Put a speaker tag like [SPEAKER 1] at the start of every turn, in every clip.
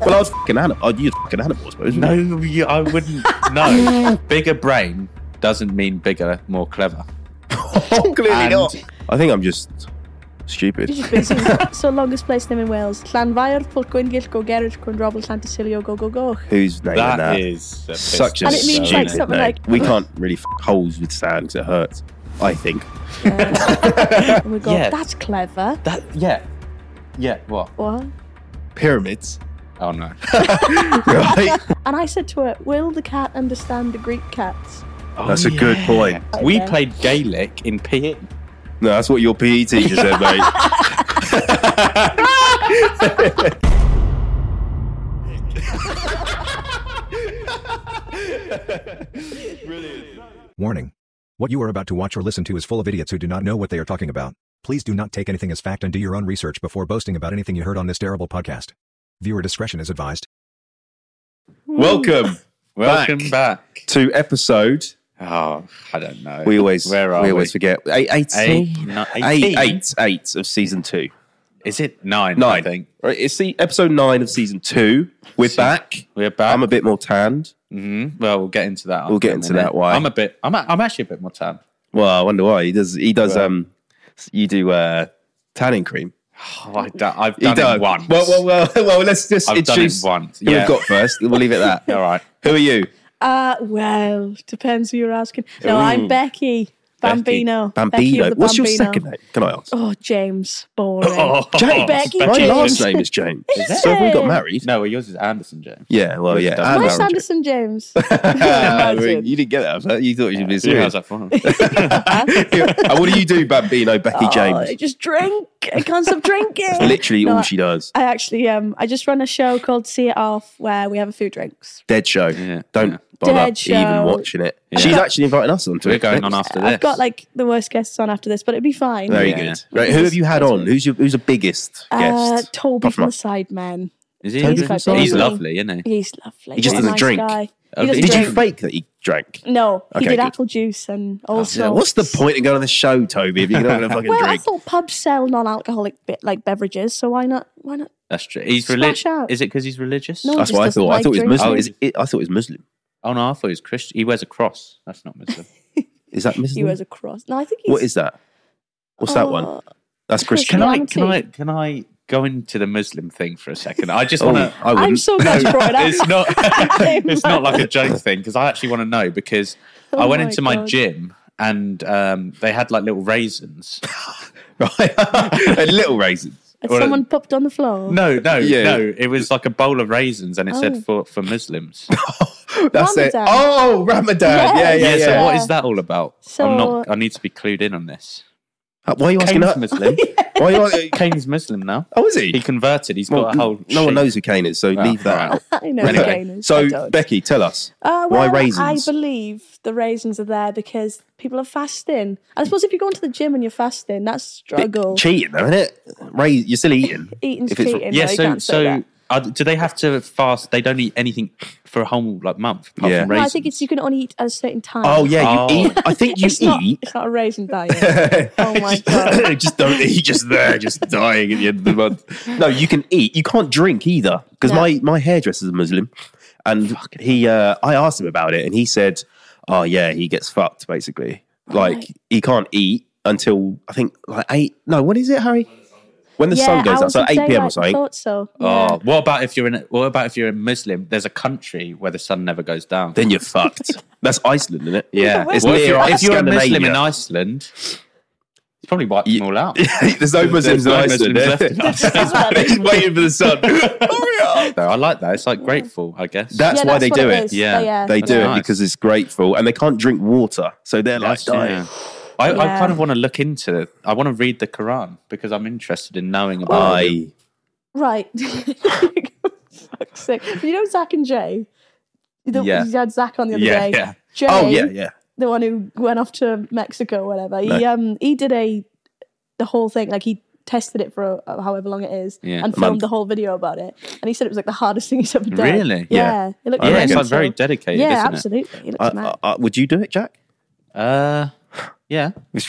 [SPEAKER 1] Well, I was fucking animal. I used fucking animals, but
[SPEAKER 2] No, you, I wouldn't. No, bigger brain doesn't mean bigger, more clever.
[SPEAKER 1] Oh, clearly
[SPEAKER 2] And-
[SPEAKER 1] not. I think I'm just stupid.
[SPEAKER 3] This is basically so longest place name in Wales. Llanfair, Pwllgwyngell, Go Gerrit, Cwnrobl, Llantysilio, Go Go Go.
[SPEAKER 1] Who's naming that?
[SPEAKER 2] that is a
[SPEAKER 1] Such a
[SPEAKER 3] And it means,
[SPEAKER 1] stupid
[SPEAKER 3] like, something
[SPEAKER 1] name.
[SPEAKER 3] like-
[SPEAKER 1] we can't really f- holes with sand because it hurts. I think.
[SPEAKER 3] And we go,
[SPEAKER 2] Yeah.
[SPEAKER 3] that's clever.
[SPEAKER 2] that. Yeah, yeah. What?
[SPEAKER 3] What?
[SPEAKER 1] Pyramids,
[SPEAKER 2] Oh no.
[SPEAKER 1] right?
[SPEAKER 3] And I said to her, will the cat understand the Greek cats?
[SPEAKER 1] That's a good point.
[SPEAKER 2] Oh, We
[SPEAKER 3] Okay.
[SPEAKER 2] played Gaelic in E. PE.
[SPEAKER 1] No, that's what your PE teacher said, mate.
[SPEAKER 4] Warning. What you are about to watch or listen to is full of idiots who do not know what they are talking about. Please do not take anything as fact and do your own research before boasting about anything you heard on this terrible podcast. Viewer discretion is advised.
[SPEAKER 1] Welcome
[SPEAKER 2] Welcome back.
[SPEAKER 1] to episode.
[SPEAKER 2] Oh, I don't know.
[SPEAKER 1] We always
[SPEAKER 2] Where are
[SPEAKER 1] we
[SPEAKER 2] we?
[SPEAKER 1] always forget. Eight,
[SPEAKER 2] Eight,
[SPEAKER 1] 18?
[SPEAKER 2] ni-
[SPEAKER 1] Eight,
[SPEAKER 2] 18?
[SPEAKER 1] eight, eight of season two.
[SPEAKER 2] Is it nine? I
[SPEAKER 1] Nine.
[SPEAKER 2] think
[SPEAKER 1] Right, it's the episode nine of season two. We're
[SPEAKER 2] See-
[SPEAKER 1] back.
[SPEAKER 2] we're back.
[SPEAKER 1] I'm a bit more tanned.
[SPEAKER 2] Mhm. Well, we'll get into that.
[SPEAKER 1] We'll get
[SPEAKER 2] after a
[SPEAKER 1] into
[SPEAKER 2] minute.
[SPEAKER 1] that, why?
[SPEAKER 2] I'm a bit. I'm. A, I'm actually a bit more tan.
[SPEAKER 1] Well, I wonder why he does. He does.
[SPEAKER 2] Well.
[SPEAKER 1] Um, you do uh, tanning cream.
[SPEAKER 2] Oh, I don't, I've
[SPEAKER 1] He
[SPEAKER 2] done
[SPEAKER 1] does.
[SPEAKER 2] it once.
[SPEAKER 1] Well, well, well, well. Let's just
[SPEAKER 2] I've done
[SPEAKER 1] introduce
[SPEAKER 2] it once.
[SPEAKER 1] who
[SPEAKER 2] Yeah.
[SPEAKER 1] we've got first. We'll leave it at that.
[SPEAKER 2] All right.
[SPEAKER 1] Who are you,
[SPEAKER 3] Uh, well, depends who you're asking. No, I'm
[SPEAKER 2] Ooh.
[SPEAKER 3] Becky. Bambino. Becky
[SPEAKER 1] Bambino?
[SPEAKER 3] of the
[SPEAKER 1] What's your
[SPEAKER 3] Bambino.
[SPEAKER 1] second name? Can I ask?
[SPEAKER 3] Oh, James. Boring.
[SPEAKER 1] James.
[SPEAKER 3] Becky
[SPEAKER 1] My
[SPEAKER 3] James.
[SPEAKER 1] last name is James.
[SPEAKER 3] Is it?
[SPEAKER 1] so if we got married.
[SPEAKER 2] No, well, yours is Anderson James.
[SPEAKER 1] Yeah. Well, yeah.
[SPEAKER 2] Where's
[SPEAKER 1] and
[SPEAKER 3] Where's
[SPEAKER 1] married.
[SPEAKER 3] Anderson James?
[SPEAKER 1] I mean,
[SPEAKER 3] Imagine.
[SPEAKER 1] you didn't get that. so You thought you'd be
[SPEAKER 2] Yeah, I was
[SPEAKER 1] serious.
[SPEAKER 2] like, "Oh."
[SPEAKER 1] and what do you do, Bambino? Becky
[SPEAKER 3] Oh, I
[SPEAKER 1] James.
[SPEAKER 3] just drink. I can't stop drinking.
[SPEAKER 1] Literally
[SPEAKER 3] No,
[SPEAKER 1] all she does.
[SPEAKER 3] I actually um I just run a show called See It Off where we have a few drinks.
[SPEAKER 1] Dead show.
[SPEAKER 2] Yeah.
[SPEAKER 1] Don't
[SPEAKER 2] Yeah.
[SPEAKER 1] bother
[SPEAKER 3] Dead show.
[SPEAKER 1] even watching it.
[SPEAKER 2] Yeah.
[SPEAKER 1] She's actually inviting us onto
[SPEAKER 2] We're
[SPEAKER 1] it.
[SPEAKER 2] going on
[SPEAKER 1] next.
[SPEAKER 2] after this.
[SPEAKER 3] I've got like the worst guests on after this, but it'd be fine.
[SPEAKER 1] Very
[SPEAKER 2] Yeah.
[SPEAKER 1] good. Right, who have you had on? Who's your who's the biggest
[SPEAKER 3] uh,
[SPEAKER 1] guest?
[SPEAKER 3] Toby
[SPEAKER 1] Apart from
[SPEAKER 3] from the
[SPEAKER 1] us.
[SPEAKER 3] Sidemen.
[SPEAKER 2] Is he?
[SPEAKER 1] Toby
[SPEAKER 2] He's,
[SPEAKER 3] He's quite big, isn't he?
[SPEAKER 2] lovely, isn't he?
[SPEAKER 3] He's lovely.
[SPEAKER 1] He just
[SPEAKER 3] What a
[SPEAKER 1] doesn't
[SPEAKER 3] nice
[SPEAKER 1] drink. Uh,
[SPEAKER 3] Guy.
[SPEAKER 2] Oh,
[SPEAKER 3] He doesn't
[SPEAKER 1] Did you
[SPEAKER 3] drink.
[SPEAKER 1] fake that you drank?
[SPEAKER 3] No,
[SPEAKER 1] Okay,
[SPEAKER 3] he did
[SPEAKER 1] good.
[SPEAKER 3] apple juice and all sorts.
[SPEAKER 1] Yeah, what's the point of going on the show, Toby, if you're not going to fucking
[SPEAKER 3] Well, I
[SPEAKER 1] drink?
[SPEAKER 3] thought pubs sell non-alcoholic bit like beverages, so why not? Why not?
[SPEAKER 2] That's true. He's
[SPEAKER 3] Smash
[SPEAKER 2] religious.
[SPEAKER 3] out.
[SPEAKER 2] Is it because he's religious?
[SPEAKER 3] No.
[SPEAKER 1] That's
[SPEAKER 3] just
[SPEAKER 1] what I
[SPEAKER 3] doesn't
[SPEAKER 1] thought. I
[SPEAKER 3] like
[SPEAKER 1] thought it was
[SPEAKER 3] drinking.
[SPEAKER 1] Muslim. Oh, is it, I thought it was Muslim.
[SPEAKER 2] Oh no, I thought he was Christian. He wears a cross. That's not Muslim.
[SPEAKER 1] Is that Muslim?
[SPEAKER 3] He wears a cross. No, I think he's,
[SPEAKER 1] what is that? What's that one?
[SPEAKER 3] Uh,
[SPEAKER 1] That's Christian.
[SPEAKER 2] can I? Can I?
[SPEAKER 3] Christianity.
[SPEAKER 2] Can I go into the Muslim thing for a second? I just
[SPEAKER 1] Oh,
[SPEAKER 2] want to.
[SPEAKER 1] I wouldn't.
[SPEAKER 3] I'm so glad you brought it up.
[SPEAKER 2] It's not. it's not like a joke thing because I actually want to know because I
[SPEAKER 3] Oh
[SPEAKER 2] went
[SPEAKER 3] my
[SPEAKER 2] into my
[SPEAKER 3] God.
[SPEAKER 2] gym and um, they had like little raisins.
[SPEAKER 1] right. and little raisins.
[SPEAKER 3] Had
[SPEAKER 2] Well,
[SPEAKER 3] someone popped on the floor.
[SPEAKER 2] No, no,
[SPEAKER 1] Yeah.
[SPEAKER 2] no. It was like a bowl of raisins, and it
[SPEAKER 3] Oh.
[SPEAKER 2] said for for Muslims.
[SPEAKER 1] That's
[SPEAKER 3] Ramadan.
[SPEAKER 1] it. Oh, Ramadan. Yeah,
[SPEAKER 3] Yes.
[SPEAKER 1] yeah,
[SPEAKER 2] yeah,
[SPEAKER 1] yeah.
[SPEAKER 2] So what
[SPEAKER 3] Yeah.
[SPEAKER 2] is that all about? I'm not. I need to be clued in on this.
[SPEAKER 1] Uh, Why are you asking
[SPEAKER 2] Kane's
[SPEAKER 1] that?
[SPEAKER 2] Muslim.
[SPEAKER 1] Why are you?
[SPEAKER 2] Kane's Muslim now.
[SPEAKER 1] Oh, is
[SPEAKER 2] He
[SPEAKER 1] he?
[SPEAKER 2] converted. He's
[SPEAKER 1] Well,
[SPEAKER 2] got a whole.
[SPEAKER 1] no one
[SPEAKER 2] sheet.
[SPEAKER 1] knows who Kane is, so
[SPEAKER 2] Oh,
[SPEAKER 1] leave that
[SPEAKER 2] right.
[SPEAKER 1] out.
[SPEAKER 3] I know
[SPEAKER 1] Anyway,
[SPEAKER 3] gayness,
[SPEAKER 1] so
[SPEAKER 3] I don't.
[SPEAKER 1] Becky, tell us
[SPEAKER 3] Uh,
[SPEAKER 1] why
[SPEAKER 3] well,
[SPEAKER 1] raisins.
[SPEAKER 3] I believe the raisins are there because people are fasting. I suppose if you go into the gym and you're fasting, that's struggle.
[SPEAKER 1] cheating, though, isn't it? Rais- you're still eating.
[SPEAKER 3] Eating's
[SPEAKER 1] If it's-
[SPEAKER 3] cheating.
[SPEAKER 2] Yeah.
[SPEAKER 3] no, you
[SPEAKER 2] So
[SPEAKER 3] can't say that.
[SPEAKER 2] so uh, do they have to fast? They don't eat anything for a whole like month. Apart
[SPEAKER 1] Yeah.
[SPEAKER 2] From
[SPEAKER 3] No,
[SPEAKER 2] raisins.
[SPEAKER 3] I think it's you can only eat at a certain time.
[SPEAKER 1] Oh yeah, you
[SPEAKER 2] Oh.
[SPEAKER 1] eat. I think you
[SPEAKER 3] it's not.
[SPEAKER 1] eat.
[SPEAKER 3] It's not a raisin diet. Oh my God.
[SPEAKER 1] just don't eat. Just there, just dying at the end of the month. No, you can eat. You can't drink either because
[SPEAKER 3] No.
[SPEAKER 1] my my hairdresser's a Muslim, and he uh, I asked him about it, and he said, "Oh yeah, he gets fucked basically. Like
[SPEAKER 3] Right.
[SPEAKER 1] he can't eat until I think like eight. No, what is it, Harry? When the
[SPEAKER 3] yeah,
[SPEAKER 1] sun goes up,
[SPEAKER 3] hours
[SPEAKER 1] so
[SPEAKER 3] of
[SPEAKER 1] eight
[SPEAKER 3] daylight,
[SPEAKER 1] pm
[SPEAKER 3] I
[SPEAKER 1] or something.
[SPEAKER 3] thought so.
[SPEAKER 2] Oh,
[SPEAKER 3] Yeah.
[SPEAKER 2] what about if you're in? What about if you're a Muslim? There's a country where the sun never goes down.
[SPEAKER 1] Then you're fucked. That's Iceland, isn't it?
[SPEAKER 2] yeah,
[SPEAKER 3] Well,
[SPEAKER 1] it's
[SPEAKER 2] Well, if,
[SPEAKER 1] near
[SPEAKER 2] you're, if you're a
[SPEAKER 1] Scandinavia.
[SPEAKER 2] Muslim in Iceland, it's probably wiped them all out.
[SPEAKER 1] There's no Muslims in
[SPEAKER 2] no
[SPEAKER 1] Iceland.
[SPEAKER 2] Muslims left in
[SPEAKER 1] eh?
[SPEAKER 2] Iceland.
[SPEAKER 1] They're just waiting for the sun. Hurry up.
[SPEAKER 2] Though I like that. It's like grateful, I guess.
[SPEAKER 1] That's
[SPEAKER 3] Yeah,
[SPEAKER 1] why they
[SPEAKER 3] what
[SPEAKER 1] do
[SPEAKER 3] it
[SPEAKER 1] it.
[SPEAKER 3] is.
[SPEAKER 2] Yeah,
[SPEAKER 3] They, uh,
[SPEAKER 1] They
[SPEAKER 2] That's
[SPEAKER 1] do
[SPEAKER 2] nice.
[SPEAKER 1] it because it's grateful, and they can't drink water, so they're like
[SPEAKER 2] That's-
[SPEAKER 1] dying.
[SPEAKER 2] yeah. I, I
[SPEAKER 3] Yeah.
[SPEAKER 2] kind of want to look into it. I want to read the Quran because I'm interested in knowing about it.
[SPEAKER 1] I
[SPEAKER 3] Right. Fuck's sake. You know Zach and Jay? The,
[SPEAKER 2] Yeah.
[SPEAKER 3] You had Zach on the other
[SPEAKER 2] Yeah,
[SPEAKER 3] day.
[SPEAKER 2] yeah.
[SPEAKER 3] Jay,
[SPEAKER 1] oh yeah yeah
[SPEAKER 3] the one who went off to Mexico or whatever, he
[SPEAKER 1] No.
[SPEAKER 3] um he did a the whole thing like he tested it for uh, however long it is
[SPEAKER 2] Yeah.
[SPEAKER 3] and
[SPEAKER 1] A month.
[SPEAKER 3] filmed the whole video about it and he said it was like the hardest thing he's ever done.
[SPEAKER 2] Really?
[SPEAKER 3] Yeah. It looked
[SPEAKER 1] I
[SPEAKER 2] Yeah,
[SPEAKER 3] really
[SPEAKER 2] it's
[SPEAKER 1] reckon
[SPEAKER 2] like
[SPEAKER 3] good.
[SPEAKER 2] very dedicated,
[SPEAKER 3] Yeah,
[SPEAKER 2] isn't
[SPEAKER 1] Uh,
[SPEAKER 3] absolutely. It looks
[SPEAKER 1] I,
[SPEAKER 3] mad.
[SPEAKER 1] I, I, would you do it, Jack?
[SPEAKER 2] it? Uh, yeah.
[SPEAKER 1] We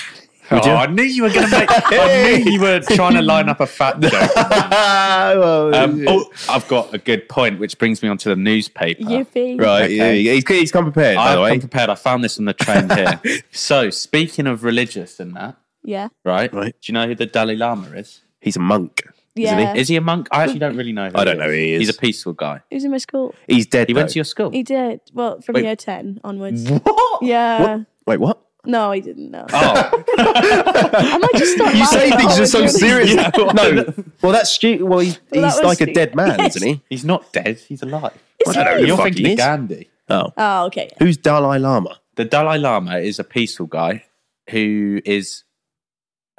[SPEAKER 1] do?
[SPEAKER 2] Oh, I knew you were going to make. I knew you were trying to line up a fat joke.
[SPEAKER 1] Well,
[SPEAKER 2] Um, oh, I've got a good point, which brings me onto the newspaper.
[SPEAKER 3] Yippee.
[SPEAKER 1] right, yeah,
[SPEAKER 2] okay.
[SPEAKER 1] yeah, he's, he's come prepared. by the
[SPEAKER 2] I've
[SPEAKER 1] way,
[SPEAKER 2] come prepared. I found this on the train here. so, speaking of religious and that,
[SPEAKER 3] Yeah.
[SPEAKER 2] right?
[SPEAKER 1] Right.
[SPEAKER 2] Do you know who the Dalai Lama is?
[SPEAKER 1] he's a monk.
[SPEAKER 3] Yeah.
[SPEAKER 1] Isn't he?
[SPEAKER 2] Is he a monk? I actually don't really know. Who
[SPEAKER 1] I don't know who he is.
[SPEAKER 2] He's a peaceful guy.
[SPEAKER 3] He was in my school.
[SPEAKER 1] He's dead.
[SPEAKER 2] He went
[SPEAKER 1] though.
[SPEAKER 2] to your school.
[SPEAKER 3] He did. Well, from
[SPEAKER 2] Wait.
[SPEAKER 3] year 10 onwards.
[SPEAKER 2] What?
[SPEAKER 3] Yeah.
[SPEAKER 1] Wait, what? Uh,
[SPEAKER 3] No, he didn't know.
[SPEAKER 2] Oh,
[SPEAKER 3] I might just stop
[SPEAKER 1] You
[SPEAKER 3] laughing
[SPEAKER 1] say
[SPEAKER 3] at
[SPEAKER 1] things
[SPEAKER 3] all
[SPEAKER 1] just so
[SPEAKER 3] of you.
[SPEAKER 1] serious. no, well that's stupid. Well, he's,
[SPEAKER 3] Well, that
[SPEAKER 1] he's
[SPEAKER 3] was
[SPEAKER 1] like a
[SPEAKER 3] stupid.
[SPEAKER 1] dead man,
[SPEAKER 3] Yes.
[SPEAKER 1] isn't he?
[SPEAKER 2] he's not dead. He's alive.
[SPEAKER 1] I don't know who the
[SPEAKER 2] You're
[SPEAKER 1] fuck
[SPEAKER 2] thinking
[SPEAKER 1] he
[SPEAKER 2] of
[SPEAKER 1] is.
[SPEAKER 2] Gandhi.
[SPEAKER 1] Oh,
[SPEAKER 3] Oh, okay.
[SPEAKER 1] who's Dalai Lama?
[SPEAKER 2] The Dalai Lama is a peaceful guy who is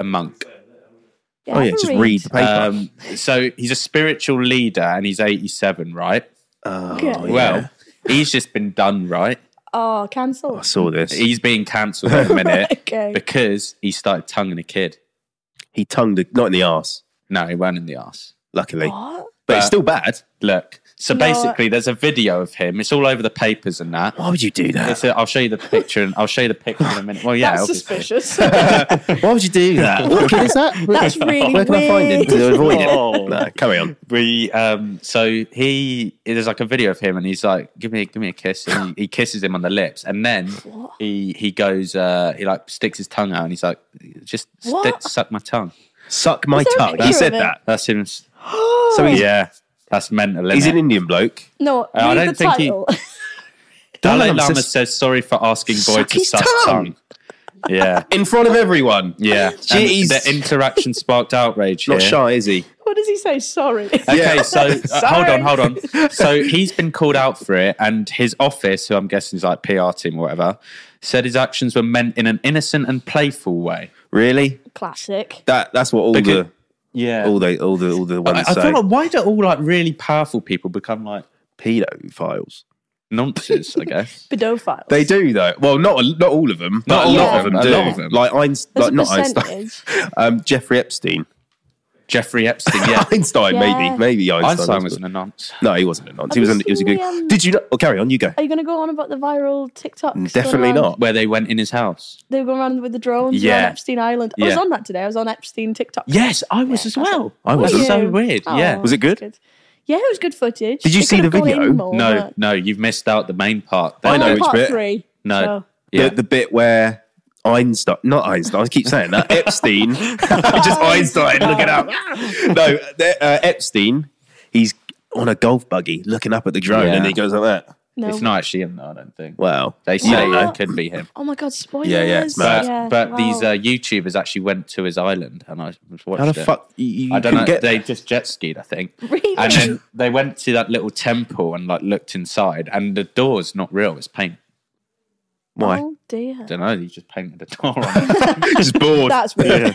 [SPEAKER 2] a monk.
[SPEAKER 3] Yeah,
[SPEAKER 1] oh
[SPEAKER 3] have
[SPEAKER 1] yeah,
[SPEAKER 3] a
[SPEAKER 1] just read the paper.
[SPEAKER 2] Um, so he's a spiritual leader and he's 87, right?
[SPEAKER 1] oh,
[SPEAKER 3] okay.
[SPEAKER 1] yeah.
[SPEAKER 2] Well, he's just been done right.
[SPEAKER 3] Oh,
[SPEAKER 1] I
[SPEAKER 3] cancel.
[SPEAKER 1] saw this. He,
[SPEAKER 2] He's being cancelled at the minute
[SPEAKER 3] Okay.
[SPEAKER 2] because he started tonguing a kid.
[SPEAKER 1] tongued it, not in the ass,
[SPEAKER 2] No, he went in the ass.
[SPEAKER 1] luckily,
[SPEAKER 3] What?
[SPEAKER 1] but it's
[SPEAKER 2] But-
[SPEAKER 1] still bad.
[SPEAKER 2] Look, so
[SPEAKER 3] No, I-
[SPEAKER 2] basically, there's a video of him. It's all over the papers and that.
[SPEAKER 1] Why would you do that?
[SPEAKER 2] It's a, I'll show you the picture. And I'll show you the picture in a minute. Well, yeah,
[SPEAKER 3] That's
[SPEAKER 2] obviously.
[SPEAKER 3] suspicious.
[SPEAKER 1] Why would you do that? what kid is that?
[SPEAKER 3] That's really
[SPEAKER 1] Where can I find him
[SPEAKER 3] weird.
[SPEAKER 1] to avoid it?
[SPEAKER 2] Oh.
[SPEAKER 1] No, carry on.
[SPEAKER 2] We um so he there's like a video of him and he's like give me give me a kiss and he, he kisses him on the lips and then he he goes uh he like sticks his tongue out and he's like just stick,
[SPEAKER 3] What?
[SPEAKER 2] suck my tongue
[SPEAKER 1] Suck my
[SPEAKER 3] Is there a
[SPEAKER 1] tongue. He
[SPEAKER 3] picture
[SPEAKER 1] said
[SPEAKER 3] of it?
[SPEAKER 1] that.
[SPEAKER 2] that's him so
[SPEAKER 1] So he's,
[SPEAKER 2] yeah that's mental innit?
[SPEAKER 1] he's an Indian bloke.
[SPEAKER 3] No, read
[SPEAKER 2] I don't
[SPEAKER 3] the
[SPEAKER 2] think he-
[SPEAKER 3] title.
[SPEAKER 2] Dalai
[SPEAKER 1] Dalai Lama
[SPEAKER 2] Lama
[SPEAKER 1] says-
[SPEAKER 2] says, sorry for asking boy
[SPEAKER 1] Suck
[SPEAKER 2] to
[SPEAKER 1] his
[SPEAKER 2] suck
[SPEAKER 1] tongue."
[SPEAKER 2] tongue. Yeah,
[SPEAKER 1] In front of everyone.
[SPEAKER 2] yeah.
[SPEAKER 1] Jeez.
[SPEAKER 2] And the interaction sparked outrage.
[SPEAKER 1] Not
[SPEAKER 2] here.
[SPEAKER 1] shy, is he?
[SPEAKER 3] what does he say? Sorry.
[SPEAKER 2] Okay,
[SPEAKER 1] Yeah.
[SPEAKER 2] so uh, hold on, hold on. So he's been called out for it, and his office, who I'm guessing is like PR team or whatever, said his actions were meant in an innocent and playful way.
[SPEAKER 1] Really?
[SPEAKER 3] Classic.
[SPEAKER 1] That that's what all
[SPEAKER 2] Because-
[SPEAKER 1] the
[SPEAKER 2] Yeah.
[SPEAKER 1] all the all the all the
[SPEAKER 2] I,
[SPEAKER 1] ones
[SPEAKER 2] I
[SPEAKER 1] say.
[SPEAKER 2] feel like why do all like really powerful people become like
[SPEAKER 1] Pedophiles.
[SPEAKER 2] nonsenses? I guess.
[SPEAKER 3] Pedophile.
[SPEAKER 1] They do though. Well, not not all of them. Not
[SPEAKER 2] Not
[SPEAKER 1] a
[SPEAKER 2] all
[SPEAKER 1] lot
[SPEAKER 3] of
[SPEAKER 1] of them.
[SPEAKER 2] them,
[SPEAKER 1] do.
[SPEAKER 2] a lot of them.
[SPEAKER 1] Like Einstein.
[SPEAKER 3] There's
[SPEAKER 1] Like,
[SPEAKER 3] a
[SPEAKER 1] not Einstein.
[SPEAKER 3] percentage.
[SPEAKER 1] Um, Jeffrey Epstein.
[SPEAKER 2] Jeffrey Epstein. Yeah.
[SPEAKER 1] Einstein,
[SPEAKER 3] Yeah.
[SPEAKER 1] maybe, maybe Einstein.
[SPEAKER 2] Einstein was
[SPEAKER 1] wasn't.
[SPEAKER 2] an announce.
[SPEAKER 1] No, he wasn't a nonce. He
[SPEAKER 3] Have
[SPEAKER 1] was.
[SPEAKER 3] you
[SPEAKER 1] An, he was a
[SPEAKER 3] seen
[SPEAKER 1] good.
[SPEAKER 3] the, um,
[SPEAKER 1] Did you? Not, oh, carry on. You go.
[SPEAKER 3] Are you going to go on about the viral TikTok?
[SPEAKER 1] Mm, Definitely not.
[SPEAKER 2] Where they went in his house.
[SPEAKER 3] They were going around with the drones yeah. on
[SPEAKER 2] Yeah.
[SPEAKER 3] Epstein Island. I was
[SPEAKER 2] Yeah.
[SPEAKER 3] on that today. I was on Epstein TikTok.
[SPEAKER 2] Yes, I was as well.
[SPEAKER 1] I
[SPEAKER 3] Were
[SPEAKER 1] was.
[SPEAKER 2] That's
[SPEAKER 3] you?
[SPEAKER 2] so weird.
[SPEAKER 3] Oh,
[SPEAKER 2] Yeah.
[SPEAKER 1] Was it good?
[SPEAKER 3] that's Yeah, it was good footage.
[SPEAKER 1] Did you
[SPEAKER 3] They
[SPEAKER 1] see
[SPEAKER 3] could
[SPEAKER 1] the
[SPEAKER 3] have gone in
[SPEAKER 1] video?
[SPEAKER 3] more,
[SPEAKER 2] No,
[SPEAKER 3] but-
[SPEAKER 2] no, you've missed out the main part.
[SPEAKER 1] I
[SPEAKER 3] I'm
[SPEAKER 1] know
[SPEAKER 3] on
[SPEAKER 1] which
[SPEAKER 3] part
[SPEAKER 1] bit.
[SPEAKER 3] Three,
[SPEAKER 2] No.
[SPEAKER 3] so-
[SPEAKER 2] Yeah.
[SPEAKER 1] The, the bit where Einstein, not Einstein, I keep saying that. Epstein, just Einstein, look it up. No, the- uh, Epstein, he's on a golf buggy looking up at the drone
[SPEAKER 2] Yeah.
[SPEAKER 1] and he goes like that.
[SPEAKER 3] no.
[SPEAKER 2] It's not actually him, though, I don't think.
[SPEAKER 1] Wow.
[SPEAKER 2] They
[SPEAKER 3] Yeah.
[SPEAKER 2] say
[SPEAKER 3] Wow.
[SPEAKER 2] it could be him.
[SPEAKER 3] Oh my god, spoilers!
[SPEAKER 1] Yeah, yeah, it's mad.
[SPEAKER 2] But,
[SPEAKER 3] Yeah,
[SPEAKER 2] but these
[SPEAKER 3] wow.
[SPEAKER 2] uh, YouTubers actually went to his island and I watched
[SPEAKER 1] How the
[SPEAKER 2] it.
[SPEAKER 1] fuck? You, you
[SPEAKER 2] I don't know.
[SPEAKER 1] couldn't Get,
[SPEAKER 2] they just jet skied, I think.
[SPEAKER 3] Really?
[SPEAKER 2] And then they went to that little temple and like looked inside, and the door's not real; it's paint.
[SPEAKER 1] why?
[SPEAKER 3] Oh dear,
[SPEAKER 2] I don't know. He just painted a door on it.
[SPEAKER 1] He's bored.
[SPEAKER 3] Oh, that's weird.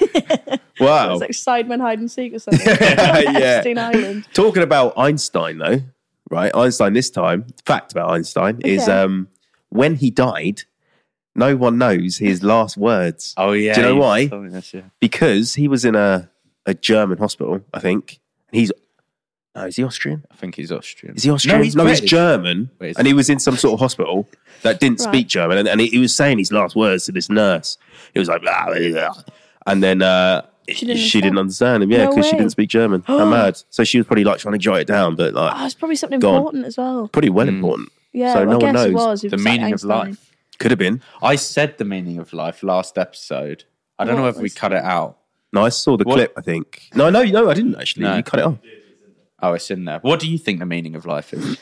[SPEAKER 1] wow. Oh.
[SPEAKER 3] it's like Sidemen hide and seek or something.
[SPEAKER 1] yeah.
[SPEAKER 3] Epstein Island.
[SPEAKER 1] Talking about Einstein, though, right? Einstein this time, fact about Einstein is
[SPEAKER 3] Okay.
[SPEAKER 1] um, when he died, no one knows his last words
[SPEAKER 2] Oh yeah.
[SPEAKER 1] Do you know
[SPEAKER 2] he
[SPEAKER 1] why?
[SPEAKER 2] told me this, yeah.
[SPEAKER 1] because he was in a, a German hospital, I think. And he's, no, is he Austrian?
[SPEAKER 2] I think he's Austrian.
[SPEAKER 1] Is he Austrian?
[SPEAKER 2] No, he's British.
[SPEAKER 1] German.
[SPEAKER 2] Wait, is
[SPEAKER 1] and
[SPEAKER 2] he?
[SPEAKER 1] he was in some sort of hospital that didn't
[SPEAKER 3] Right.
[SPEAKER 1] speak German. And, and he, he was saying his last words to this nurse. He was like, blah, blah, blah. and then uh, she,
[SPEAKER 3] She
[SPEAKER 1] didn't
[SPEAKER 3] didn't
[SPEAKER 1] understand him. Yeah,
[SPEAKER 3] No
[SPEAKER 1] because she
[SPEAKER 3] way.
[SPEAKER 1] didn't speak German. How mad. So she was probably like trying to jot it down, but like,
[SPEAKER 3] Oh, it's probably something
[SPEAKER 1] Go on.
[SPEAKER 3] important as well.
[SPEAKER 1] pretty
[SPEAKER 2] Hmm.
[SPEAKER 1] well important.
[SPEAKER 3] Yeah,
[SPEAKER 1] So
[SPEAKER 3] well,
[SPEAKER 1] no
[SPEAKER 3] I
[SPEAKER 1] one
[SPEAKER 3] guess it
[SPEAKER 1] knows
[SPEAKER 3] was. It
[SPEAKER 2] The
[SPEAKER 3] was like
[SPEAKER 2] meaning of
[SPEAKER 3] Einstein.
[SPEAKER 2] life.
[SPEAKER 1] Could have been.
[SPEAKER 2] I said the meaning of life last episode. I don't know
[SPEAKER 3] What
[SPEAKER 2] if we
[SPEAKER 3] was
[SPEAKER 2] cut it out.
[SPEAKER 1] No, I saw the
[SPEAKER 2] What-
[SPEAKER 1] clip, I think. No, no, no, I didn't actually.
[SPEAKER 2] No.
[SPEAKER 1] You cut it off.
[SPEAKER 2] Oh, it's in there. What do you think the meaning of life is?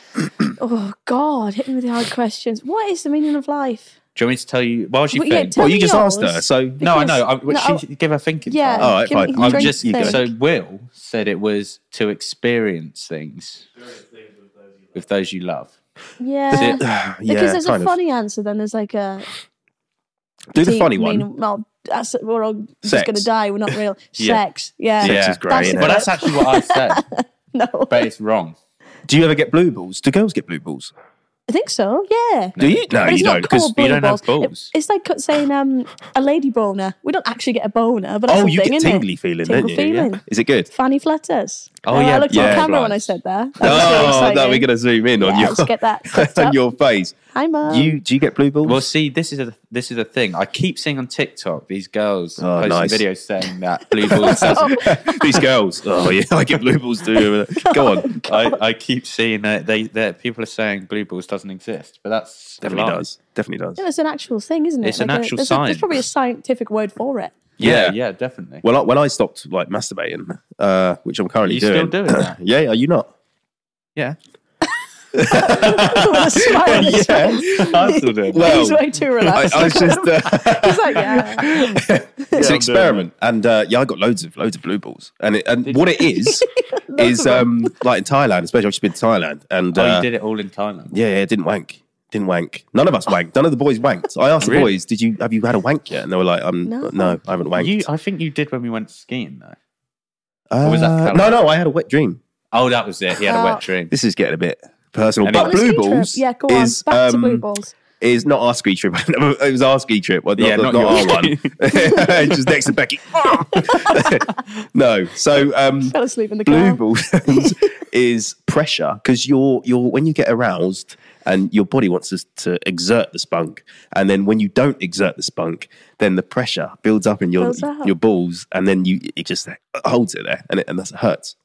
[SPEAKER 3] Oh God, hit me with the hard questions. What is the meaning of life?
[SPEAKER 2] Do you want me to tell you? While she
[SPEAKER 3] Well, yeah,
[SPEAKER 2] thinks.
[SPEAKER 3] tell
[SPEAKER 1] Well, you
[SPEAKER 3] me
[SPEAKER 1] just
[SPEAKER 3] yours.
[SPEAKER 1] asked her, so-
[SPEAKER 2] no, I know. I,
[SPEAKER 3] Because- no,
[SPEAKER 2] she give her thinking.
[SPEAKER 3] yeah.
[SPEAKER 2] time.
[SPEAKER 1] All right,
[SPEAKER 3] give me-
[SPEAKER 1] fine.
[SPEAKER 3] you
[SPEAKER 1] I'm
[SPEAKER 3] drink
[SPEAKER 1] just-
[SPEAKER 2] you go.
[SPEAKER 3] thing.
[SPEAKER 2] So Will said it was to experience things with those you love.
[SPEAKER 3] yeah.
[SPEAKER 1] yeah,
[SPEAKER 3] because there's
[SPEAKER 1] kind
[SPEAKER 3] a
[SPEAKER 1] of.
[SPEAKER 3] funny answer, then there's like a
[SPEAKER 1] Do the
[SPEAKER 3] deep
[SPEAKER 1] funny one.
[SPEAKER 3] meaning- Well, that's we're all
[SPEAKER 1] Sex.
[SPEAKER 3] just gonna die. We're not real.
[SPEAKER 2] Yeah.
[SPEAKER 3] Sex. Yeah.
[SPEAKER 1] Sex
[SPEAKER 2] Yeah.
[SPEAKER 1] is great.
[SPEAKER 3] That's
[SPEAKER 1] isn't
[SPEAKER 3] it.
[SPEAKER 2] Well,
[SPEAKER 1] it?
[SPEAKER 2] that's actually what I said,
[SPEAKER 3] No,
[SPEAKER 2] but it's wrong.
[SPEAKER 1] Do you ever get blue balls? Do girls get blue balls?
[SPEAKER 3] I think so. Yeah.
[SPEAKER 1] Do you? No,
[SPEAKER 3] But it's
[SPEAKER 1] you don't.
[SPEAKER 3] not
[SPEAKER 1] Because
[SPEAKER 3] called
[SPEAKER 2] you
[SPEAKER 3] boner
[SPEAKER 2] don't have
[SPEAKER 3] balls. It-
[SPEAKER 2] balls.
[SPEAKER 3] it's like saying um, a lady boner. We don't actually get a boner, but that's
[SPEAKER 1] oh,
[SPEAKER 3] a
[SPEAKER 1] you
[SPEAKER 3] thing,
[SPEAKER 1] get
[SPEAKER 3] isn't
[SPEAKER 1] tingly
[SPEAKER 3] it?
[SPEAKER 1] feeling,
[SPEAKER 3] Tingle
[SPEAKER 1] don't you? Yeah.
[SPEAKER 3] feeling.
[SPEAKER 1] Is it good?
[SPEAKER 3] Fanny flutters.
[SPEAKER 2] Oh
[SPEAKER 3] I
[SPEAKER 2] yeah,
[SPEAKER 3] looked
[SPEAKER 1] yeah,
[SPEAKER 3] at the camera when I
[SPEAKER 2] butterflies.
[SPEAKER 3] said that. That was so
[SPEAKER 1] Oh,
[SPEAKER 3] exciting.
[SPEAKER 1] no, we're going to zoom in on
[SPEAKER 3] Yeah,
[SPEAKER 1] your
[SPEAKER 3] let's get that set
[SPEAKER 1] on
[SPEAKER 3] up. Um,
[SPEAKER 1] your face.
[SPEAKER 3] Hi, mum.
[SPEAKER 1] you do you get blue balls?
[SPEAKER 2] Well, see, this is a this is a thing. I keep seeing on TikTok these girls
[SPEAKER 1] Oh,
[SPEAKER 2] posting
[SPEAKER 1] nice.
[SPEAKER 2] videos saying that blue balls. doesn't-
[SPEAKER 1] These girls. Oh yeah, I get blue balls too. Go on.
[SPEAKER 2] I, I keep seeing that they that people are saying blue balls doesn't exist, but that's a
[SPEAKER 1] Definitely
[SPEAKER 2] lie.
[SPEAKER 1] does. Definitely does.
[SPEAKER 3] No, it's an actual thing, isn't it?
[SPEAKER 2] It's an
[SPEAKER 3] a-
[SPEAKER 2] actual
[SPEAKER 3] there's a-
[SPEAKER 2] sign.
[SPEAKER 3] there's probably a scientific word for it.
[SPEAKER 2] Yeah,
[SPEAKER 1] Yeah.
[SPEAKER 2] yeah, definitely.
[SPEAKER 1] Well, I, when I stopped like masturbating, uh, which I'm currently
[SPEAKER 2] You
[SPEAKER 1] doing,
[SPEAKER 2] still doing that?
[SPEAKER 1] yeah, are you not?
[SPEAKER 2] yeah,
[SPEAKER 3] With a smile on his
[SPEAKER 1] Yeah.
[SPEAKER 3] face.
[SPEAKER 2] I still do.
[SPEAKER 1] Well,
[SPEAKER 3] He's way too
[SPEAKER 1] I,
[SPEAKER 3] relaxed.
[SPEAKER 1] I was just uh,
[SPEAKER 3] He's like, yeah.
[SPEAKER 1] it's an experiment, and uh, yeah, I got loads of loads of blue balls, and it, and what it is is um like in Thailand, especially I've just been to Thailand, and
[SPEAKER 2] oh,
[SPEAKER 1] uh,
[SPEAKER 2] you did it all in Thailand.
[SPEAKER 1] yeah, yeah, didn't wank, didn't wank. None of us wanked. None of the boys wanked. I asked the
[SPEAKER 2] Oh. Really?
[SPEAKER 1] boys, "Did you have you had a wank yet?" And they were like, "Um, no,
[SPEAKER 3] No.
[SPEAKER 1] I haven't wanked."
[SPEAKER 2] You, I think you did when we went skiing though.
[SPEAKER 1] Uh,
[SPEAKER 2] was that
[SPEAKER 1] no,
[SPEAKER 2] colour?
[SPEAKER 1] no, I had a wet dream.
[SPEAKER 2] Oh, that was it. He had a
[SPEAKER 3] Oh.
[SPEAKER 2] wet dream.
[SPEAKER 1] This is getting a bit personal,
[SPEAKER 2] Anyway.
[SPEAKER 1] but
[SPEAKER 3] On a
[SPEAKER 1] blue
[SPEAKER 3] ski trip.
[SPEAKER 1] balls
[SPEAKER 3] Yeah, go on.
[SPEAKER 1] is
[SPEAKER 3] Back to
[SPEAKER 1] um,
[SPEAKER 3] blue balls.
[SPEAKER 1] is not our ski trip. it was our ski trip. Well,
[SPEAKER 2] Yeah,
[SPEAKER 1] not,
[SPEAKER 2] not
[SPEAKER 1] not our
[SPEAKER 2] yours.
[SPEAKER 1] one. Just next to Becky. no. So um,
[SPEAKER 3] Fell asleep in the
[SPEAKER 1] blue
[SPEAKER 3] car.
[SPEAKER 1] balls is pressure because you're you're when you get aroused and your body wants us to exert the spunk, and then when you don't exert the spunk, then the pressure builds up in your
[SPEAKER 3] Builds up.
[SPEAKER 1] your balls, and then you it just holds it there, and it and that hurts.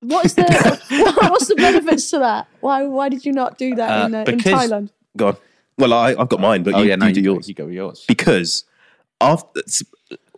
[SPEAKER 3] What is the what's the benefits to that? Why why did you not do that
[SPEAKER 2] Uh,
[SPEAKER 3] in, uh, in
[SPEAKER 2] because-
[SPEAKER 3] Thailand?
[SPEAKER 1] God. Well, I, I've got mine, but
[SPEAKER 2] oh
[SPEAKER 1] you,
[SPEAKER 2] yeah, no,
[SPEAKER 1] you do
[SPEAKER 2] you,
[SPEAKER 1] yours.
[SPEAKER 2] you go with yours.
[SPEAKER 1] because after s-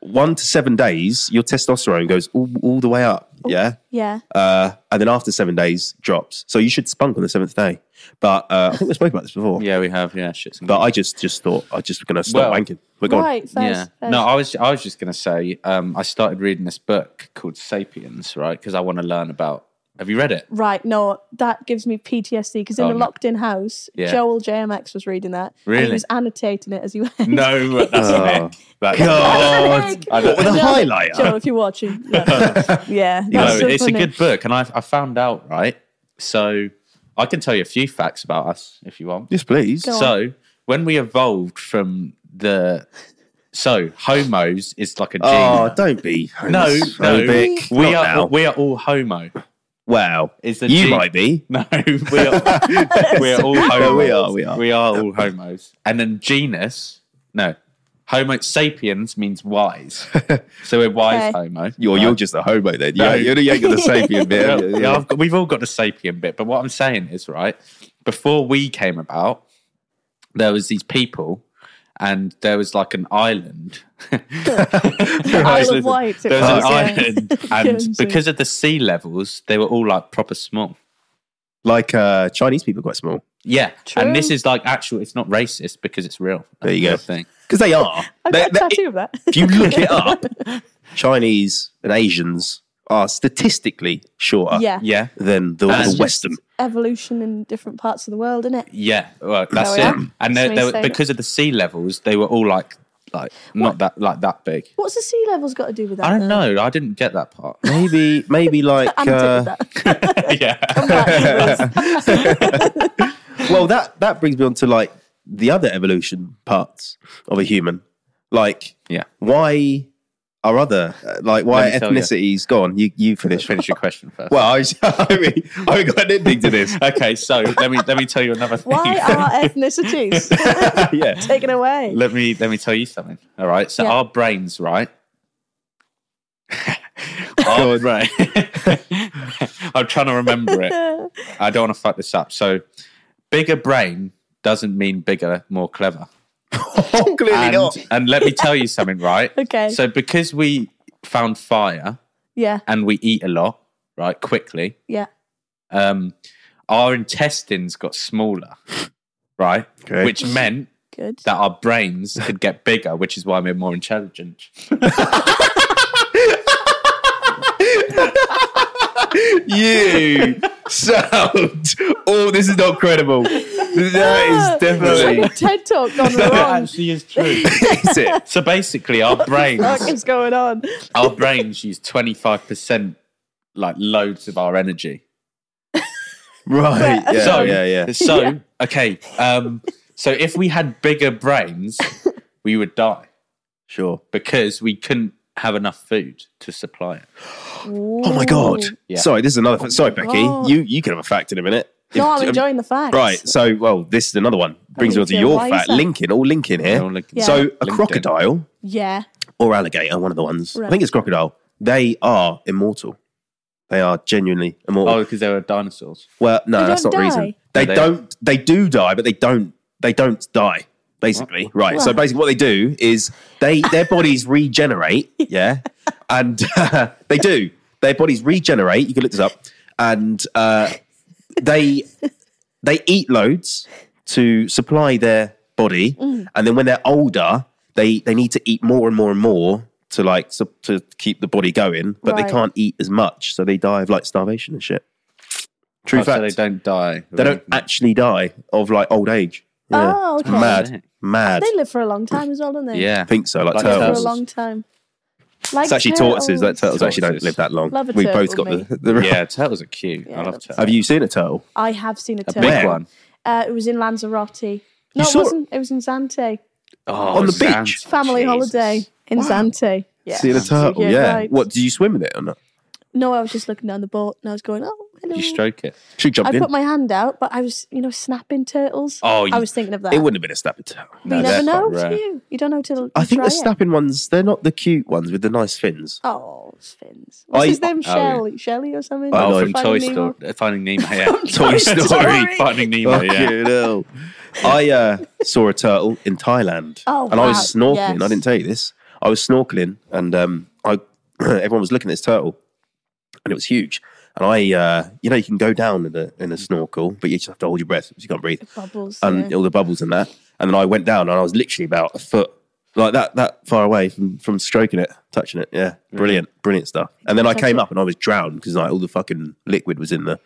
[SPEAKER 1] one to seven days, your testosterone goes all, all the way up.
[SPEAKER 3] Oh.
[SPEAKER 1] Yeah.
[SPEAKER 3] Yeah.
[SPEAKER 1] Uh, and then after seven days, drops. So you should spunk on the seventh day. But uh, I think we spoke about this before.
[SPEAKER 2] Yeah, we have. Yeah, shit's.
[SPEAKER 1] But I just just thought I just going to stop
[SPEAKER 2] Well,
[SPEAKER 1] wanking. But go on.
[SPEAKER 3] right,
[SPEAKER 2] yeah.
[SPEAKER 3] first.
[SPEAKER 2] No, I was I was just gonna say um, I started reading this book called *Sapiens*, right? Because I want to learn about. Have you read it?
[SPEAKER 3] Right, no, that gives me PTSD because in
[SPEAKER 2] Oh,
[SPEAKER 3] a
[SPEAKER 2] no.
[SPEAKER 3] locked in house,
[SPEAKER 2] Yeah.
[SPEAKER 3] Joel JMX was reading that. And
[SPEAKER 2] Really?
[SPEAKER 3] he was annotating it as he went.
[SPEAKER 2] No, that's
[SPEAKER 1] Oh.
[SPEAKER 2] heck. That's
[SPEAKER 1] God.
[SPEAKER 2] I don't-
[SPEAKER 1] With a
[SPEAKER 3] Joel,
[SPEAKER 1] highlighter?
[SPEAKER 3] Joel, if you're watching. Yeah, yeah that's
[SPEAKER 2] No,
[SPEAKER 3] so
[SPEAKER 2] it's
[SPEAKER 3] funny.
[SPEAKER 2] a good book, and I I found out right. So I can tell you a few facts about us if you want.
[SPEAKER 1] Yes, please.
[SPEAKER 3] Go on.
[SPEAKER 2] So when we evolved from the so homos is like a gene.
[SPEAKER 1] Oh, don't be
[SPEAKER 2] no, no,
[SPEAKER 1] homophobic.
[SPEAKER 2] we
[SPEAKER 1] Not
[SPEAKER 2] are
[SPEAKER 1] now.
[SPEAKER 2] we are all homo.
[SPEAKER 1] wow.
[SPEAKER 2] Is the
[SPEAKER 1] You
[SPEAKER 2] gene-
[SPEAKER 1] might be.
[SPEAKER 2] No, we are, we are all homos.
[SPEAKER 1] No, we are, we are.
[SPEAKER 2] We are all homos. And then genus, no, Homo sapiens means wise. So we're wise
[SPEAKER 3] Okay.
[SPEAKER 2] homo.
[SPEAKER 1] You're you're
[SPEAKER 2] Right?
[SPEAKER 1] just a homo then. You
[SPEAKER 2] No.
[SPEAKER 1] ain't- You ain't got the sapien bit. have you?
[SPEAKER 2] Uh, yeah, I've got, we've all got the sapien bit. But what I'm saying is, right, before we came about, there was these people and there was like an island.
[SPEAKER 3] Isle of
[SPEAKER 2] Listen,
[SPEAKER 3] Wight, it
[SPEAKER 2] There was an
[SPEAKER 3] was, yeah.
[SPEAKER 2] island.
[SPEAKER 3] Guernsey.
[SPEAKER 2] And because of the sea levels, they were all like proper small.
[SPEAKER 1] Like uh, Chinese people are quite small
[SPEAKER 2] Yeah,
[SPEAKER 3] True.
[SPEAKER 2] and this is like actual. It's not racist because it's real.
[SPEAKER 1] There you go.
[SPEAKER 2] Real Thing.
[SPEAKER 1] because they are.
[SPEAKER 3] I've
[SPEAKER 1] They-
[SPEAKER 3] got a
[SPEAKER 1] they-
[SPEAKER 3] tattoo of that.
[SPEAKER 1] if you look it up, Chinese and Asians are statistically shorter
[SPEAKER 3] yeah.
[SPEAKER 2] Yeah,
[SPEAKER 1] than the,
[SPEAKER 2] That's
[SPEAKER 1] the
[SPEAKER 2] just-
[SPEAKER 1] Western.
[SPEAKER 3] Evolution in different parts of the world, isn't it?
[SPEAKER 2] yeah. Well, that's
[SPEAKER 3] we
[SPEAKER 2] it.
[SPEAKER 3] are.
[SPEAKER 2] And they,
[SPEAKER 3] That's me
[SPEAKER 2] they were,
[SPEAKER 3] saying it.
[SPEAKER 2] because of the sea levels, they were all like, like not that like that big.
[SPEAKER 3] What's the sea levels got to do with that?
[SPEAKER 2] I don't
[SPEAKER 3] though?
[SPEAKER 2] know. I didn't get that part.
[SPEAKER 1] Maybe, maybe like
[SPEAKER 3] I'm
[SPEAKER 1] uh,
[SPEAKER 3] ticked with
[SPEAKER 2] yeah.
[SPEAKER 3] that.
[SPEAKER 1] well, that that brings me on to like the other evolution parts of a human. Like,
[SPEAKER 2] Yeah.
[SPEAKER 1] why are other uh, like why
[SPEAKER 2] Let me tell you.
[SPEAKER 1] ethnicities gone? You you finish.
[SPEAKER 2] Finish your question first.
[SPEAKER 1] Well, I, was, I mean, I haven't got anything to this.
[SPEAKER 2] okay. So let me let me tell you another thing.
[SPEAKER 3] Why are ethnicities
[SPEAKER 1] yeah.
[SPEAKER 3] taken away?
[SPEAKER 2] let me let me tell you something. All right. So
[SPEAKER 3] Yeah.
[SPEAKER 2] our brains, right? our brain. I'm trying to remember it. I don't want to fuck this up. So, bigger brain doesn't mean bigger, more clever.
[SPEAKER 1] Oh, clearly
[SPEAKER 2] And,
[SPEAKER 1] not.
[SPEAKER 2] and let me tell you something, right?
[SPEAKER 3] Okay.
[SPEAKER 2] So, because we found fire
[SPEAKER 3] yeah,
[SPEAKER 2] and we eat a lot, right, quickly,
[SPEAKER 3] yeah.
[SPEAKER 2] um, our intestines got smaller, right?
[SPEAKER 1] Okay.
[SPEAKER 2] Which meant
[SPEAKER 3] Good.
[SPEAKER 2] that our brains could get bigger, which is why we're more intelligent.
[SPEAKER 1] You sound. Oh, this is not credible. That is
[SPEAKER 3] It's
[SPEAKER 1] definitely.
[SPEAKER 3] like a TED talk gone
[SPEAKER 2] That
[SPEAKER 3] wrong.
[SPEAKER 2] actually is true.
[SPEAKER 1] Is it?
[SPEAKER 2] so basically, our
[SPEAKER 3] What
[SPEAKER 2] brains,
[SPEAKER 3] is going on?
[SPEAKER 2] our brains use twenty five percent, like loads of our energy.
[SPEAKER 1] Right. Yeah.
[SPEAKER 2] so
[SPEAKER 1] yeah. Yeah.
[SPEAKER 2] So okay. Um, so if we had bigger brains, we would die
[SPEAKER 1] Sure.
[SPEAKER 2] because we couldn't have enough food to supply it.
[SPEAKER 1] Oh my god!
[SPEAKER 2] Yeah.
[SPEAKER 1] Sorry, this is another. sorry, Becky,
[SPEAKER 3] God.
[SPEAKER 1] you you can have a fact in a minute.
[SPEAKER 3] No,
[SPEAKER 1] If-
[SPEAKER 3] I'm
[SPEAKER 1] um,
[SPEAKER 3] enjoying the facts.
[SPEAKER 1] Right. So, well, this is another one. Brings me
[SPEAKER 3] me
[SPEAKER 1] on to
[SPEAKER 3] too.
[SPEAKER 1] your
[SPEAKER 3] Why is
[SPEAKER 1] fact.
[SPEAKER 3] that?
[SPEAKER 1] Lincoln, all Lincoln here.
[SPEAKER 2] All Lincoln.
[SPEAKER 3] Yeah.
[SPEAKER 1] So, a
[SPEAKER 2] Lincoln.
[SPEAKER 1] crocodile
[SPEAKER 3] Yeah.
[SPEAKER 1] or alligator, one of the ones. I
[SPEAKER 3] Right.
[SPEAKER 1] think it's crocodile. They are immortal. They are genuinely immortal.
[SPEAKER 2] Oh, because they were dinosaurs.
[SPEAKER 1] well, no,
[SPEAKER 3] They
[SPEAKER 1] that's not
[SPEAKER 3] don't
[SPEAKER 1] the reason.
[SPEAKER 3] die.
[SPEAKER 1] They,
[SPEAKER 2] They-
[SPEAKER 1] don't. They do die, but they don't. They don't die. Basically, right. So
[SPEAKER 3] Right.
[SPEAKER 1] basically, what they do is they their bodies regenerate. Yeah, and uh, they do. Their bodies regenerate. You can look this up, and uh, they they eat loads to supply their body,
[SPEAKER 3] Mm.
[SPEAKER 1] and then when they're older, they they need to eat more and more and more to like su- to keep the body going, but they
[SPEAKER 3] Right.
[SPEAKER 1] can't eat as much, so they die of like starvation and shit. True
[SPEAKER 2] Oh,
[SPEAKER 1] fact.
[SPEAKER 2] so they don't die.
[SPEAKER 1] They don't actually die of like old age. Yeah.
[SPEAKER 3] Oh,
[SPEAKER 1] It's
[SPEAKER 3] okay.
[SPEAKER 1] Mad, mad.
[SPEAKER 3] They live for a long time as well, don't they?
[SPEAKER 1] I
[SPEAKER 2] Yeah.
[SPEAKER 1] think so. Like,
[SPEAKER 2] Like
[SPEAKER 3] Live for a
[SPEAKER 1] turtles.
[SPEAKER 3] long time. Like
[SPEAKER 1] It's actually tortoises. That turtles, actually don't
[SPEAKER 2] Tortoises.
[SPEAKER 1] live that long.
[SPEAKER 3] Love a
[SPEAKER 1] We've both
[SPEAKER 3] turtle,
[SPEAKER 1] got
[SPEAKER 3] mate.
[SPEAKER 1] the, the
[SPEAKER 2] Yeah, turtles are cute.
[SPEAKER 3] Yeah,
[SPEAKER 2] I love
[SPEAKER 3] that's-
[SPEAKER 2] turtles.
[SPEAKER 1] Have you seen a turtle?
[SPEAKER 3] I have seen a
[SPEAKER 2] a
[SPEAKER 3] turtle.
[SPEAKER 2] big
[SPEAKER 1] Where?
[SPEAKER 2] one?
[SPEAKER 3] Uh, it was in Lanzarote. No, it
[SPEAKER 1] saw it?
[SPEAKER 3] wasn't. It was in Zante.
[SPEAKER 2] Oh,
[SPEAKER 1] On the
[SPEAKER 2] Zan-
[SPEAKER 1] beach?
[SPEAKER 3] Family
[SPEAKER 2] Jesus.
[SPEAKER 3] holiday in Zante. Yeah.
[SPEAKER 1] Seen a turtle?
[SPEAKER 3] Yeah,
[SPEAKER 1] Yeah.
[SPEAKER 3] right.
[SPEAKER 1] What? Do you swim with it or not?
[SPEAKER 3] No, I was just looking down the boat and I was going, oh, hello.
[SPEAKER 2] You stroke it.
[SPEAKER 1] She
[SPEAKER 3] I
[SPEAKER 1] jumped in.
[SPEAKER 3] put my hand out, but I was, you know, snapping turtles.
[SPEAKER 2] Oh, you-
[SPEAKER 3] I was thinking of that.
[SPEAKER 1] it wouldn't have been a snapping turtle.
[SPEAKER 3] But
[SPEAKER 2] No,
[SPEAKER 3] you never
[SPEAKER 2] they're
[SPEAKER 3] know,
[SPEAKER 2] quite
[SPEAKER 3] do
[SPEAKER 2] rare.
[SPEAKER 3] you? You don't know till you
[SPEAKER 1] I think
[SPEAKER 3] try
[SPEAKER 1] the
[SPEAKER 3] it.
[SPEAKER 1] snapping ones, they're not the cute ones with the nice fins.
[SPEAKER 3] Oh, it's Fins. What's
[SPEAKER 1] I-
[SPEAKER 3] his name?
[SPEAKER 2] oh, yeah.
[SPEAKER 3] Shelley, Shelley or something?
[SPEAKER 1] Oh,
[SPEAKER 2] Oh,
[SPEAKER 1] no.
[SPEAKER 2] from
[SPEAKER 3] Finding
[SPEAKER 2] Toy
[SPEAKER 3] Nemo.
[SPEAKER 2] Story, uh, Finding Nemo. Yeah,
[SPEAKER 1] Toy Story.
[SPEAKER 2] Finding Nemo. Yeah,
[SPEAKER 1] Fucking hell. I uh, saw a turtle in Thailand.
[SPEAKER 3] Oh,
[SPEAKER 1] and I was
[SPEAKER 3] wow.
[SPEAKER 1] snorkeling. I
[SPEAKER 3] Yes.
[SPEAKER 1] didn't tell you this. I was snorkeling and um, I everyone was looking at this turtle and it was huge. And I, uh, you know, you can go down in a, in a snorkel, but you just have to hold your breath because you can't breathe.
[SPEAKER 3] Bubbles.
[SPEAKER 1] And
[SPEAKER 3] yeah.
[SPEAKER 1] all the bubbles and that. And then I went down and I was literally about a foot, like that, that far away from, from stroking it, touching it. Yeah. Brilliant, brilliant stuff. And then I came up and I was drowned because like all the fucking liquid was in the,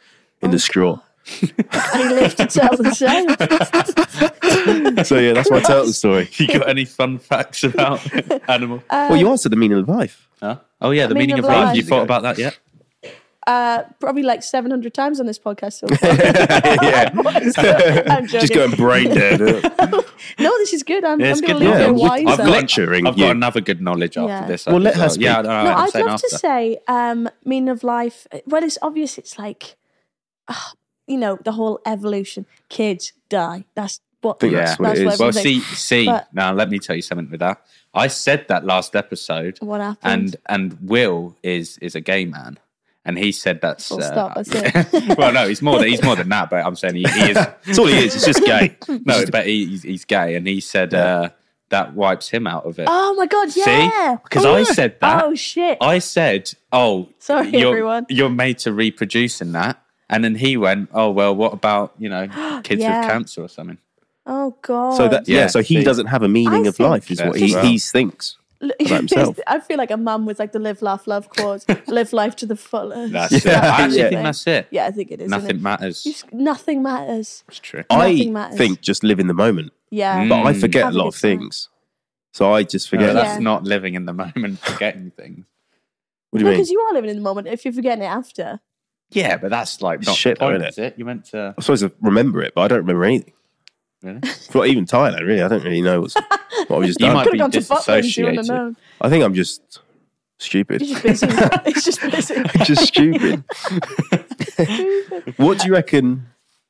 [SPEAKER 1] in
[SPEAKER 3] Oh,
[SPEAKER 1] the straw.
[SPEAKER 3] And he lived to tell the tale.
[SPEAKER 1] So yeah, that's my turtle story.
[SPEAKER 2] you got any fun facts about animal?
[SPEAKER 1] well, you answered the meaning of life.
[SPEAKER 2] Huh? Oh yeah, the
[SPEAKER 3] meaning
[SPEAKER 2] meaning of
[SPEAKER 3] of
[SPEAKER 2] life.
[SPEAKER 3] life.
[SPEAKER 2] You thought about that yet?
[SPEAKER 3] Uh, probably like 700 times on this podcast so far.
[SPEAKER 1] yeah,
[SPEAKER 3] I'm joking.
[SPEAKER 1] just going brain dead.
[SPEAKER 3] No, this is good. I'm,
[SPEAKER 2] It's
[SPEAKER 3] I'm
[SPEAKER 2] good
[SPEAKER 3] going to leave
[SPEAKER 2] knowledge.
[SPEAKER 3] here
[SPEAKER 1] I'm with-
[SPEAKER 3] wiser.
[SPEAKER 1] I've got-
[SPEAKER 3] No,
[SPEAKER 1] Lecturing
[SPEAKER 2] I've
[SPEAKER 1] you.
[SPEAKER 2] got another good knowledge after
[SPEAKER 3] Yeah.
[SPEAKER 2] this.
[SPEAKER 1] Well, let her
[SPEAKER 2] episode. Yeah, I
[SPEAKER 1] speak.
[SPEAKER 2] know, I'm
[SPEAKER 3] I'd
[SPEAKER 2] saying
[SPEAKER 3] love
[SPEAKER 2] after.
[SPEAKER 3] to say um, meaning of life. Well, it's obvious. It's like, ah, you know, the whole evolution. Kids die. That's what.
[SPEAKER 1] Think
[SPEAKER 2] Yeah.
[SPEAKER 1] that's what it
[SPEAKER 3] That's
[SPEAKER 1] is.
[SPEAKER 2] Well,
[SPEAKER 3] Something.
[SPEAKER 2] see, see.
[SPEAKER 3] But-
[SPEAKER 2] Now, let me tell you something with that. I said that last episode.
[SPEAKER 3] What happened?
[SPEAKER 2] and and Will is is a gay man, and he said that's. uh,
[SPEAKER 3] Full stop, that's it.
[SPEAKER 2] well, no, he's more than he's more than that. But I'm saying he, he is
[SPEAKER 1] That's all he is. It's just gay.
[SPEAKER 2] no, but he, he's, he's gay, and he said uh, that wipes him out of it.
[SPEAKER 3] oh my god! Yeah.
[SPEAKER 2] See, because I said that.
[SPEAKER 3] Oh shit!
[SPEAKER 2] I said, "Oh,
[SPEAKER 3] Sorry,
[SPEAKER 2] you're,
[SPEAKER 3] everyone.
[SPEAKER 2] you're made to reproduce in that." And then he went, "Oh well, what about you know kids
[SPEAKER 3] Yeah.
[SPEAKER 2] with cancer or something?"
[SPEAKER 3] oh god.
[SPEAKER 1] So that yeah,
[SPEAKER 2] Yeah,
[SPEAKER 1] so he
[SPEAKER 2] see.
[SPEAKER 1] doesn't have a meaning
[SPEAKER 3] I
[SPEAKER 1] of life, is
[SPEAKER 2] think-
[SPEAKER 1] what he,
[SPEAKER 2] Yeah.
[SPEAKER 1] he thinks.
[SPEAKER 3] Look,
[SPEAKER 1] himself.
[SPEAKER 3] I feel like a mum with like the live, laugh, love quote. live life to the fullest.
[SPEAKER 2] That's it. I actually
[SPEAKER 1] Yeah.
[SPEAKER 2] think that's it.
[SPEAKER 3] Yeah, I think it is. isn't
[SPEAKER 2] Nothing
[SPEAKER 3] it?
[SPEAKER 2] matters.
[SPEAKER 3] You just- nothing matters.
[SPEAKER 2] It's true.
[SPEAKER 1] I
[SPEAKER 3] Nothing matters.
[SPEAKER 1] think just live in the moment,
[SPEAKER 3] Yeah.
[SPEAKER 2] Mm.
[SPEAKER 1] but
[SPEAKER 2] Oh,
[SPEAKER 1] I forget a
[SPEAKER 3] Have a
[SPEAKER 1] lot
[SPEAKER 3] good
[SPEAKER 1] of
[SPEAKER 3] time.
[SPEAKER 1] things. So I just forget.
[SPEAKER 2] No,
[SPEAKER 1] that.
[SPEAKER 2] that's
[SPEAKER 3] Yeah.
[SPEAKER 2] not living in the moment, forgetting things.
[SPEAKER 1] What do you
[SPEAKER 3] No,
[SPEAKER 1] mean?
[SPEAKER 3] because you are living in the moment. If you're forgetting it after,
[SPEAKER 2] Yeah, but that's like not
[SPEAKER 1] Shit,
[SPEAKER 2] the point,
[SPEAKER 1] though,
[SPEAKER 2] is it? You meant to.
[SPEAKER 1] I'm supposed to remember it, but I don't remember anything.
[SPEAKER 2] Really?
[SPEAKER 1] Not even Thailand, really. I don't really know what's, what I've just
[SPEAKER 2] You
[SPEAKER 1] done.
[SPEAKER 2] might-
[SPEAKER 3] could
[SPEAKER 2] be
[SPEAKER 3] have gone to Butlins. You wouldn't
[SPEAKER 2] disassociated.
[SPEAKER 3] have known.
[SPEAKER 1] I think I'm just stupid.
[SPEAKER 3] He's just busy. He's just busy.
[SPEAKER 1] just stupid. what do you reckon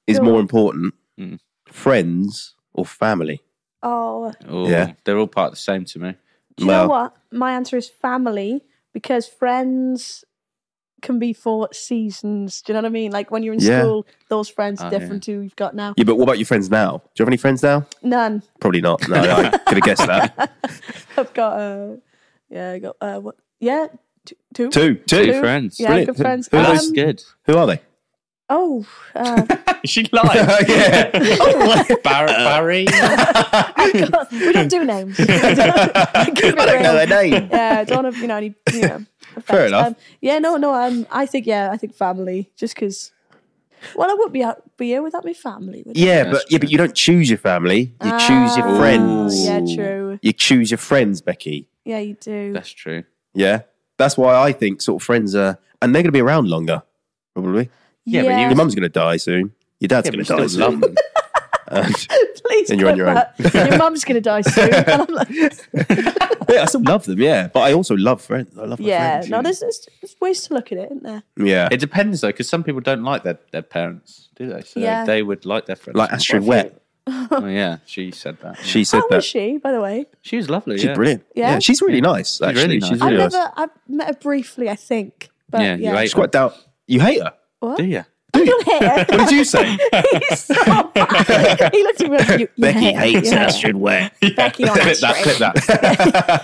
[SPEAKER 1] is
[SPEAKER 3] Go
[SPEAKER 1] more
[SPEAKER 3] on.
[SPEAKER 1] important,
[SPEAKER 2] Mm.
[SPEAKER 1] friends or family?
[SPEAKER 3] Oh,
[SPEAKER 2] Ooh,
[SPEAKER 1] Yeah.
[SPEAKER 2] they're all part of the same to me.
[SPEAKER 3] do you
[SPEAKER 1] Well-
[SPEAKER 3] know what? My answer is family because friends can be for seasons. Do you know what I mean? Like when you're in
[SPEAKER 1] Yeah. Ah,
[SPEAKER 3] school, those friends
[SPEAKER 2] Oh,
[SPEAKER 3] are different to who you've got now.
[SPEAKER 1] Yeah, but what about your friends now? Do you have any friends now?
[SPEAKER 3] None.
[SPEAKER 1] Probably not. No, I could have guessed that.
[SPEAKER 3] I've got uh, yeah, I got uh, what? Yeah, t- two.
[SPEAKER 1] Two, two.
[SPEAKER 2] Two friends.
[SPEAKER 3] Yeah,
[SPEAKER 1] Brilliant.
[SPEAKER 3] good friends.
[SPEAKER 1] Who- who
[SPEAKER 2] That's
[SPEAKER 1] Um,
[SPEAKER 2] good.
[SPEAKER 1] Who are they?
[SPEAKER 3] Oh, uh,
[SPEAKER 2] she lied.
[SPEAKER 1] yeah.
[SPEAKER 3] Oh,
[SPEAKER 2] Bar- Barry.
[SPEAKER 3] God, we don't do names. Keep it
[SPEAKER 1] I don't know their
[SPEAKER 3] real.
[SPEAKER 1] name.
[SPEAKER 3] Yeah, I don't want to, you know, any, you know.
[SPEAKER 1] Fair
[SPEAKER 3] offense.
[SPEAKER 1] enough.
[SPEAKER 3] Um, yeah, no, no, um, I think, yeah, I think family, just because, well, I would be out, be here without my family. Would
[SPEAKER 1] Yeah,
[SPEAKER 2] That's
[SPEAKER 1] but yeah, but you don't choose your family. You choose your
[SPEAKER 3] Ah,
[SPEAKER 1] friends.
[SPEAKER 3] Yeah, true.
[SPEAKER 1] You choose your friends, Becky.
[SPEAKER 3] Yeah, you do.
[SPEAKER 2] That's true.
[SPEAKER 1] Yeah. That's why I think sort of friends are and they're gonna be around longer, probably.
[SPEAKER 2] yeah, but you-
[SPEAKER 1] Your mum's gonna die soon. Your dad's
[SPEAKER 2] Yeah, but
[SPEAKER 1] gonna
[SPEAKER 2] you
[SPEAKER 1] die
[SPEAKER 2] still
[SPEAKER 1] soon.
[SPEAKER 2] love them.
[SPEAKER 1] And-
[SPEAKER 3] Please please.
[SPEAKER 1] And you're on
[SPEAKER 3] clip
[SPEAKER 1] your own.
[SPEAKER 3] that. Your mum's gonna die soon. And I'm like,
[SPEAKER 1] Yeah, I still love them. Yeah, but I also love friends. I love my
[SPEAKER 3] yeah,
[SPEAKER 1] friends.
[SPEAKER 3] no, there's, there's, there's ways to look at it, isn't there?
[SPEAKER 1] yeah,
[SPEAKER 2] It depends though, because some people don't like their, their parents, do they? So
[SPEAKER 3] Yeah.
[SPEAKER 2] they would like their friends.
[SPEAKER 1] like Astrid Wet.
[SPEAKER 2] Oh, yeah, she said that. She,
[SPEAKER 1] She said
[SPEAKER 3] How
[SPEAKER 1] that.
[SPEAKER 3] was she, by the way?
[SPEAKER 2] she was lovely.
[SPEAKER 1] She's
[SPEAKER 2] yeah.
[SPEAKER 1] brilliant.
[SPEAKER 3] Yeah?
[SPEAKER 1] she's really nice. Actually,
[SPEAKER 2] really
[SPEAKER 1] she's
[SPEAKER 2] nice.
[SPEAKER 1] really nice.
[SPEAKER 3] I've never, I've met her briefly, I think. But
[SPEAKER 2] Yeah,
[SPEAKER 3] yeah,
[SPEAKER 2] you ate
[SPEAKER 1] She's quite doubt. You hate her.
[SPEAKER 3] What?
[SPEAKER 2] Do you?
[SPEAKER 3] You hate her?
[SPEAKER 1] What did you say?
[SPEAKER 3] He's so bad. He looked at me like, you, you
[SPEAKER 1] Becky
[SPEAKER 3] hate her,
[SPEAKER 1] hates
[SPEAKER 3] you hate her.
[SPEAKER 1] Astrid Wet.
[SPEAKER 3] Becky on
[SPEAKER 2] Clip that, clip that.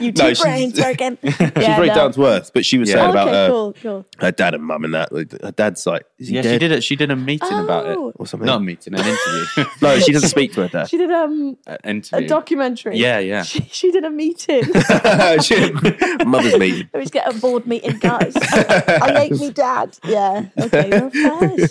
[SPEAKER 3] You two
[SPEAKER 1] No, she's-
[SPEAKER 3] brains working. Yeah,
[SPEAKER 1] She's very
[SPEAKER 3] no.
[SPEAKER 1] down to earth, but she was
[SPEAKER 2] Yeah.
[SPEAKER 1] saying
[SPEAKER 3] Okay,
[SPEAKER 1] about her,
[SPEAKER 3] cool, cool.
[SPEAKER 1] her dad and mum and that. like, Her dad's like, is he
[SPEAKER 2] Yeah,
[SPEAKER 1] dead?
[SPEAKER 2] she did it. She did a meeting about
[SPEAKER 3] Oh.
[SPEAKER 2] it.
[SPEAKER 1] or something.
[SPEAKER 2] Not a meeting, an interview.
[SPEAKER 1] no, she doesn't speak to her dad.
[SPEAKER 3] She did um
[SPEAKER 2] An
[SPEAKER 3] a
[SPEAKER 2] interview.
[SPEAKER 3] documentary.
[SPEAKER 2] Yeah, yeah.
[SPEAKER 3] She, she did a meeting.
[SPEAKER 1] She- Mother's meeting.
[SPEAKER 3] Let's get a board meeting, guys. I hate me dad. Yeah. Okay. Well, fair.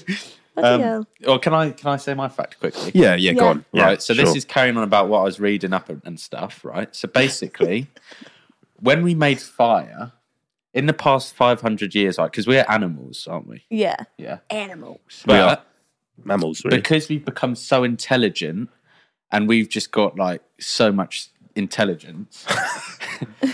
[SPEAKER 3] Bloody
[SPEAKER 1] Um,
[SPEAKER 3] hell.
[SPEAKER 2] Or can I can I say my fact quickly?
[SPEAKER 1] Yeah, yeah, go
[SPEAKER 3] Yeah.
[SPEAKER 1] on.
[SPEAKER 2] right? So this
[SPEAKER 1] sure.
[SPEAKER 2] is carrying on about what I was reading up and- and stuff, right? So basically, when we made fire in the past 500 years, right? Because we're animals, aren't we?
[SPEAKER 3] Yeah.
[SPEAKER 2] Yeah.
[SPEAKER 3] Animals.
[SPEAKER 1] We are.
[SPEAKER 2] But
[SPEAKER 1] mammals, really.
[SPEAKER 2] because we've become so intelligent and we've just got like so much intelligence,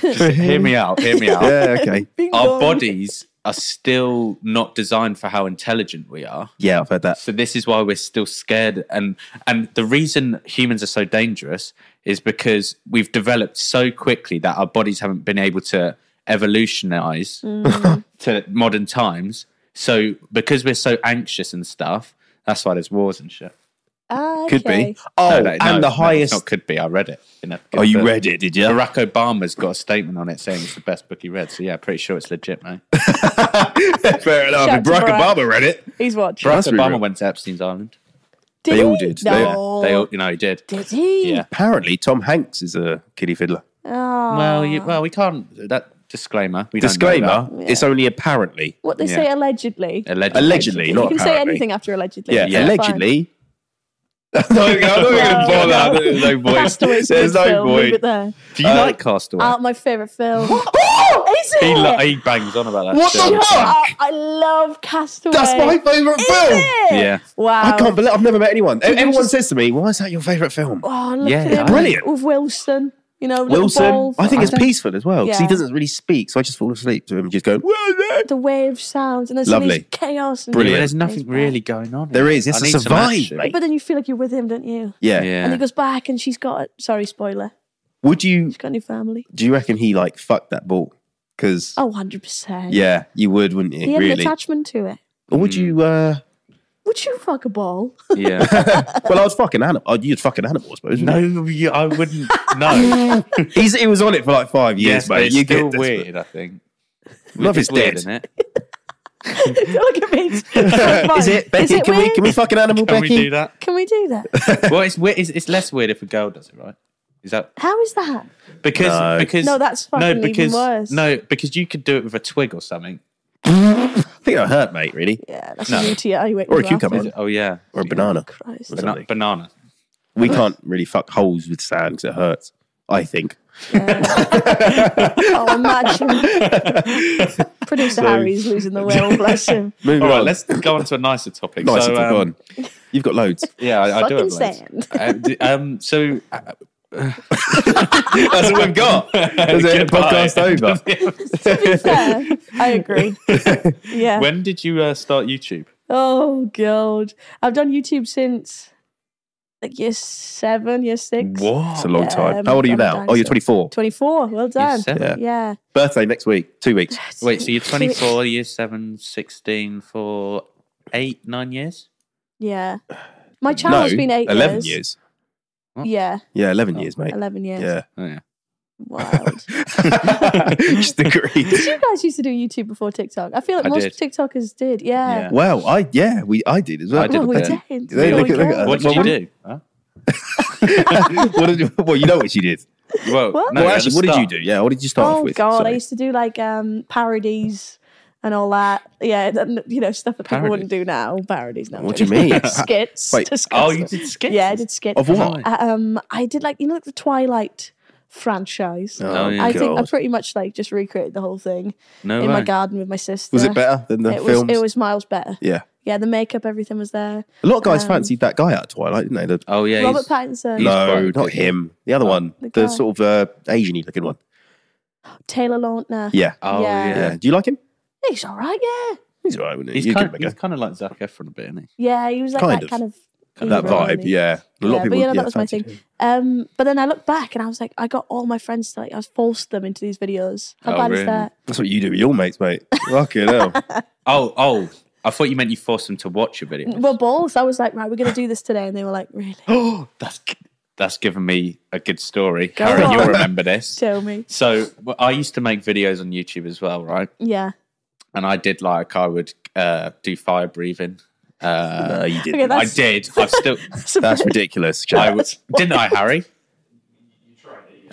[SPEAKER 2] just hear me out, hear me out.
[SPEAKER 1] yeah, okay.
[SPEAKER 3] Bing
[SPEAKER 2] Our
[SPEAKER 3] bong.
[SPEAKER 2] bodies are still not designed for how intelligent we are.
[SPEAKER 1] Yeah, I've heard that.
[SPEAKER 2] So this is why we're still scared, and and the reason humans are so dangerous is because we've developed so quickly that our bodies haven't been able to evolutionize
[SPEAKER 1] Mm.
[SPEAKER 2] to modern times. So because we're so anxious and stuff, that's why there's wars and shit.
[SPEAKER 3] Ah,
[SPEAKER 1] Could
[SPEAKER 3] okay.
[SPEAKER 1] be. Oh,
[SPEAKER 2] No, no, no,
[SPEAKER 1] and
[SPEAKER 2] no,
[SPEAKER 1] the
[SPEAKER 2] it's
[SPEAKER 1] highest.
[SPEAKER 2] not could be. I read it. In a good
[SPEAKER 1] oh, you
[SPEAKER 2] book.
[SPEAKER 1] read it, did you?
[SPEAKER 2] Barack Obama's got a statement on it saying it's the best book he read. So yeah, pretty sure it's legit, mate.
[SPEAKER 1] Fair enough.
[SPEAKER 3] Shout
[SPEAKER 1] If Barack
[SPEAKER 3] to Barack.
[SPEAKER 1] Obama read it.
[SPEAKER 3] He's watching.
[SPEAKER 1] Bro- That's
[SPEAKER 2] Obama
[SPEAKER 1] real.
[SPEAKER 2] went to Epstein's Island.
[SPEAKER 3] did
[SPEAKER 1] they
[SPEAKER 3] he?
[SPEAKER 1] all did. They-
[SPEAKER 3] No.
[SPEAKER 2] They all, you know, he did.
[SPEAKER 3] did he?
[SPEAKER 2] Yeah.
[SPEAKER 1] Apparently, Tom Hanks is a kiddie fiddler.
[SPEAKER 3] Oh.
[SPEAKER 2] Well, you, well, we can't. That disclaimer. We don't know
[SPEAKER 1] Disclaimer:
[SPEAKER 2] that.
[SPEAKER 1] It's only apparently.
[SPEAKER 3] what they
[SPEAKER 2] yeah.
[SPEAKER 3] say allegedly.
[SPEAKER 2] Allegedly.
[SPEAKER 1] Allegedly,
[SPEAKER 3] you
[SPEAKER 1] not
[SPEAKER 3] can say
[SPEAKER 1] apparently.
[SPEAKER 3] anything after allegedly.
[SPEAKER 1] Yeah,
[SPEAKER 3] It's
[SPEAKER 1] allegedly. no, I'm not going to
[SPEAKER 3] Well,
[SPEAKER 1] bother.
[SPEAKER 3] no.
[SPEAKER 1] There's no
[SPEAKER 3] fine.
[SPEAKER 1] voice.
[SPEAKER 3] Castaway's a
[SPEAKER 1] There's
[SPEAKER 3] good
[SPEAKER 1] no
[SPEAKER 3] film. Leave
[SPEAKER 1] voice.
[SPEAKER 3] it there.
[SPEAKER 2] Do you like Castaway?
[SPEAKER 3] Oh, my favourite film. oh, is it?
[SPEAKER 2] he, lo- he bangs on about that.
[SPEAKER 1] What
[SPEAKER 2] shit all
[SPEAKER 1] the
[SPEAKER 2] time.
[SPEAKER 1] fuck?
[SPEAKER 3] Oh, I love Castaway.
[SPEAKER 1] That's my favourite
[SPEAKER 3] Is
[SPEAKER 1] film.
[SPEAKER 3] it?
[SPEAKER 2] Yeah.
[SPEAKER 3] Wow.
[SPEAKER 1] I can't believe I've never met anyone. Everyone
[SPEAKER 3] just-
[SPEAKER 1] says to me, "Why is that your favourite film?"
[SPEAKER 3] Oh, look
[SPEAKER 2] Yeah,
[SPEAKER 3] at him.
[SPEAKER 1] brilliant.
[SPEAKER 3] With Wilson, you know, little
[SPEAKER 1] Wilson.
[SPEAKER 3] balls.
[SPEAKER 1] I think it's
[SPEAKER 2] I don't-
[SPEAKER 1] peaceful as well because he
[SPEAKER 3] Yeah.
[SPEAKER 1] doesn't really speak, so I just fall asleep to him just going. "Whoa, there."
[SPEAKER 3] the wave sounds and there's all
[SPEAKER 1] Lovely.
[SPEAKER 3] these chaos. And
[SPEAKER 1] Brilliant.
[SPEAKER 2] Yeah, there's
[SPEAKER 3] It's
[SPEAKER 2] nothing
[SPEAKER 3] bad.
[SPEAKER 2] really going on.
[SPEAKER 1] There is.
[SPEAKER 2] I
[SPEAKER 1] It's a
[SPEAKER 2] need some
[SPEAKER 1] survive,
[SPEAKER 2] action.
[SPEAKER 1] mate.
[SPEAKER 3] But then you feel like you're with him, don't you?
[SPEAKER 1] Yeah.
[SPEAKER 3] And he
[SPEAKER 2] Yeah.
[SPEAKER 3] goes back, and she's got sorry spoiler.
[SPEAKER 1] Would you?
[SPEAKER 3] She's got a new family.
[SPEAKER 1] Do you reckon he like fucked that ball? Because
[SPEAKER 3] Oh, 100 percent.
[SPEAKER 1] yeah, you would, wouldn't you?
[SPEAKER 3] He had an
[SPEAKER 1] really?
[SPEAKER 3] attachment to it.
[SPEAKER 1] Or would you? uh
[SPEAKER 3] Would you fuck a ball?
[SPEAKER 2] Yeah.
[SPEAKER 1] Well, I was fucking animal. Oh, you'd fucking animal, I suppose. wouldn't
[SPEAKER 2] no, you, I wouldn't. No.
[SPEAKER 1] you? He's, he was on it for like five years,
[SPEAKER 2] yes, but
[SPEAKER 1] mate.
[SPEAKER 2] it's
[SPEAKER 1] You
[SPEAKER 2] still
[SPEAKER 1] get desperate.
[SPEAKER 2] weird, I think.
[SPEAKER 1] Love is
[SPEAKER 2] It's weird,
[SPEAKER 1] dead.
[SPEAKER 2] isn't it?
[SPEAKER 3] Look at me. Is
[SPEAKER 1] Is it Becky? can we
[SPEAKER 3] weird?
[SPEAKER 1] can we fucking animal
[SPEAKER 2] Can
[SPEAKER 1] Becky?
[SPEAKER 2] we do that?
[SPEAKER 3] Can we do that?
[SPEAKER 2] Well, it's, weird, it's it's less weird if a girl does it, right? Is that
[SPEAKER 3] How is that?
[SPEAKER 2] because
[SPEAKER 1] No.
[SPEAKER 2] because
[SPEAKER 3] No, that's fucking even
[SPEAKER 2] because,
[SPEAKER 3] worse.
[SPEAKER 2] No, because you could do it with a twig or something.
[SPEAKER 1] I think that hurt, mate. Really,
[SPEAKER 3] Yeah, that's
[SPEAKER 2] No.
[SPEAKER 3] a UTI. waiting
[SPEAKER 1] Or a
[SPEAKER 3] to
[SPEAKER 1] cucumber.
[SPEAKER 3] happen.
[SPEAKER 1] Is it-
[SPEAKER 2] Oh yeah,
[SPEAKER 1] or a banana.
[SPEAKER 3] Christ.
[SPEAKER 1] Or
[SPEAKER 2] Bana-
[SPEAKER 1] something.
[SPEAKER 2] banana.
[SPEAKER 1] We can't really fuck holes with sand because it hurts. I think.
[SPEAKER 3] Oh, imagine. Producer Harry's losing the will, bless him.
[SPEAKER 1] Moving
[SPEAKER 2] All right,
[SPEAKER 1] on.
[SPEAKER 2] let's go on to a nicer topic.
[SPEAKER 1] nice.
[SPEAKER 2] So,
[SPEAKER 1] it's
[SPEAKER 2] um,
[SPEAKER 1] gone. You've got loads.
[SPEAKER 2] Yeah, I, I do
[SPEAKER 3] Fucking
[SPEAKER 2] have loads.
[SPEAKER 3] sand.
[SPEAKER 2] Uh, d- um, so uh,
[SPEAKER 1] That's what we've got. Is it
[SPEAKER 2] goodbye.
[SPEAKER 1] podcast over?
[SPEAKER 3] to be fair, I agree. Yeah.
[SPEAKER 2] when did you uh, start YouTube?
[SPEAKER 3] oh god, I've done YouTube since like year seven, year six.
[SPEAKER 1] It's a long
[SPEAKER 3] Yeah,
[SPEAKER 1] time.
[SPEAKER 3] I'm-
[SPEAKER 1] How old are you
[SPEAKER 3] I'm
[SPEAKER 1] now?
[SPEAKER 3] done,
[SPEAKER 1] Oh, you're
[SPEAKER 3] so-
[SPEAKER 1] 24.
[SPEAKER 3] Twenty-four. Well done.
[SPEAKER 2] seven.
[SPEAKER 1] Yeah.
[SPEAKER 3] Yeah.
[SPEAKER 1] Birthday next week. Two weeks.
[SPEAKER 2] Wait, so you're 24, year 7, 16 for 8, 9 years?
[SPEAKER 3] Yeah. My channel's
[SPEAKER 1] no,
[SPEAKER 3] been eight.
[SPEAKER 1] 11 years.
[SPEAKER 3] years. Yeah,
[SPEAKER 1] Yeah, 11 years, mate.
[SPEAKER 3] eleven years.
[SPEAKER 1] Yeah.
[SPEAKER 2] Oh, yeah.
[SPEAKER 3] Wild.
[SPEAKER 1] Just agreed.
[SPEAKER 3] you guys used to do YouTube before TikTok. I feel like
[SPEAKER 2] I
[SPEAKER 3] most
[SPEAKER 2] did.
[SPEAKER 3] TikTokers did. Yeah.
[SPEAKER 2] Yeah.
[SPEAKER 1] Well, I yeah, we I did as well.
[SPEAKER 2] I did
[SPEAKER 3] Well,
[SPEAKER 2] a
[SPEAKER 3] we
[SPEAKER 2] bit.
[SPEAKER 3] did.
[SPEAKER 1] They
[SPEAKER 3] There
[SPEAKER 1] look
[SPEAKER 3] we
[SPEAKER 1] at- look
[SPEAKER 3] go.
[SPEAKER 1] at us.
[SPEAKER 2] What did
[SPEAKER 1] well,
[SPEAKER 2] you
[SPEAKER 1] what-
[SPEAKER 2] do? Huh?
[SPEAKER 1] what did you, well, you know what she did.
[SPEAKER 2] Well,
[SPEAKER 3] What?
[SPEAKER 2] no,
[SPEAKER 1] well,
[SPEAKER 2] at
[SPEAKER 1] actually,
[SPEAKER 2] the
[SPEAKER 1] what did you
[SPEAKER 2] start.
[SPEAKER 1] do? Yeah, what did you start off
[SPEAKER 3] Oh
[SPEAKER 1] with?
[SPEAKER 3] god, I
[SPEAKER 1] Sorry.
[SPEAKER 3] used to do like um parodies and all that. Yeah, that, you know stuff that people
[SPEAKER 2] Parodies?
[SPEAKER 3] wouldn't do now. Parodies now.
[SPEAKER 1] What do you mean?
[SPEAKER 3] skits.
[SPEAKER 1] Wait,
[SPEAKER 3] Disgusting.
[SPEAKER 2] Oh, you did skits?
[SPEAKER 3] Yeah, I did skits.
[SPEAKER 1] Of what?
[SPEAKER 3] Uh, Um, I did like you know like the Twilight franchise.
[SPEAKER 1] Oh,
[SPEAKER 2] yeah.
[SPEAKER 3] I think I
[SPEAKER 1] God.
[SPEAKER 3] pretty much like just recreated the whole thing
[SPEAKER 2] No
[SPEAKER 3] in
[SPEAKER 2] way.
[SPEAKER 3] my garden with my sister.
[SPEAKER 1] was it better than the
[SPEAKER 3] It was,
[SPEAKER 1] films?
[SPEAKER 3] it was miles better.
[SPEAKER 1] yeah.
[SPEAKER 3] Yeah, the makeup, everything was there.
[SPEAKER 1] A lot of guys
[SPEAKER 3] Um,
[SPEAKER 1] fancied that guy out of Twilight, didn't they? The,
[SPEAKER 2] Oh yeah,
[SPEAKER 3] Robert
[SPEAKER 2] he's,
[SPEAKER 3] Pattinson,
[SPEAKER 2] he's
[SPEAKER 1] no,
[SPEAKER 2] quite
[SPEAKER 1] not
[SPEAKER 2] good.
[SPEAKER 1] him. The other one,
[SPEAKER 3] the
[SPEAKER 1] the,
[SPEAKER 3] guy.
[SPEAKER 1] sort of uh, Asian-y looking one.
[SPEAKER 3] Taylor Lautner.
[SPEAKER 1] Yeah.
[SPEAKER 2] oh
[SPEAKER 3] Yeah.
[SPEAKER 2] yeah,
[SPEAKER 1] yeah, Do you like him?
[SPEAKER 3] He's all right, yeah.
[SPEAKER 1] He's alright, wouldn't he?
[SPEAKER 2] he's
[SPEAKER 1] You give
[SPEAKER 2] kind,
[SPEAKER 1] him a
[SPEAKER 2] he's
[SPEAKER 1] go.
[SPEAKER 2] kind of like Zac Efron a bit, isn't he?
[SPEAKER 3] Yeah, he was like
[SPEAKER 1] Kind
[SPEAKER 3] that
[SPEAKER 1] of.
[SPEAKER 3] kind of
[SPEAKER 2] Kind
[SPEAKER 1] That
[SPEAKER 2] of
[SPEAKER 3] evil,
[SPEAKER 1] vibe,
[SPEAKER 3] wasn't he?
[SPEAKER 1] yeah. A lot
[SPEAKER 3] Yeah,
[SPEAKER 1] of people.
[SPEAKER 3] but you know, that was my
[SPEAKER 1] fancied
[SPEAKER 3] thing.
[SPEAKER 1] him.
[SPEAKER 3] Um, but then I looked back and I was like, I got all my friends to like, I forced them into these videos. How
[SPEAKER 2] Oh,
[SPEAKER 3] bad is
[SPEAKER 2] really?
[SPEAKER 3] that?
[SPEAKER 1] That's what you do with your mates, mate. Fucking hell.
[SPEAKER 2] Oh oh, I thought you meant you forced him to watch a video.
[SPEAKER 3] Well, balls. I was like, right, we're gonna do this today, and they were like, really?
[SPEAKER 2] Oh, that's that's given me a good story.
[SPEAKER 3] Go
[SPEAKER 2] Karen,
[SPEAKER 3] on.
[SPEAKER 2] you'll remember this.
[SPEAKER 3] Show me.
[SPEAKER 2] So well, I used to make videos on YouTube as well, right?
[SPEAKER 3] Yeah.
[SPEAKER 2] And I did like I would uh, do fire breathing. Uh,
[SPEAKER 1] No, you
[SPEAKER 3] Okay,
[SPEAKER 1] didn't.
[SPEAKER 2] I
[SPEAKER 3] that's-
[SPEAKER 2] did. I've still.
[SPEAKER 1] That's ridiculous. Jack.
[SPEAKER 2] I w- didn't I, Harry?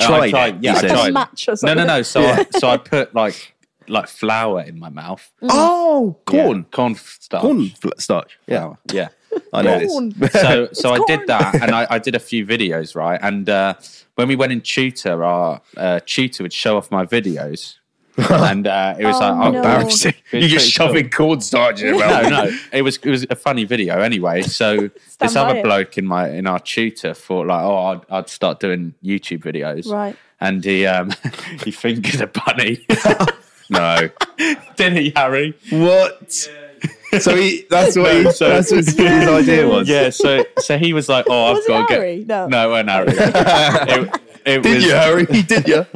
[SPEAKER 2] No,
[SPEAKER 1] Tried
[SPEAKER 2] I
[SPEAKER 1] it,
[SPEAKER 2] tried. Yeah,
[SPEAKER 1] he
[SPEAKER 2] I
[SPEAKER 1] said.
[SPEAKER 3] Like a
[SPEAKER 2] tried.
[SPEAKER 3] match or
[SPEAKER 2] No,
[SPEAKER 3] something.
[SPEAKER 2] no, no. So I, so I put like like flour in my mouth.
[SPEAKER 3] Mm.
[SPEAKER 1] oh, corn.
[SPEAKER 2] Yeah, corn stuff.
[SPEAKER 1] Corn fl- starch. Yeah.
[SPEAKER 2] Flour. Yeah.
[SPEAKER 1] I know
[SPEAKER 3] Corn.
[SPEAKER 1] this.
[SPEAKER 2] so so I
[SPEAKER 3] corn.
[SPEAKER 2] did that, and I, I did a few videos, right? And uh, when we went in tutor, our uh, tutor would show off my videos, and uh, it was
[SPEAKER 3] Oh,
[SPEAKER 2] like
[SPEAKER 3] no.
[SPEAKER 1] Embarrassing.
[SPEAKER 2] It's
[SPEAKER 1] You're just
[SPEAKER 2] pretty cool.
[SPEAKER 1] shoving corn starch in your mouth.
[SPEAKER 2] No, no, it was it was a funny video anyway. So this
[SPEAKER 3] by
[SPEAKER 2] other
[SPEAKER 3] it.
[SPEAKER 2] bloke in my in our tutor thought like, oh, I'd, I'd start doing YouTube videos,
[SPEAKER 3] Right.
[SPEAKER 2] And he um he fingered a bunny,
[SPEAKER 1] No.
[SPEAKER 2] didn't he, Harry?
[SPEAKER 1] What? So he, that's what he,
[SPEAKER 2] so-
[SPEAKER 1] that's what his his idea was.
[SPEAKER 2] Yeah. So so he was like, oh,
[SPEAKER 3] Was
[SPEAKER 2] I've
[SPEAKER 3] it
[SPEAKER 2] got to
[SPEAKER 3] Harry?
[SPEAKER 2] get
[SPEAKER 3] No.
[SPEAKER 2] no, it wasn't Harry. it, it
[SPEAKER 1] Did
[SPEAKER 2] was,
[SPEAKER 1] you, Harry? Did you?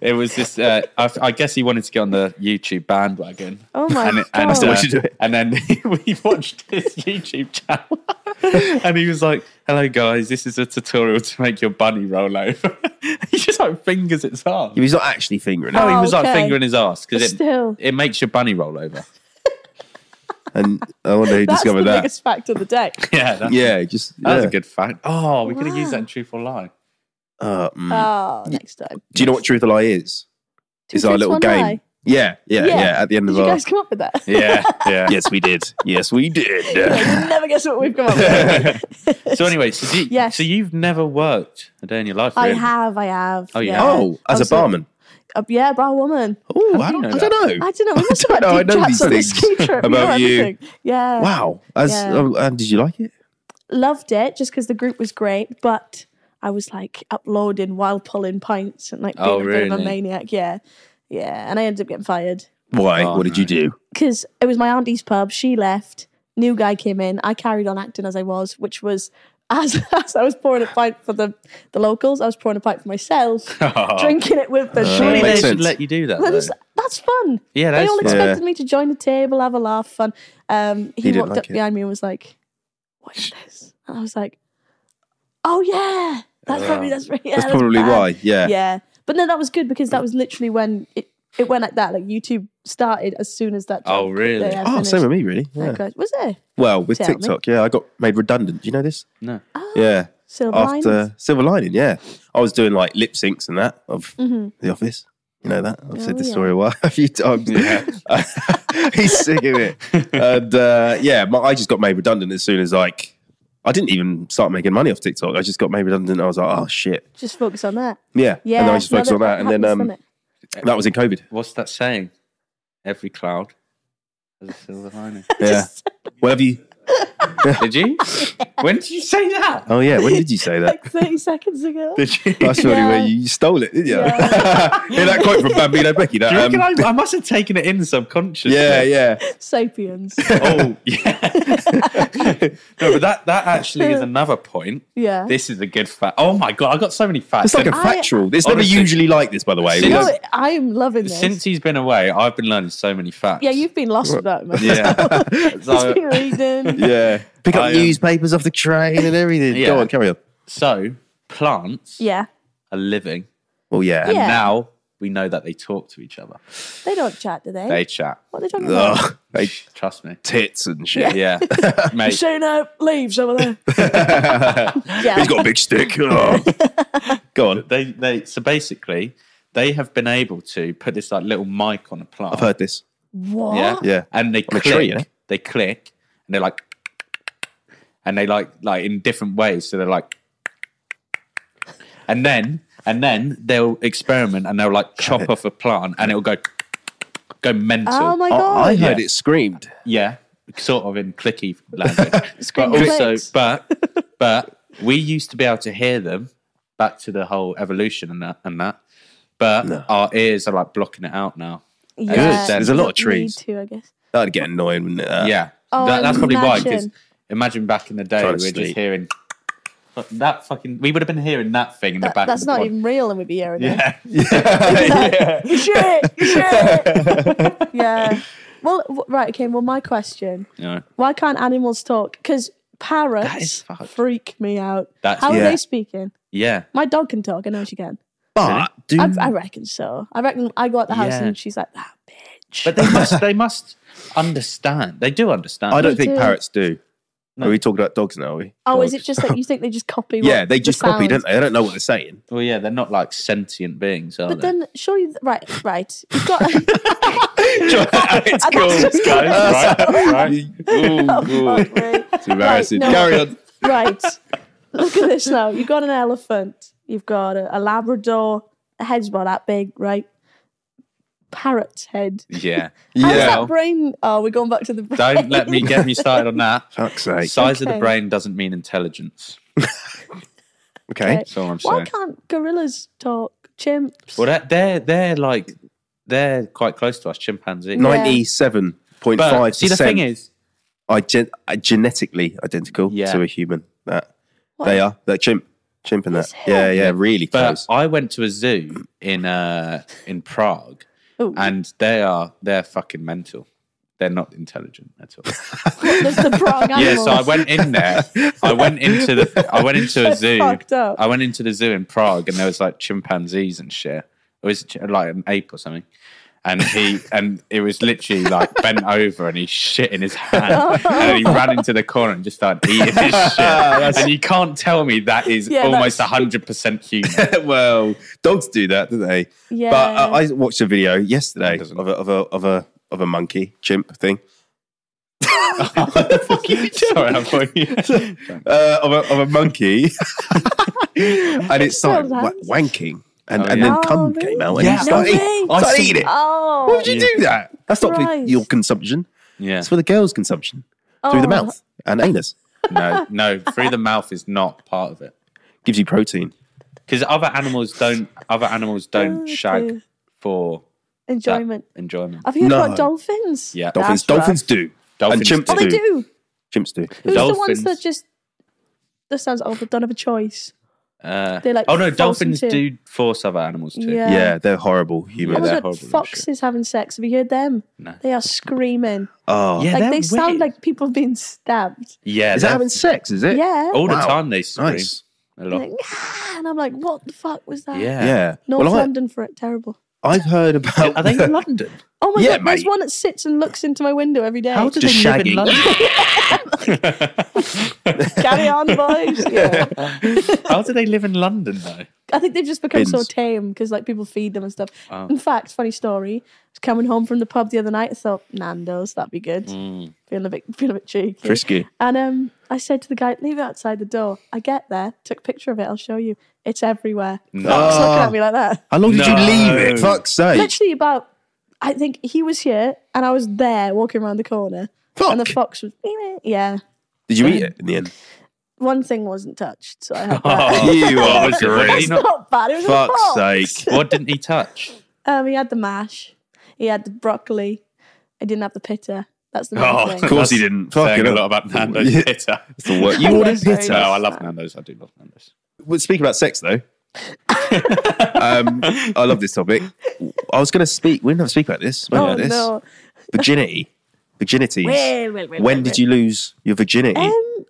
[SPEAKER 2] It was this. Uh, I, I guess he wanted to get on the YouTube bandwagon.
[SPEAKER 3] Oh my
[SPEAKER 2] and,
[SPEAKER 3] God.
[SPEAKER 2] and,
[SPEAKER 3] That's the
[SPEAKER 1] way to do it.
[SPEAKER 2] and then we watched his YouTube channel, and he was like, "Hello guys, this is a tutorial to make your bunny roll over." he just like fingers its arm.
[SPEAKER 1] He was not actually fingering
[SPEAKER 2] No,
[SPEAKER 1] it.
[SPEAKER 2] he was
[SPEAKER 3] Oh, okay.
[SPEAKER 2] like fingering his ass because it
[SPEAKER 3] Still.
[SPEAKER 2] it makes your bunny roll over.
[SPEAKER 1] And I wonder who
[SPEAKER 3] That's the
[SPEAKER 1] discovered that.
[SPEAKER 3] biggest fact of the day.
[SPEAKER 2] Yeah, that,
[SPEAKER 1] Yeah, he just.
[SPEAKER 2] that was
[SPEAKER 1] yeah.
[SPEAKER 2] a good fact. Oh, we could have
[SPEAKER 3] Wow.
[SPEAKER 2] used that in truth or lie.
[SPEAKER 1] Uh, mm.
[SPEAKER 3] Oh, next time.
[SPEAKER 1] Do you know what Truth or Lie is?
[SPEAKER 3] Two
[SPEAKER 1] It's our
[SPEAKER 3] truths,
[SPEAKER 1] little
[SPEAKER 3] one
[SPEAKER 1] game.
[SPEAKER 3] lie.
[SPEAKER 1] Yeah, yeah,
[SPEAKER 3] Yeah.
[SPEAKER 1] yeah, At the end
[SPEAKER 3] Did
[SPEAKER 1] of
[SPEAKER 3] you
[SPEAKER 1] our.
[SPEAKER 3] guys come up with that?
[SPEAKER 2] Yeah, yeah.
[SPEAKER 1] yes, we did. Yes, we did.
[SPEAKER 3] You'll never guess what we've come up with.
[SPEAKER 2] So anyway, so, do you,
[SPEAKER 3] Yes.
[SPEAKER 2] so you've never worked a day in your life.
[SPEAKER 3] I
[SPEAKER 2] really?
[SPEAKER 3] have, I have.
[SPEAKER 2] Oh, you
[SPEAKER 3] yeah.
[SPEAKER 2] have?
[SPEAKER 1] oh, as
[SPEAKER 3] Also-
[SPEAKER 1] a barman.
[SPEAKER 3] Uh, yeah, by a woman.
[SPEAKER 1] Oh,
[SPEAKER 2] How
[SPEAKER 1] I
[SPEAKER 2] do you
[SPEAKER 1] don't,
[SPEAKER 2] know
[SPEAKER 1] I don't know.
[SPEAKER 3] I don't know. We must
[SPEAKER 1] don't
[SPEAKER 3] have had
[SPEAKER 1] know, I
[SPEAKER 3] deep
[SPEAKER 1] know
[SPEAKER 3] chats
[SPEAKER 1] these
[SPEAKER 3] on the
[SPEAKER 1] things
[SPEAKER 3] ski trip. We
[SPEAKER 1] about
[SPEAKER 3] know
[SPEAKER 1] you.
[SPEAKER 3] everything. Yeah.
[SPEAKER 1] Wow. As,
[SPEAKER 3] uh, Yeah.
[SPEAKER 1] oh, and did you like it?
[SPEAKER 3] loved it just because the group was great, but I was like uploading while pulling pints and like being
[SPEAKER 2] Oh,
[SPEAKER 3] a bit of a
[SPEAKER 2] really?
[SPEAKER 3] maniac. Yeah. Yeah. And I ended up getting fired
[SPEAKER 1] Why?
[SPEAKER 2] Oh,
[SPEAKER 1] what did
[SPEAKER 2] no.
[SPEAKER 1] you do?
[SPEAKER 3] because it was my auntie's pub. She left. New guy came in. I carried on acting as I was, which was as, as I was pouring a pint for the, the locals, I was pouring a pint for myself, drinking it with the
[SPEAKER 2] Surely
[SPEAKER 1] Oh. Makes
[SPEAKER 2] they should
[SPEAKER 1] sense.
[SPEAKER 2] let you do that.
[SPEAKER 3] That
[SPEAKER 2] though.
[SPEAKER 3] is- that's fun.
[SPEAKER 2] Yeah,
[SPEAKER 3] they
[SPEAKER 2] that's
[SPEAKER 3] all
[SPEAKER 2] fun.
[SPEAKER 3] expected
[SPEAKER 1] Yeah.
[SPEAKER 3] me to join the table, have a laugh, fun. Um,
[SPEAKER 1] He
[SPEAKER 3] he,
[SPEAKER 1] didn't
[SPEAKER 3] walked
[SPEAKER 1] like
[SPEAKER 3] up
[SPEAKER 1] it.
[SPEAKER 3] behind me and was like, "What is this?" And I was like, "Oh yeah, that's probably that's, yeah,
[SPEAKER 1] That's probably
[SPEAKER 3] bad."
[SPEAKER 1] why. Yeah.
[SPEAKER 3] Yeah. but no, that was good because that was literally when it, it went like that. Like YouTube started as soon as that.
[SPEAKER 2] Oh,
[SPEAKER 3] job
[SPEAKER 2] really?
[SPEAKER 3] they had
[SPEAKER 1] Oh, same
[SPEAKER 3] finished.
[SPEAKER 1] with me, really.
[SPEAKER 3] Like,
[SPEAKER 1] Yeah.
[SPEAKER 3] guys, was there
[SPEAKER 1] Well, with
[SPEAKER 3] Tell me.
[SPEAKER 1] TikTok, yeah, I got made redundant. Do you know this?
[SPEAKER 2] No.
[SPEAKER 1] Yeah.
[SPEAKER 3] silver
[SPEAKER 1] After
[SPEAKER 3] linings?
[SPEAKER 1] Silver Lining, yeah. I was doing like lip syncs and that of The Office. You know that? I've said
[SPEAKER 3] Mm-hmm. Oh,
[SPEAKER 1] this
[SPEAKER 3] yeah.
[SPEAKER 1] story a, while, a few times. Yeah. He's sick of it. And uh, yeah, my, I just got made redundant as soon as like, I didn't even start making money off TikTok. I just got made redundant. I was like, oh shit.
[SPEAKER 3] Just focus on that.
[SPEAKER 1] Yeah.
[SPEAKER 3] Yeah,
[SPEAKER 1] And then I just
[SPEAKER 3] no,
[SPEAKER 1] focused on that. And then
[SPEAKER 3] happens,
[SPEAKER 1] um,
[SPEAKER 3] doesn't it?
[SPEAKER 1] that was in COVID.
[SPEAKER 2] What's that saying? Every cloud has a silver lining.
[SPEAKER 1] Yeah. Whatever you.
[SPEAKER 2] did you? When did you say that?
[SPEAKER 1] Oh, yeah. When did you say that?
[SPEAKER 3] like thirty seconds ago.
[SPEAKER 2] Did you?
[SPEAKER 1] That's really
[SPEAKER 3] Yeah.
[SPEAKER 1] where you, you stole it, didn't you?
[SPEAKER 3] Yeah.
[SPEAKER 1] Hear that quote from Bambino Becky? That,
[SPEAKER 2] Do you reckon
[SPEAKER 1] um,
[SPEAKER 2] I, I must have taken it in subconsciously.
[SPEAKER 1] yeah, yeah.
[SPEAKER 3] Sapiens.
[SPEAKER 2] Oh, yeah. no, but that, that actually is another point.
[SPEAKER 3] Yeah.
[SPEAKER 2] This is a good fact. Oh my god, I got so many facts.
[SPEAKER 1] It's like a
[SPEAKER 2] And
[SPEAKER 1] factual. It's
[SPEAKER 2] honestly-
[SPEAKER 1] never usually like this, by the way.
[SPEAKER 2] See,
[SPEAKER 1] We
[SPEAKER 2] look-
[SPEAKER 1] don't-
[SPEAKER 3] no, I'm loving this.
[SPEAKER 2] since he's been away, I've been learning so many facts.
[SPEAKER 3] Yeah, you've been lost without me.
[SPEAKER 2] Yeah.
[SPEAKER 3] He's
[SPEAKER 2] so,
[SPEAKER 3] been reading.
[SPEAKER 1] yeah. Pick up
[SPEAKER 2] I, um,
[SPEAKER 1] newspapers off the train and everything.
[SPEAKER 2] Yeah.
[SPEAKER 1] Go on, carry on.
[SPEAKER 2] so plants
[SPEAKER 3] Yeah,
[SPEAKER 2] are living.
[SPEAKER 1] Well, yeah.
[SPEAKER 3] Yeah.
[SPEAKER 2] Now we know that they talk to each other.
[SPEAKER 3] they don't chat, do they?
[SPEAKER 2] They chat.
[SPEAKER 3] What are they talking about?
[SPEAKER 1] Ugh, they
[SPEAKER 2] Trust me.
[SPEAKER 1] tits and shit.
[SPEAKER 2] Yeah. Mate,
[SPEAKER 3] Shane out leaves over there. yeah,
[SPEAKER 1] He's got a big stick. Oh. Go on.
[SPEAKER 2] they they so basically they have been able to put this like little mic on a plant.
[SPEAKER 1] I've heard this.
[SPEAKER 3] what?
[SPEAKER 2] yeah,
[SPEAKER 1] Yeah.
[SPEAKER 2] and they
[SPEAKER 1] On a
[SPEAKER 2] click,
[SPEAKER 1] tree, yeah.
[SPEAKER 2] they click, and they're like, and they like like in different ways. So they're like, and then and then they'll experiment and they'll like chop off a plant and it'll go go mental.
[SPEAKER 3] Oh my
[SPEAKER 1] I,
[SPEAKER 3] god!
[SPEAKER 1] I heard
[SPEAKER 2] Yeah.
[SPEAKER 1] it screamed.
[SPEAKER 2] yeah, sort of in clicky language. but
[SPEAKER 3] Screaming
[SPEAKER 2] also,
[SPEAKER 3] clicks.
[SPEAKER 2] but but we used to be able to hear them. Back to the whole evolution and that and that. But our ears are like blocking it out now.
[SPEAKER 3] Yeah,
[SPEAKER 2] There's
[SPEAKER 1] a lot of
[SPEAKER 3] you need
[SPEAKER 1] trees.
[SPEAKER 3] to, I guess.
[SPEAKER 1] That'd get annoying, wouldn't it? Uh,
[SPEAKER 2] yeah,
[SPEAKER 3] Oh,
[SPEAKER 2] That- that's probably why. Because
[SPEAKER 3] imagine.
[SPEAKER 2] imagine back in the day, we
[SPEAKER 1] Trying
[SPEAKER 2] were
[SPEAKER 1] to
[SPEAKER 2] just
[SPEAKER 1] sleep.
[SPEAKER 2] hearing but that fucking. We would have been hearing that thing in the
[SPEAKER 3] That-
[SPEAKER 2] back.
[SPEAKER 3] that's
[SPEAKER 2] of the
[SPEAKER 3] not
[SPEAKER 2] pod.
[SPEAKER 3] even real, and we'd be hearing it.
[SPEAKER 2] Yeah.
[SPEAKER 3] You should. You should. yeah. Well, w- right. Okay. Well, my question:
[SPEAKER 2] Yeah.
[SPEAKER 3] Why can't animals talk? Because
[SPEAKER 2] is
[SPEAKER 3] parrots
[SPEAKER 2] fucked.
[SPEAKER 3] freak me out.
[SPEAKER 2] That's-
[SPEAKER 3] How
[SPEAKER 1] Yeah.
[SPEAKER 3] are they speaking?
[SPEAKER 2] Yeah.
[SPEAKER 3] My dog can talk. I know she can.
[SPEAKER 1] But do
[SPEAKER 3] I, I reckon so. I reckon I go out the house
[SPEAKER 2] Yeah.
[SPEAKER 3] and she's like that bitch.
[SPEAKER 2] But they must. they must understand. They do understand.
[SPEAKER 1] I don't
[SPEAKER 3] They
[SPEAKER 1] think
[SPEAKER 3] do.
[SPEAKER 1] parrots do. Are we talking about dogs now? Are we?
[SPEAKER 3] oh, is
[SPEAKER 1] Dogs.
[SPEAKER 3] it just that you think they just copy? What,
[SPEAKER 1] Yeah, they
[SPEAKER 3] the
[SPEAKER 1] just copy,
[SPEAKER 3] sound?
[SPEAKER 1] don't they? They don't know what they're saying.
[SPEAKER 2] Well, yeah, they're not like sentient beings, are
[SPEAKER 3] But
[SPEAKER 2] they?
[SPEAKER 3] then, surely, th- right, right. You've got.
[SPEAKER 1] it's
[SPEAKER 3] cool, just Oh, guys,
[SPEAKER 1] right?
[SPEAKER 3] It's
[SPEAKER 1] Embarrassing. Carry on.
[SPEAKER 3] Right. Look at this now. You've got an elephant. You've got a, a Labrador. The head's about that big, right? Parrot's head.
[SPEAKER 2] yeah.
[SPEAKER 3] How's
[SPEAKER 1] Yeah.
[SPEAKER 3] that brain? Oh, we're going back to the brain.
[SPEAKER 2] Don't let me get me started on that.
[SPEAKER 1] Fuck's sake.
[SPEAKER 2] Size of
[SPEAKER 3] Okay.
[SPEAKER 2] the brain doesn't mean intelligence.
[SPEAKER 1] Okay.
[SPEAKER 3] Okay.
[SPEAKER 2] That's all I'm saying.
[SPEAKER 3] Why can't gorillas talk? Chimps?
[SPEAKER 2] Well, that, they're they're like they're quite close to us, chimpanzees.
[SPEAKER 3] No,
[SPEAKER 1] Ninety-seven point
[SPEAKER 2] but
[SPEAKER 1] five
[SPEAKER 2] see, the thing
[SPEAKER 1] percent
[SPEAKER 2] is,
[SPEAKER 1] are gen- are genetically identical
[SPEAKER 2] Yeah.
[SPEAKER 1] to a human. That
[SPEAKER 3] What?
[SPEAKER 1] they are. That chimp, chimp, and that.
[SPEAKER 3] Is it?
[SPEAKER 1] Yeah, yeah, really
[SPEAKER 2] but
[SPEAKER 1] close.
[SPEAKER 2] I went to a zoo in uh in Prague,
[SPEAKER 3] Ooh.
[SPEAKER 2] and they are they're fucking mental. They're not intelligent at all.
[SPEAKER 3] There's the prong
[SPEAKER 2] yeah,
[SPEAKER 3] animals.
[SPEAKER 2] so I went in there. I went into the. I went into a
[SPEAKER 3] That's
[SPEAKER 2] zoo.
[SPEAKER 3] fucked up.
[SPEAKER 2] I went into the zoo in Prague, and there was like chimpanzees and shit. It was chi- like an ape or something. And he and it was literally like bent over, and he shit in his hand, and then he ran into the corner and just started eating his shit. and you can't tell me that is
[SPEAKER 3] Yeah,
[SPEAKER 2] almost
[SPEAKER 3] that's-
[SPEAKER 2] hundred percent human.
[SPEAKER 1] well, dogs do that, don't they?
[SPEAKER 3] Yeah.
[SPEAKER 1] But uh, I watched a video yesterday
[SPEAKER 2] Doesn't-
[SPEAKER 1] of a, of a of a of a monkey chimp thing.
[SPEAKER 2] Sorry, I'm for you.
[SPEAKER 1] uh, of, a, of a monkey, and it started
[SPEAKER 3] Still
[SPEAKER 1] wa-
[SPEAKER 3] does.
[SPEAKER 1] wanking, and,
[SPEAKER 2] Oh,
[SPEAKER 1] and
[SPEAKER 2] yeah.
[SPEAKER 1] then
[SPEAKER 3] Oh,
[SPEAKER 1] cum
[SPEAKER 3] really?
[SPEAKER 1] came out, and
[SPEAKER 2] Yeah.
[SPEAKER 1] you started,
[SPEAKER 3] No
[SPEAKER 1] eat-
[SPEAKER 3] way.
[SPEAKER 1] started eating it.
[SPEAKER 3] oh.
[SPEAKER 1] Why would you do that? That's not for
[SPEAKER 3] Christ.
[SPEAKER 1] your consumption.
[SPEAKER 2] Yeah,
[SPEAKER 1] It's for the girls' consumption through the
[SPEAKER 3] Oh.
[SPEAKER 1] mouth and anus.
[SPEAKER 2] no, no, through the mouth is not part of it.
[SPEAKER 1] Gives you protein.
[SPEAKER 2] because other animals don't other animals don't
[SPEAKER 3] Oh,
[SPEAKER 2] shag
[SPEAKER 3] dear.
[SPEAKER 2] for that
[SPEAKER 3] Enjoyment.
[SPEAKER 2] enjoyment
[SPEAKER 3] Have you heard
[SPEAKER 1] No.
[SPEAKER 3] about dolphins?
[SPEAKER 2] Yeah.
[SPEAKER 1] Dolphins,
[SPEAKER 3] That's
[SPEAKER 1] dolphins do.
[SPEAKER 2] Dolphins
[SPEAKER 1] and chimps
[SPEAKER 3] Oh,
[SPEAKER 2] do.
[SPEAKER 3] they do.
[SPEAKER 1] Chimps do.
[SPEAKER 3] Who's the
[SPEAKER 2] Dolphins.
[SPEAKER 3] ones that just that sounds awful? Don't have a choice.
[SPEAKER 2] uh,
[SPEAKER 3] They, like,
[SPEAKER 2] oh no
[SPEAKER 3] force
[SPEAKER 2] dolphins
[SPEAKER 3] them to-
[SPEAKER 2] do force other animals too
[SPEAKER 3] Yeah.
[SPEAKER 1] Yeah, they're horrible
[SPEAKER 3] Oh
[SPEAKER 1] humans.
[SPEAKER 2] they're
[SPEAKER 3] my god,
[SPEAKER 2] horrible and
[SPEAKER 3] foxes having sex. Have you heard them?
[SPEAKER 2] No.
[SPEAKER 3] They are screaming.
[SPEAKER 1] Oh,
[SPEAKER 2] Yeah,
[SPEAKER 3] like they
[SPEAKER 2] they're
[SPEAKER 3] sound
[SPEAKER 2] weird.
[SPEAKER 3] like people being stabbed.
[SPEAKER 2] yeah
[SPEAKER 1] is that
[SPEAKER 2] they're-
[SPEAKER 1] having sex? Is it?
[SPEAKER 3] Yeah.
[SPEAKER 2] all the
[SPEAKER 1] Wow.
[SPEAKER 2] time they scream
[SPEAKER 1] Nice.
[SPEAKER 2] a lot
[SPEAKER 3] Like, "Ah," and I'm like, what the fuck was that?
[SPEAKER 2] yeah
[SPEAKER 1] Yeah.
[SPEAKER 3] North
[SPEAKER 1] well,
[SPEAKER 3] London for it. Terrible.
[SPEAKER 1] I, I've heard about.
[SPEAKER 2] are they in London
[SPEAKER 3] Oh my
[SPEAKER 1] Yeah,
[SPEAKER 3] god, there's
[SPEAKER 1] mate.
[SPEAKER 3] one that sits and looks into my window every day.
[SPEAKER 2] how do
[SPEAKER 1] Just
[SPEAKER 2] they live
[SPEAKER 1] shagging.
[SPEAKER 2] in London
[SPEAKER 3] Carry on, boys. Yeah.
[SPEAKER 2] how do they live in London though
[SPEAKER 3] I think they've just become so
[SPEAKER 1] Bins.
[SPEAKER 3] tame because like people feed them and stuff.
[SPEAKER 2] Oh.
[SPEAKER 3] In fact, funny story. I was coming home from the pub the other night. I thought Nando's, that'd be good. Feeling a bit, feeling a bit cheeky.
[SPEAKER 1] Mm. Frisky.
[SPEAKER 3] And um, I said to the guy, "Leave it outside the door." I get there, took a picture of it. I'll show you. It's everywhere. It's looking at me like that.
[SPEAKER 1] How long did you
[SPEAKER 2] No.
[SPEAKER 1] leave it? Fuck's sake.
[SPEAKER 3] Literally about. I think he was here and I was there walking around the corner, and the
[SPEAKER 1] Fuck.
[SPEAKER 3] fox was. Yeah.
[SPEAKER 1] Did you eat it in the end?
[SPEAKER 3] One thing wasn't touched, so I had that.
[SPEAKER 2] oh,
[SPEAKER 1] You are
[SPEAKER 2] was it- what did he
[SPEAKER 1] great.
[SPEAKER 2] not-
[SPEAKER 3] Not bad. It was a
[SPEAKER 1] Fuck's
[SPEAKER 3] fox.
[SPEAKER 1] sake.
[SPEAKER 2] what didn't he touch
[SPEAKER 3] Um, he had the mash. He had the broccoli. I didn't have the pitta. That's the main
[SPEAKER 2] Oh,
[SPEAKER 1] Of
[SPEAKER 3] thing.
[SPEAKER 1] course he
[SPEAKER 2] That's
[SPEAKER 1] didn't.
[SPEAKER 2] saying
[SPEAKER 1] Fucking
[SPEAKER 2] a
[SPEAKER 1] hell.
[SPEAKER 2] lot about Nando's
[SPEAKER 1] Yeah.
[SPEAKER 2] pizza
[SPEAKER 1] It's the worst. You
[SPEAKER 3] Yeah,
[SPEAKER 1] ordered Oh,
[SPEAKER 3] sorry.
[SPEAKER 1] pizza.
[SPEAKER 2] no
[SPEAKER 3] Yes.
[SPEAKER 2] I love Nando's I do love Nando's
[SPEAKER 1] Well, speaking about sex, though, um, I love this topic. I was going to speak. We didn't have to speak about this. Spoke
[SPEAKER 3] Oh
[SPEAKER 1] about this.
[SPEAKER 3] no.
[SPEAKER 1] Virginity. Virginities.
[SPEAKER 3] Well, well, well,
[SPEAKER 1] when
[SPEAKER 3] well,
[SPEAKER 1] did you lose your virginity? Oh,
[SPEAKER 3] Um,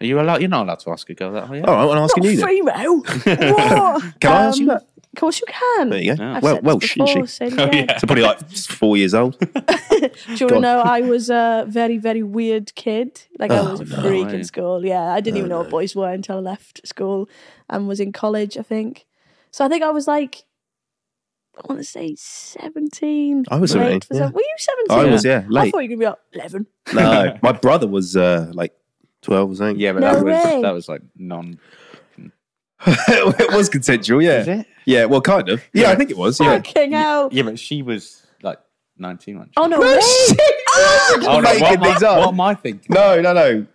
[SPEAKER 2] Are you allowed? You're not allowed to ask a girl that, are you?
[SPEAKER 1] All right, well, I'm asking
[SPEAKER 3] not
[SPEAKER 1] you then.
[SPEAKER 3] free row. What? Um,
[SPEAKER 1] Can I ask you that?
[SPEAKER 3] Of course you can.
[SPEAKER 1] There you go.
[SPEAKER 2] No.
[SPEAKER 3] I've
[SPEAKER 1] Well,
[SPEAKER 3] said
[SPEAKER 1] well,
[SPEAKER 3] this
[SPEAKER 1] she, she.
[SPEAKER 3] before, so yeah.
[SPEAKER 1] So probably like four years old.
[SPEAKER 3] Do you want
[SPEAKER 1] on.
[SPEAKER 3] to know? I was a very, very weird kid. Like I
[SPEAKER 1] Oh,
[SPEAKER 3] was a
[SPEAKER 1] no Oh,
[SPEAKER 3] freak
[SPEAKER 2] way.
[SPEAKER 3] in school. Yeah, I didn't even know what boys were until I left school and was in college. I think. So I think I was like, I want to say seventeen.
[SPEAKER 1] I was
[SPEAKER 3] late
[SPEAKER 1] 17,
[SPEAKER 3] for
[SPEAKER 1] yeah.
[SPEAKER 3] some- Were you
[SPEAKER 1] I
[SPEAKER 3] seventeen?
[SPEAKER 1] was, yeah,
[SPEAKER 3] I
[SPEAKER 1] late.
[SPEAKER 3] thought you were gonna be like eleven.
[SPEAKER 1] No, my brother was uh, like 12 or something.
[SPEAKER 2] Yeah, but
[SPEAKER 3] No
[SPEAKER 2] that was
[SPEAKER 3] way.
[SPEAKER 2] that was like non.
[SPEAKER 1] it was consensual, yeah.
[SPEAKER 2] it?
[SPEAKER 1] Yeah, well, kind of. Yeah, I think it was. Yeah.
[SPEAKER 3] Fucking hell!
[SPEAKER 2] Yeah, but she was like nineteen. Wasn't she?
[SPEAKER 3] Oh no! way.
[SPEAKER 1] shit.
[SPEAKER 2] Hold on, what,
[SPEAKER 1] making
[SPEAKER 2] am I,
[SPEAKER 1] things up.
[SPEAKER 2] what am I thinking?
[SPEAKER 1] No, no, no.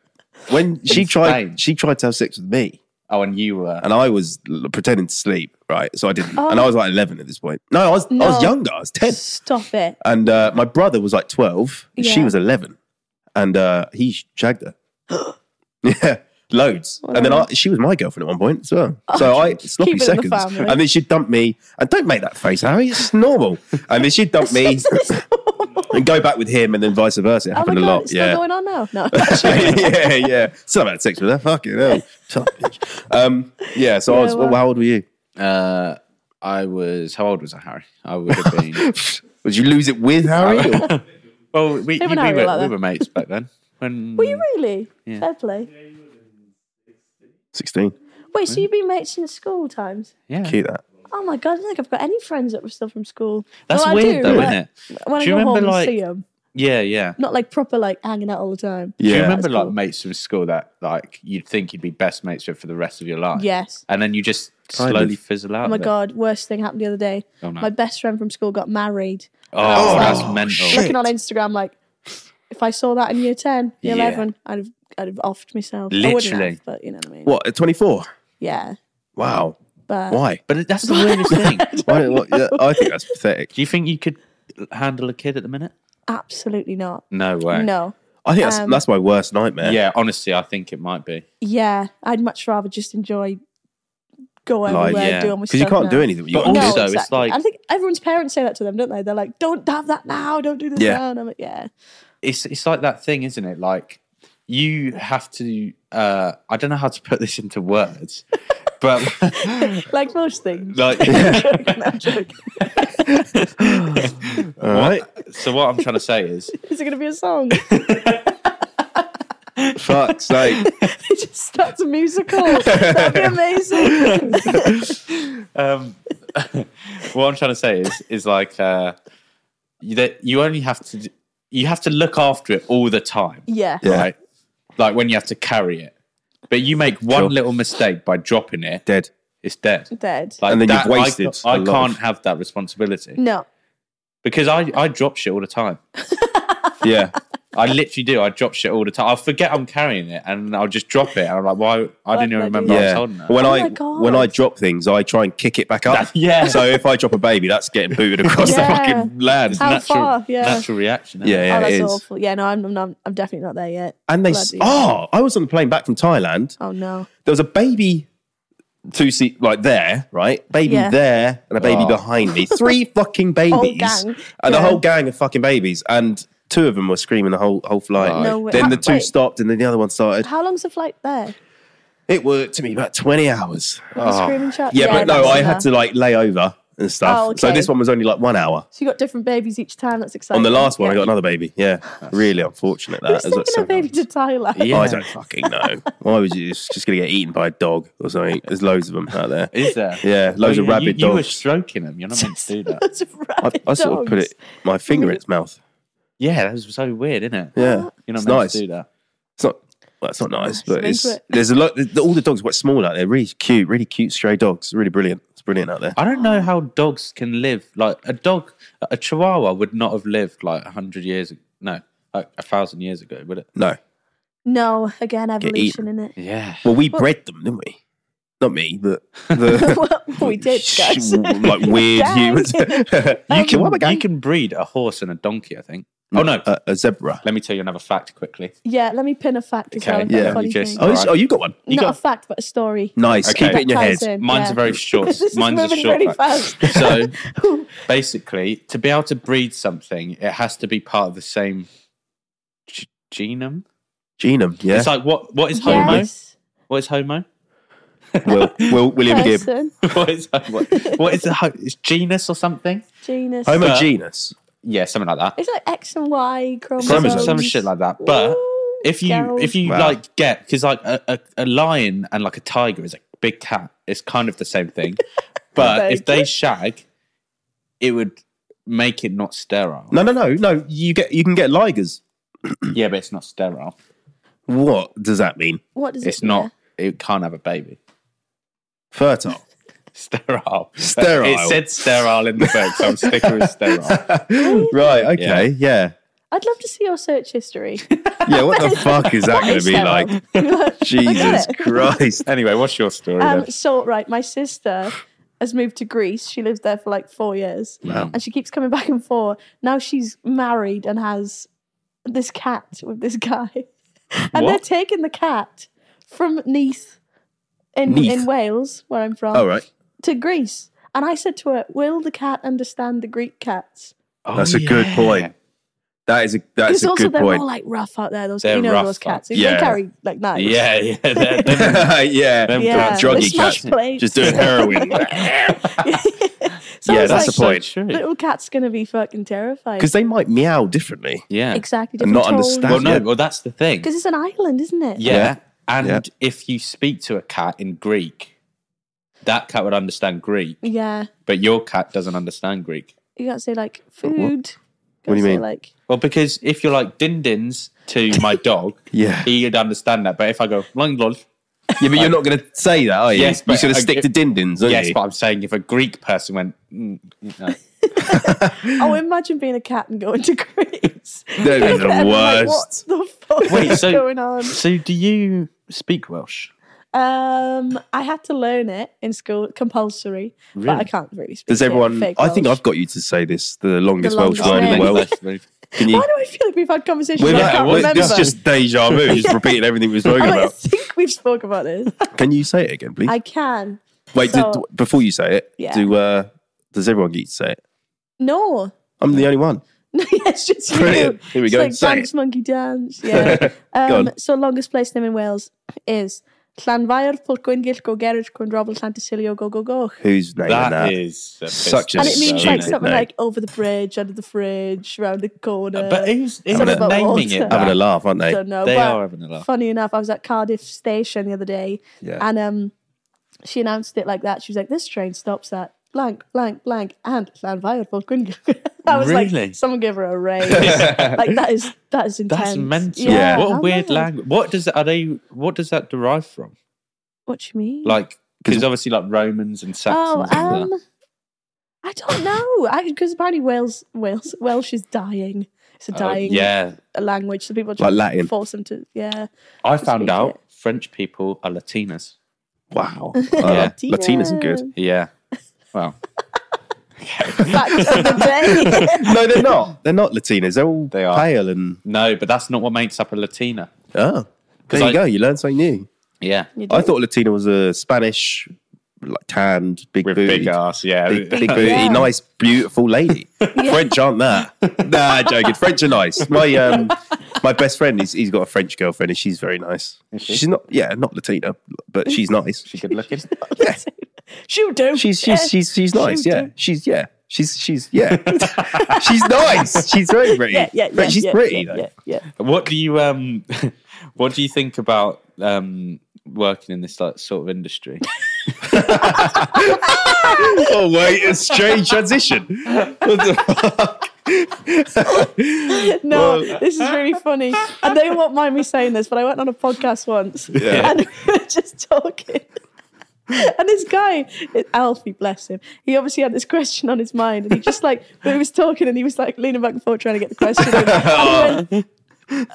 [SPEAKER 1] When she
[SPEAKER 2] In
[SPEAKER 1] tried,
[SPEAKER 2] Spain.
[SPEAKER 1] she tried to have sex with me,
[SPEAKER 2] Oh, and you were.
[SPEAKER 1] and I was l- pretending to sleep, right? So I didn't, and I
[SPEAKER 3] Oh.
[SPEAKER 1] was like eleven at this point. No, I was, I
[SPEAKER 3] No.
[SPEAKER 1] was younger. I was ten,
[SPEAKER 3] Stop it.
[SPEAKER 1] and uh, my brother was like twelve. She
[SPEAKER 3] Yeah.
[SPEAKER 1] was eleven, and uh, he shagged her. yeah, loads. And then I, she was my girlfriend at one point as well. So I sloppy
[SPEAKER 3] Oh, Keep it in the
[SPEAKER 1] seconds,
[SPEAKER 3] family.
[SPEAKER 1] and then she dumped me. And don't make that face, Harry. It's normal. and then she dumped me. And go back with him, and then vice versa. It
[SPEAKER 3] Oh my
[SPEAKER 1] happened
[SPEAKER 3] god,
[SPEAKER 1] a lot.
[SPEAKER 3] it's
[SPEAKER 1] yeah,
[SPEAKER 3] still going on now. No.
[SPEAKER 1] yeah, yeah. Still had sex with her. Fucking hell. Shut up, bitch. Um, yeah, so I was,
[SPEAKER 3] Yeah,
[SPEAKER 1] well,
[SPEAKER 3] well-
[SPEAKER 1] how old were you?
[SPEAKER 2] Uh, I was. How old was I, Harry? I would have been.
[SPEAKER 1] Would you lose it with Harry? or-
[SPEAKER 2] well, we, you, we,
[SPEAKER 3] and Harry were
[SPEAKER 2] were,
[SPEAKER 3] like
[SPEAKER 2] we
[SPEAKER 3] that.
[SPEAKER 2] were mates back then. When
[SPEAKER 3] Were you really?
[SPEAKER 2] Yeah.
[SPEAKER 3] Fair play.
[SPEAKER 1] 16.
[SPEAKER 3] Wait, so you've been mates since school times?
[SPEAKER 2] yeah.
[SPEAKER 1] Keep that.
[SPEAKER 3] Oh my god, I don't think I've got any friends that were still from school.
[SPEAKER 2] That's
[SPEAKER 3] Well, I
[SPEAKER 2] weird,
[SPEAKER 3] do,
[SPEAKER 2] though,
[SPEAKER 3] but-
[SPEAKER 2] isn't it?
[SPEAKER 3] When
[SPEAKER 2] Do
[SPEAKER 3] I
[SPEAKER 2] you
[SPEAKER 3] go home
[SPEAKER 2] remember,
[SPEAKER 3] and
[SPEAKER 2] like-
[SPEAKER 3] see them,
[SPEAKER 2] Yeah, yeah.
[SPEAKER 3] not like proper like hanging out all the time.
[SPEAKER 2] Do
[SPEAKER 1] Yeah.
[SPEAKER 2] you remember
[SPEAKER 3] That's
[SPEAKER 2] like
[SPEAKER 3] cool.
[SPEAKER 2] mates from school that like you'd think you'd be best mates with for the rest of your life?
[SPEAKER 3] Yes.
[SPEAKER 2] And then you just
[SPEAKER 1] Kind of.
[SPEAKER 2] slowly fizzle out.
[SPEAKER 3] Oh my
[SPEAKER 2] of it.
[SPEAKER 3] god, worst thing happened the other day.
[SPEAKER 2] Oh, no.
[SPEAKER 3] My best friend from school got married.
[SPEAKER 2] Oh,
[SPEAKER 3] Oh,
[SPEAKER 2] that's
[SPEAKER 1] shit.
[SPEAKER 2] mental.
[SPEAKER 1] Shit.
[SPEAKER 3] Looking on Instagram, like if I saw that in year ten, year
[SPEAKER 2] Yeah.
[SPEAKER 3] eleven, I'd have I'd have offed myself. I wouldn't
[SPEAKER 2] Literally.
[SPEAKER 3] have, but you know what I mean.
[SPEAKER 1] What, at 24?
[SPEAKER 3] Yeah.
[SPEAKER 1] Wow.
[SPEAKER 3] But
[SPEAKER 1] Why?
[SPEAKER 2] But that's the weirdest thing.
[SPEAKER 1] Why what, yeah, I think that's pathetic.
[SPEAKER 2] Do you think you could handle a kid at the minute?
[SPEAKER 3] absolutely not.
[SPEAKER 2] No way.
[SPEAKER 3] No.
[SPEAKER 1] I think that's,
[SPEAKER 3] Um,
[SPEAKER 1] that's my worst nightmare.
[SPEAKER 2] Yeah, honestly, I think it might be.
[SPEAKER 3] Yeah. I'd much rather just enjoy go everywhere,
[SPEAKER 1] Life,
[SPEAKER 2] yeah.
[SPEAKER 3] do all my
[SPEAKER 1] Because
[SPEAKER 3] stuff.
[SPEAKER 1] you can't
[SPEAKER 3] now.
[SPEAKER 1] do anything. You're
[SPEAKER 2] But
[SPEAKER 1] older.
[SPEAKER 3] No,
[SPEAKER 2] Also, it's
[SPEAKER 3] exactly.
[SPEAKER 2] like-
[SPEAKER 3] I think everyone's parents say that to them, don't they? They're like, "Don't have that now. Don't do this
[SPEAKER 1] Yeah.
[SPEAKER 3] now." And I'm like, "Yeah,
[SPEAKER 2] It's it's like that thing, isn't it? Like you have to. Uh, I don't know how to put this into words, but
[SPEAKER 3] like most things."
[SPEAKER 2] like.
[SPEAKER 3] I'm joking.
[SPEAKER 1] All right.
[SPEAKER 2] So what I'm trying to say is,
[SPEAKER 3] Is it going to be a song?
[SPEAKER 1] Fuck's sake.
[SPEAKER 3] it just starts a musical. That'd be amazing.
[SPEAKER 2] um, what I'm trying to say is, is like uh, you- that you only have to d- you have to look after it all the time,
[SPEAKER 3] yeah.
[SPEAKER 1] Yeah.
[SPEAKER 2] right? Like when you have to carry it, but you make one
[SPEAKER 1] Sure.
[SPEAKER 2] little mistake by dropping it,
[SPEAKER 1] Dead.
[SPEAKER 2] it's dead.
[SPEAKER 3] Dead.
[SPEAKER 2] Like
[SPEAKER 1] And then you've
[SPEAKER 2] I-
[SPEAKER 1] wasted a
[SPEAKER 2] I,
[SPEAKER 1] lot
[SPEAKER 2] can't
[SPEAKER 1] of-
[SPEAKER 2] have that responsibility
[SPEAKER 3] No.
[SPEAKER 2] because I, I drop shit all the time.
[SPEAKER 1] Yeah.
[SPEAKER 2] I literally do. I drop shit all the time. I forget I'm carrying it and I'll just drop it. And I'm like, why? I didn't
[SPEAKER 3] did I
[SPEAKER 2] even
[SPEAKER 3] do
[SPEAKER 2] remember I
[SPEAKER 3] that?
[SPEAKER 2] was
[SPEAKER 1] Yeah.
[SPEAKER 2] holding that.
[SPEAKER 1] When
[SPEAKER 3] Oh
[SPEAKER 1] I
[SPEAKER 3] my God.
[SPEAKER 1] when I drop things, I try and kick it back up.
[SPEAKER 2] yeah.
[SPEAKER 1] So if I drop a baby, that's getting booted across
[SPEAKER 3] Yeah.
[SPEAKER 1] the fucking land.
[SPEAKER 3] How
[SPEAKER 2] natural,
[SPEAKER 3] far? Yeah.
[SPEAKER 2] natural reaction. isn't
[SPEAKER 1] Yeah,
[SPEAKER 2] it?
[SPEAKER 1] yeah,
[SPEAKER 3] oh,
[SPEAKER 1] it
[SPEAKER 3] that's
[SPEAKER 1] is.
[SPEAKER 3] awful. Yeah. No, I'm, I'm not. I'm definitely not there yet.
[SPEAKER 1] And they s-
[SPEAKER 3] Bloody
[SPEAKER 1] oh, I was on the plane back from Thailand.
[SPEAKER 3] Oh no.
[SPEAKER 1] There was a baby two seat like there, right? Baby
[SPEAKER 3] Yeah.
[SPEAKER 1] there and a baby
[SPEAKER 2] Oh.
[SPEAKER 1] behind me. Three fucking babies.
[SPEAKER 3] gang.
[SPEAKER 1] And the
[SPEAKER 3] Yeah.
[SPEAKER 1] whole gang of fucking babies. And two of them were screaming the whole whole flight.
[SPEAKER 2] Right.
[SPEAKER 3] No way.
[SPEAKER 1] Then the
[SPEAKER 3] Ha-
[SPEAKER 1] two
[SPEAKER 3] wait.
[SPEAKER 1] stopped and then the other one started.
[SPEAKER 3] How long's the flight there?
[SPEAKER 1] It worked to me about 20 hours.
[SPEAKER 3] With the screaming child?
[SPEAKER 1] Ah. Yeah, but no,
[SPEAKER 3] that's
[SPEAKER 1] I
[SPEAKER 3] enough.
[SPEAKER 1] had to like lay over and stuff.
[SPEAKER 3] Oh,
[SPEAKER 1] So
[SPEAKER 3] okay.
[SPEAKER 1] this one was only like one hour.
[SPEAKER 3] So you got different babies each time. That's exciting.
[SPEAKER 1] On the last one, I
[SPEAKER 3] Yeah.
[SPEAKER 1] got another baby. Yeah. Really unfortunate that. It was,
[SPEAKER 3] Who's
[SPEAKER 1] like,
[SPEAKER 3] taking a
[SPEAKER 1] seven
[SPEAKER 3] baby to Thailand?
[SPEAKER 2] Yeah.
[SPEAKER 1] I don't fucking know. Why would you? It's just going to get eaten by a dog or something. There's loads of them out there.
[SPEAKER 2] Is there?
[SPEAKER 1] Yeah, loads of
[SPEAKER 2] Oh, yeah,
[SPEAKER 1] rabid
[SPEAKER 2] you, you were
[SPEAKER 1] dogs.
[SPEAKER 2] stroking them. You're not meant to do that.
[SPEAKER 3] Loads of
[SPEAKER 1] I,
[SPEAKER 3] rabid
[SPEAKER 1] I sort of put
[SPEAKER 3] dogs.
[SPEAKER 1] it my finger in its mouth.
[SPEAKER 2] Yeah, that was so weird, isn't it?
[SPEAKER 1] Yeah,
[SPEAKER 2] You're not
[SPEAKER 1] it's
[SPEAKER 2] meant
[SPEAKER 1] nice.
[SPEAKER 2] to do that.
[SPEAKER 1] It's not. Well, it's not nice, but
[SPEAKER 3] I'm
[SPEAKER 1] it's
[SPEAKER 3] into it.
[SPEAKER 1] there's a lot. the- All the dogs are quite small out there. Really cute, really cute stray dogs. Really brilliant. It's brilliant out there.
[SPEAKER 2] I don't know how dogs can live. Like a dog, a chihuahua would not have lived like 100 years, no, like a thousand years ago, would it?
[SPEAKER 1] No.
[SPEAKER 3] No, again,
[SPEAKER 1] eaten.
[SPEAKER 3] evolution in it.
[SPEAKER 2] Yeah.
[SPEAKER 1] Well, we bred them, didn't we? Not me, but the
[SPEAKER 3] well, we did, guys.
[SPEAKER 1] like weird
[SPEAKER 3] Dang.
[SPEAKER 1] humans. you can,
[SPEAKER 3] Um,
[SPEAKER 1] Mm. what am I going-
[SPEAKER 2] you can breed a horse and a donkey, I think. Oh, no.
[SPEAKER 1] a, a zebra.
[SPEAKER 2] Let me tell you another fact quickly.
[SPEAKER 3] yeah, let me pin a fact as
[SPEAKER 2] Okay,
[SPEAKER 3] well. I've got
[SPEAKER 1] yeah.
[SPEAKER 3] a funny
[SPEAKER 2] You just-
[SPEAKER 3] thing.
[SPEAKER 1] Oh, it's-
[SPEAKER 2] Alright.
[SPEAKER 1] oh, you got one.
[SPEAKER 2] you
[SPEAKER 3] Not
[SPEAKER 2] got-
[SPEAKER 3] a fact, but a story.
[SPEAKER 1] Nice.
[SPEAKER 2] Okay.
[SPEAKER 1] Keep it in your
[SPEAKER 3] That
[SPEAKER 1] head.
[SPEAKER 3] ties in,
[SPEAKER 2] Mine's
[SPEAKER 3] yeah.
[SPEAKER 2] a very short.
[SPEAKER 3] this is
[SPEAKER 2] mine's a
[SPEAKER 3] moving
[SPEAKER 2] short.
[SPEAKER 3] really
[SPEAKER 2] fact.
[SPEAKER 3] fast.
[SPEAKER 2] So basically, to be able to breed something, it has to be part of the same g- genome.
[SPEAKER 1] Genome. Yeah.
[SPEAKER 2] It's like what? What is homo?
[SPEAKER 3] yes.
[SPEAKER 2] What is homo?
[SPEAKER 1] Will, Will, William Gibb.
[SPEAKER 3] Person,
[SPEAKER 2] what is homo? What is a ho- is genus or something?
[SPEAKER 3] genus.
[SPEAKER 1] Homo
[SPEAKER 2] But-
[SPEAKER 1] genus.
[SPEAKER 2] Yeah, something like that.
[SPEAKER 3] It's like X and Y
[SPEAKER 1] Chromosomes.
[SPEAKER 3] chromosomes.
[SPEAKER 2] Some shit like that. But
[SPEAKER 3] Ooh,
[SPEAKER 2] if you
[SPEAKER 3] girl.
[SPEAKER 2] if you
[SPEAKER 1] Wow.
[SPEAKER 2] like get because like a, a, a lion and like a tiger is a big cat. It's kind of the same thing, but
[SPEAKER 3] Very
[SPEAKER 2] if they shag, it would make it not sterile.
[SPEAKER 1] No, no, no, no. You get you can get ligers.
[SPEAKER 2] Yeah, but it's not sterile.
[SPEAKER 1] What does that mean?
[SPEAKER 3] what does it
[SPEAKER 2] It's not. It can't have a baby.
[SPEAKER 1] Fertile.
[SPEAKER 2] Sterile.
[SPEAKER 1] Sterile.
[SPEAKER 2] It said sterile in the book, so I'm sticking with sterile.
[SPEAKER 1] right. Okay. Yeah.
[SPEAKER 3] I'd love to see your search history.
[SPEAKER 1] Yeah, what the fuck is that going to be
[SPEAKER 3] Cheryl.
[SPEAKER 1] like?
[SPEAKER 3] Jesus
[SPEAKER 1] Jesus
[SPEAKER 3] it.
[SPEAKER 1] Christ.
[SPEAKER 2] Anyway, what's your story
[SPEAKER 3] Um,
[SPEAKER 2] then?
[SPEAKER 3] so right, my sister has moved to Greece. She lived there for like four years,
[SPEAKER 2] Wow.
[SPEAKER 3] and she keeps coming back and forth. Now she's married and has this cat with this guy, and they're
[SPEAKER 2] What?
[SPEAKER 3] taking the cat from Neath in
[SPEAKER 1] Neath?
[SPEAKER 3] in Wales, where I'm from,
[SPEAKER 1] All right.
[SPEAKER 3] to Greece. And I said to her, "Will the cat understand the Greek cats?"
[SPEAKER 2] Oh,
[SPEAKER 1] That's a good point. That is a that's
[SPEAKER 3] Because
[SPEAKER 1] a
[SPEAKER 3] also
[SPEAKER 1] good
[SPEAKER 3] they're more
[SPEAKER 1] point. uh,
[SPEAKER 3] like rough out there. Those
[SPEAKER 2] They're
[SPEAKER 3] you know
[SPEAKER 2] rough
[SPEAKER 3] those
[SPEAKER 2] out-
[SPEAKER 3] cats. They
[SPEAKER 1] Yeah.
[SPEAKER 3] carry like knives.
[SPEAKER 2] Yeah, yeah. they're- they're-
[SPEAKER 1] yeah.
[SPEAKER 2] them
[SPEAKER 3] yeah.
[SPEAKER 2] cats-
[SPEAKER 1] druggy
[SPEAKER 3] they smash
[SPEAKER 1] cats.
[SPEAKER 3] plates.
[SPEAKER 1] Just doing heroin.
[SPEAKER 3] So I
[SPEAKER 1] Yeah,
[SPEAKER 3] was
[SPEAKER 1] that's
[SPEAKER 3] like,
[SPEAKER 1] the point.
[SPEAKER 2] so true.
[SPEAKER 3] Little cat's gonna be fucking terrified.
[SPEAKER 1] Because they might meow differently.
[SPEAKER 2] Yeah.
[SPEAKER 3] exactly
[SPEAKER 1] And
[SPEAKER 3] different
[SPEAKER 1] not
[SPEAKER 3] tone.
[SPEAKER 1] understand.
[SPEAKER 2] Well, no,
[SPEAKER 1] Yeah.
[SPEAKER 2] well, that's the thing.
[SPEAKER 3] because it's an island, isn't it?
[SPEAKER 2] Yeah.
[SPEAKER 1] Yeah.
[SPEAKER 2] And
[SPEAKER 1] Yeah.
[SPEAKER 2] if you speak to a cat in Greek, that cat would understand Greek,
[SPEAKER 3] yeah.
[SPEAKER 2] but your cat doesn't understand Greek.
[SPEAKER 3] You can't say like food.
[SPEAKER 1] What do you
[SPEAKER 3] Can't say,
[SPEAKER 1] mean?
[SPEAKER 3] Like
[SPEAKER 2] Well, because if you're like din dins to my dog,
[SPEAKER 1] Yeah.
[SPEAKER 2] he'd understand that. But if I go long lol,
[SPEAKER 1] Yeah, but you're not going to say that, are you?
[SPEAKER 2] Yes,
[SPEAKER 1] you're
[SPEAKER 2] but
[SPEAKER 1] going to
[SPEAKER 2] I-
[SPEAKER 1] stick to dindins, aren't
[SPEAKER 2] yes,
[SPEAKER 1] you?
[SPEAKER 2] but I'm saying if a Greek person went, mm, you know,
[SPEAKER 3] oh, imagine being a cat and going to Greece.
[SPEAKER 1] That'd be the
[SPEAKER 3] And like,
[SPEAKER 1] worst.
[SPEAKER 3] what the fuck
[SPEAKER 2] Wait,
[SPEAKER 3] is
[SPEAKER 2] so-
[SPEAKER 3] going on?
[SPEAKER 2] so do you speak Welsh?
[SPEAKER 3] Um, I had to learn it in school, compulsory, but I can't really speak.
[SPEAKER 1] Does
[SPEAKER 3] it,
[SPEAKER 1] everyone?
[SPEAKER 3] fake
[SPEAKER 1] I think
[SPEAKER 3] Welsh.
[SPEAKER 1] I've got you to say this: the longest
[SPEAKER 3] The
[SPEAKER 1] Welsh
[SPEAKER 3] longest
[SPEAKER 1] word in the
[SPEAKER 3] name.
[SPEAKER 1] world. Can you?
[SPEAKER 3] Why do I feel like we've had conversations?
[SPEAKER 1] We've
[SPEAKER 3] I
[SPEAKER 1] had-
[SPEAKER 3] can't
[SPEAKER 1] we-
[SPEAKER 3] remember.
[SPEAKER 1] this is just deja vu, just repeating everything we've
[SPEAKER 3] I
[SPEAKER 1] spoken
[SPEAKER 3] don't
[SPEAKER 1] about.
[SPEAKER 3] think we've spoken about this.
[SPEAKER 1] Can you say it again, please?
[SPEAKER 3] I can.
[SPEAKER 1] Wait,
[SPEAKER 3] so-
[SPEAKER 1] d- d- before you say it,
[SPEAKER 3] Yeah.
[SPEAKER 1] do uh, does everyone get you to say it?
[SPEAKER 3] No.
[SPEAKER 1] I'm the only one.
[SPEAKER 3] No, yeah, it's just you.
[SPEAKER 1] Brilliant. Here we
[SPEAKER 3] It's
[SPEAKER 1] go.
[SPEAKER 3] like
[SPEAKER 1] Say
[SPEAKER 3] dance, monkey dance. Yeah.
[SPEAKER 1] Go
[SPEAKER 3] um,
[SPEAKER 1] on.
[SPEAKER 3] so longest place name in Wales is Llanfair, Pwllgwyngell, Gogerich, Cwndrobl, Llantysilio, Go Go Go.
[SPEAKER 1] Who's naming that?
[SPEAKER 2] That is a
[SPEAKER 1] Such
[SPEAKER 2] piss
[SPEAKER 1] a
[SPEAKER 3] And
[SPEAKER 2] take,
[SPEAKER 3] it means
[SPEAKER 2] though,
[SPEAKER 3] like
[SPEAKER 1] Stupid
[SPEAKER 2] isn't
[SPEAKER 3] something
[SPEAKER 1] name.
[SPEAKER 3] like over the bridge, under the fridge, round the corner.
[SPEAKER 2] But who's, who's
[SPEAKER 1] Something
[SPEAKER 3] about
[SPEAKER 2] naming
[SPEAKER 3] water.
[SPEAKER 2] it?
[SPEAKER 1] Having a
[SPEAKER 2] That?
[SPEAKER 1] laugh, aren't
[SPEAKER 3] I
[SPEAKER 1] they?
[SPEAKER 3] don't know.
[SPEAKER 2] They
[SPEAKER 3] but
[SPEAKER 2] are having a laugh.
[SPEAKER 3] Funny enough, I was at Cardiff station the other day,
[SPEAKER 1] Yeah.
[SPEAKER 3] and um, she announced it like that. She was like, "This train stops at blank, blank, blank, and Llanfair, Pwllgwyngell." I was
[SPEAKER 2] Really?
[SPEAKER 3] like, "Someone give her a raise." like that is that is intense.
[SPEAKER 2] That's mental.
[SPEAKER 1] Yeah.
[SPEAKER 2] What a
[SPEAKER 3] how
[SPEAKER 2] weird
[SPEAKER 3] mad.
[SPEAKER 2] language. What does are they? What does that derive from?
[SPEAKER 3] What do you mean?
[SPEAKER 2] Like, because obviously, like Romans and
[SPEAKER 3] oh,
[SPEAKER 2] Saxons. and
[SPEAKER 3] um, I don't know. Because apparently Wales, Wales, Welsh is dying. It's a
[SPEAKER 2] that.
[SPEAKER 3] dying
[SPEAKER 2] Oh, yeah,
[SPEAKER 3] language, so people are trying
[SPEAKER 1] Latin.
[SPEAKER 3] to force them to. Yeah,
[SPEAKER 2] I found
[SPEAKER 3] Speak
[SPEAKER 2] out
[SPEAKER 3] it.
[SPEAKER 2] French people are Latinas.
[SPEAKER 1] Wow.
[SPEAKER 2] Yeah.
[SPEAKER 1] Uh, Latinas are good.
[SPEAKER 2] Yeah. Well,
[SPEAKER 3] Fact of the day.
[SPEAKER 1] No, they're not. They're not Latinas. They're all
[SPEAKER 2] They are.
[SPEAKER 1] pale and
[SPEAKER 2] no, but that's not what makes up a Latina.
[SPEAKER 1] oh. There
[SPEAKER 2] 'Cause
[SPEAKER 1] you go.
[SPEAKER 2] I-
[SPEAKER 1] You learn something new.
[SPEAKER 2] Yeah.
[SPEAKER 3] You
[SPEAKER 1] I
[SPEAKER 3] do.
[SPEAKER 1] thought Latina was a Spanish, like tanned, big
[SPEAKER 2] With
[SPEAKER 1] booty,
[SPEAKER 2] big ass, yeah.
[SPEAKER 1] big, big booty,
[SPEAKER 3] Yeah.
[SPEAKER 1] nice, beautiful lady. French aren't that? Nah, joking. French are nice. My um, my best friend, he's, he's got a French girlfriend, and she's very nice.
[SPEAKER 2] she?
[SPEAKER 1] She's not, yeah, not Latina, but she's nice.
[SPEAKER 2] She good looking.
[SPEAKER 3] Shoot, do.
[SPEAKER 1] She's
[SPEAKER 3] Yeah.
[SPEAKER 1] she's she's she's nice.
[SPEAKER 3] She
[SPEAKER 1] Yeah,
[SPEAKER 3] do.
[SPEAKER 1] she's yeah. She's she's yeah. she's nice. She's very pretty.
[SPEAKER 3] yeah, yeah,
[SPEAKER 1] But
[SPEAKER 3] yeah,
[SPEAKER 1] she's
[SPEAKER 3] yeah,
[SPEAKER 1] pretty
[SPEAKER 3] yeah,
[SPEAKER 1] though.
[SPEAKER 3] yeah, yeah.
[SPEAKER 2] what do you um what do you think about um working in this like sort of industry?
[SPEAKER 1] oh wait, it's strange transition. What the fuck?
[SPEAKER 3] No, this is really funny. And they won't mind me saying this, but I went on a podcast once
[SPEAKER 1] Yeah.
[SPEAKER 3] and we were just talking. And this guy, Alfie, bless him, he obviously had this question on his mind, and he just like, but he was talking, and he was like leaning back and forth trying to get the question. In. And he went,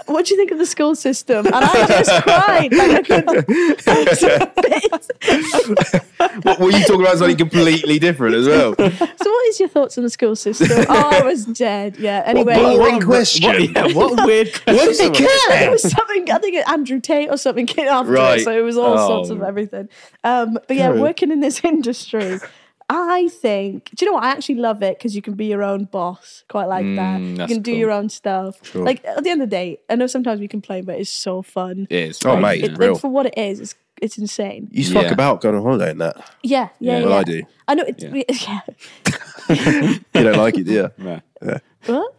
[SPEAKER 3] what do you think of the school system? And I just cried. Like I couldn't. I was a bit-
[SPEAKER 1] What were you talking about? Something completely different as well.
[SPEAKER 3] so, what is your thoughts on the school system? Oh, I was dead. Yeah. Anyway,
[SPEAKER 1] boring question.
[SPEAKER 2] What, yeah, what a weird
[SPEAKER 1] What
[SPEAKER 2] question.
[SPEAKER 1] does it
[SPEAKER 3] It
[SPEAKER 1] care?
[SPEAKER 3] was something. I think it- Andrew Tate or something came after
[SPEAKER 1] Right.
[SPEAKER 3] it, so it was all sorts
[SPEAKER 2] Oh.
[SPEAKER 3] of everything. Um, but yeah,
[SPEAKER 1] Good.
[SPEAKER 3] working in this industry, I think. Do you know what? I actually love it because you can be your own boss. Quite like that.
[SPEAKER 2] Mm,
[SPEAKER 3] You
[SPEAKER 2] that's
[SPEAKER 3] can do
[SPEAKER 2] cool.
[SPEAKER 3] your own stuff. Like at the end of the day, I know sometimes we complain, but it's so fun.
[SPEAKER 2] It is.
[SPEAKER 1] Oh,
[SPEAKER 2] crazy,
[SPEAKER 1] mate,
[SPEAKER 2] isn't
[SPEAKER 1] it's
[SPEAKER 2] it?
[SPEAKER 1] real.
[SPEAKER 3] Like for what it is, it's it's insane.
[SPEAKER 1] You
[SPEAKER 2] Yeah.
[SPEAKER 1] fuck about going on holiday and that.
[SPEAKER 3] Yeah, yeah, yeah.
[SPEAKER 1] Well, I do.
[SPEAKER 3] I know. It,
[SPEAKER 2] Yeah.
[SPEAKER 3] yeah.
[SPEAKER 1] You don't like it, do you?
[SPEAKER 2] No.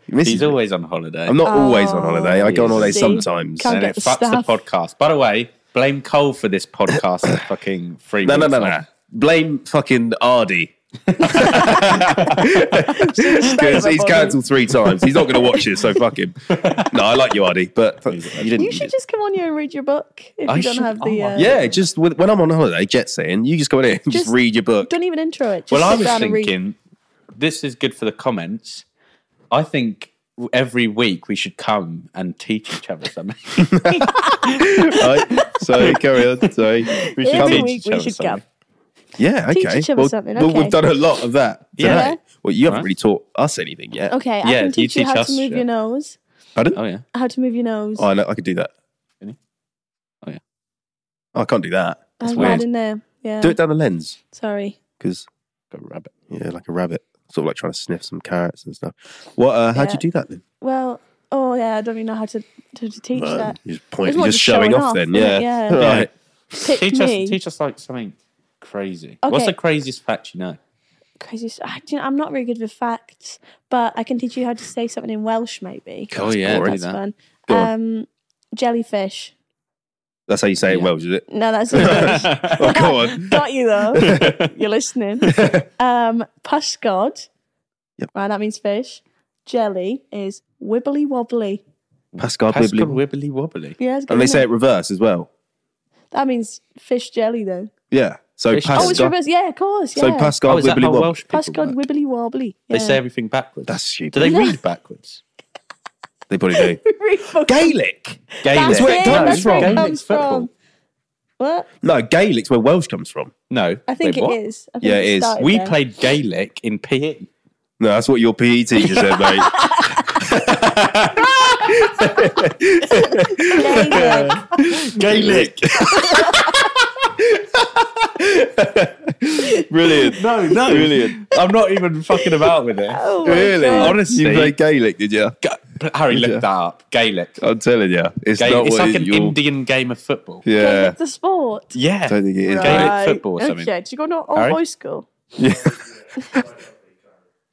[SPEAKER 1] You miss
[SPEAKER 2] He's
[SPEAKER 1] it.
[SPEAKER 2] always on holiday.
[SPEAKER 1] I'm not always on
[SPEAKER 3] Oh,
[SPEAKER 1] holiday. I go on
[SPEAKER 2] yes.
[SPEAKER 1] holiday
[SPEAKER 3] See?
[SPEAKER 1] sometimes.
[SPEAKER 3] Can't
[SPEAKER 2] and
[SPEAKER 3] get
[SPEAKER 2] it
[SPEAKER 3] the
[SPEAKER 2] fucks
[SPEAKER 3] staff.
[SPEAKER 2] the podcast. By the way, blame Cole for this podcast. and fucking free.
[SPEAKER 1] No, no, no, no. Blame fucking Ardy. Because he's cancelled three times. He's not going to watch it, so fuck him. No, I like you, Ardy, but you didn't.
[SPEAKER 3] You should just come on here and read your book if
[SPEAKER 2] I
[SPEAKER 3] you don't
[SPEAKER 2] should-
[SPEAKER 3] have the.
[SPEAKER 2] oh, I-
[SPEAKER 3] uh,
[SPEAKER 1] yeah, just with, when I'm on holiday, jet setting, you just go in here and just,
[SPEAKER 3] Just-
[SPEAKER 1] read your book.
[SPEAKER 3] Don't even intro it. Just
[SPEAKER 2] Well, I
[SPEAKER 3] sit
[SPEAKER 2] was
[SPEAKER 3] down and read.
[SPEAKER 2] thinking this is good for the comments. I think every week we should come and teach each other something.
[SPEAKER 1] Right? Sorry, carry on. Sorry. We
[SPEAKER 2] should
[SPEAKER 3] Every
[SPEAKER 2] come.
[SPEAKER 3] week
[SPEAKER 2] Each
[SPEAKER 3] we
[SPEAKER 2] other
[SPEAKER 3] should go.
[SPEAKER 2] something.
[SPEAKER 1] Yeah,
[SPEAKER 3] Teach
[SPEAKER 1] okay.
[SPEAKER 3] each other something,
[SPEAKER 1] well,
[SPEAKER 3] okay.
[SPEAKER 1] we've done a lot of that today.
[SPEAKER 2] Yeah.
[SPEAKER 3] Yeah.
[SPEAKER 1] Well, you haven't
[SPEAKER 2] Right.
[SPEAKER 1] really taught us anything yet.
[SPEAKER 3] Okay, I
[SPEAKER 2] Yeah,
[SPEAKER 3] can
[SPEAKER 2] you
[SPEAKER 3] teach you,
[SPEAKER 2] teach
[SPEAKER 3] how
[SPEAKER 2] us
[SPEAKER 3] to move
[SPEAKER 2] shit.
[SPEAKER 3] your nose.
[SPEAKER 1] Pardon?
[SPEAKER 2] Oh yeah.
[SPEAKER 3] How to move your nose.
[SPEAKER 1] Oh, I, know, I could do that.
[SPEAKER 2] Really? Oh, yeah.
[SPEAKER 1] Oh, I can't do that.
[SPEAKER 3] That's
[SPEAKER 2] weird.
[SPEAKER 3] in there. Yeah.
[SPEAKER 1] Do it down the lens
[SPEAKER 3] Sorry.
[SPEAKER 1] because
[SPEAKER 2] Got a rabbit.
[SPEAKER 1] yeah, like a rabbit, sort of like trying to sniff some carrots and stuff. What? Uh, how'd
[SPEAKER 3] Yeah.
[SPEAKER 1] you do that then?
[SPEAKER 3] Well, oh yeah, I don't even know how to to, to teach
[SPEAKER 1] Uh,
[SPEAKER 3] that.
[SPEAKER 1] you just point,
[SPEAKER 3] It's
[SPEAKER 1] you're
[SPEAKER 3] more
[SPEAKER 1] just
[SPEAKER 3] just
[SPEAKER 1] showing
[SPEAKER 3] showing
[SPEAKER 1] off,
[SPEAKER 3] off,
[SPEAKER 1] then.
[SPEAKER 3] isn't
[SPEAKER 1] Yeah.
[SPEAKER 3] it? Yeah.
[SPEAKER 1] Right.
[SPEAKER 3] Pick
[SPEAKER 2] teach
[SPEAKER 3] me.
[SPEAKER 2] us teach us like something crazy.
[SPEAKER 3] Okay.
[SPEAKER 2] What's the craziest fact you know?
[SPEAKER 3] Crazy. s- I, do you know, I'm not very good with facts, but I can teach you how to say something in Welsh, maybe.
[SPEAKER 2] Oh yeah,
[SPEAKER 1] boring.
[SPEAKER 2] do
[SPEAKER 3] That's
[SPEAKER 2] that.
[SPEAKER 3] fun.
[SPEAKER 1] Go
[SPEAKER 3] Um, jellyfish.
[SPEAKER 1] That's how you say it
[SPEAKER 2] Yeah.
[SPEAKER 1] well, is it?
[SPEAKER 3] No, that's English.
[SPEAKER 1] Oh, go on.
[SPEAKER 3] Got you though. You're listening. Um, Pascod.
[SPEAKER 1] Yep.
[SPEAKER 3] Right, that means fish. Jelly is wibbly wobbly.
[SPEAKER 1] Pascal
[SPEAKER 2] Pascal
[SPEAKER 1] Bibley.
[SPEAKER 2] wibbly wobbly.
[SPEAKER 3] Yeah, it's good,
[SPEAKER 1] And they
[SPEAKER 3] isn't
[SPEAKER 1] say
[SPEAKER 3] it?
[SPEAKER 1] it reverse as well.
[SPEAKER 3] That means fish jelly then.
[SPEAKER 1] Yeah. So
[SPEAKER 2] Fish-
[SPEAKER 1] Pascal.
[SPEAKER 3] Oh, it's reverse. Yeah, of course. Yeah.
[SPEAKER 1] So Pascal
[SPEAKER 2] Oh, is that
[SPEAKER 1] Wibbly
[SPEAKER 2] how
[SPEAKER 1] Wob-
[SPEAKER 2] Welsh people
[SPEAKER 3] Pascod
[SPEAKER 2] work?
[SPEAKER 3] wibbly wobbly.
[SPEAKER 2] They
[SPEAKER 3] Yeah.
[SPEAKER 2] say everything backwards.
[SPEAKER 1] That's
[SPEAKER 2] do
[SPEAKER 1] stupid.
[SPEAKER 2] they
[SPEAKER 3] No.
[SPEAKER 2] read backwards?
[SPEAKER 1] They probably do. Gaelic.
[SPEAKER 3] That's
[SPEAKER 2] Gaelic.
[SPEAKER 1] where it
[SPEAKER 3] it,
[SPEAKER 1] comes
[SPEAKER 3] that's where
[SPEAKER 1] from.
[SPEAKER 3] it comes
[SPEAKER 2] Gaelic's football.
[SPEAKER 3] from. What?
[SPEAKER 1] No, Gaelic's where Welsh comes from.
[SPEAKER 2] No,
[SPEAKER 3] I think
[SPEAKER 2] Wait,
[SPEAKER 3] it
[SPEAKER 2] what?
[SPEAKER 3] is. I think
[SPEAKER 1] Yeah, it is.
[SPEAKER 3] started
[SPEAKER 2] We
[SPEAKER 3] there.
[SPEAKER 2] played Gaelic in E. PE.
[SPEAKER 1] No, that's what your PE teacher said, mate.
[SPEAKER 3] Gaelic.
[SPEAKER 1] Gaelic. Brilliant.
[SPEAKER 2] No, no,
[SPEAKER 1] Brilliant.
[SPEAKER 2] I'm not even fucking about with it.
[SPEAKER 3] Oh my
[SPEAKER 1] Really?
[SPEAKER 3] God.
[SPEAKER 2] Honestly.
[SPEAKER 1] You played Gaelic, did you?
[SPEAKER 2] Ga- Harry, look
[SPEAKER 1] Yeah.
[SPEAKER 2] that up. Gaelic.
[SPEAKER 1] I'm telling you. It's
[SPEAKER 2] Gaelic.
[SPEAKER 1] not
[SPEAKER 2] It's
[SPEAKER 1] what
[SPEAKER 2] like
[SPEAKER 1] it-
[SPEAKER 2] an
[SPEAKER 1] your-
[SPEAKER 2] Indian game of football. Yeah.
[SPEAKER 1] Yeah.
[SPEAKER 3] Gaelic the sport.
[SPEAKER 1] don't think it is.
[SPEAKER 2] Gaelic
[SPEAKER 3] Right.
[SPEAKER 2] football or something.
[SPEAKER 3] Okay, did you go to old
[SPEAKER 2] Harry?
[SPEAKER 3] boys school?
[SPEAKER 1] Yeah.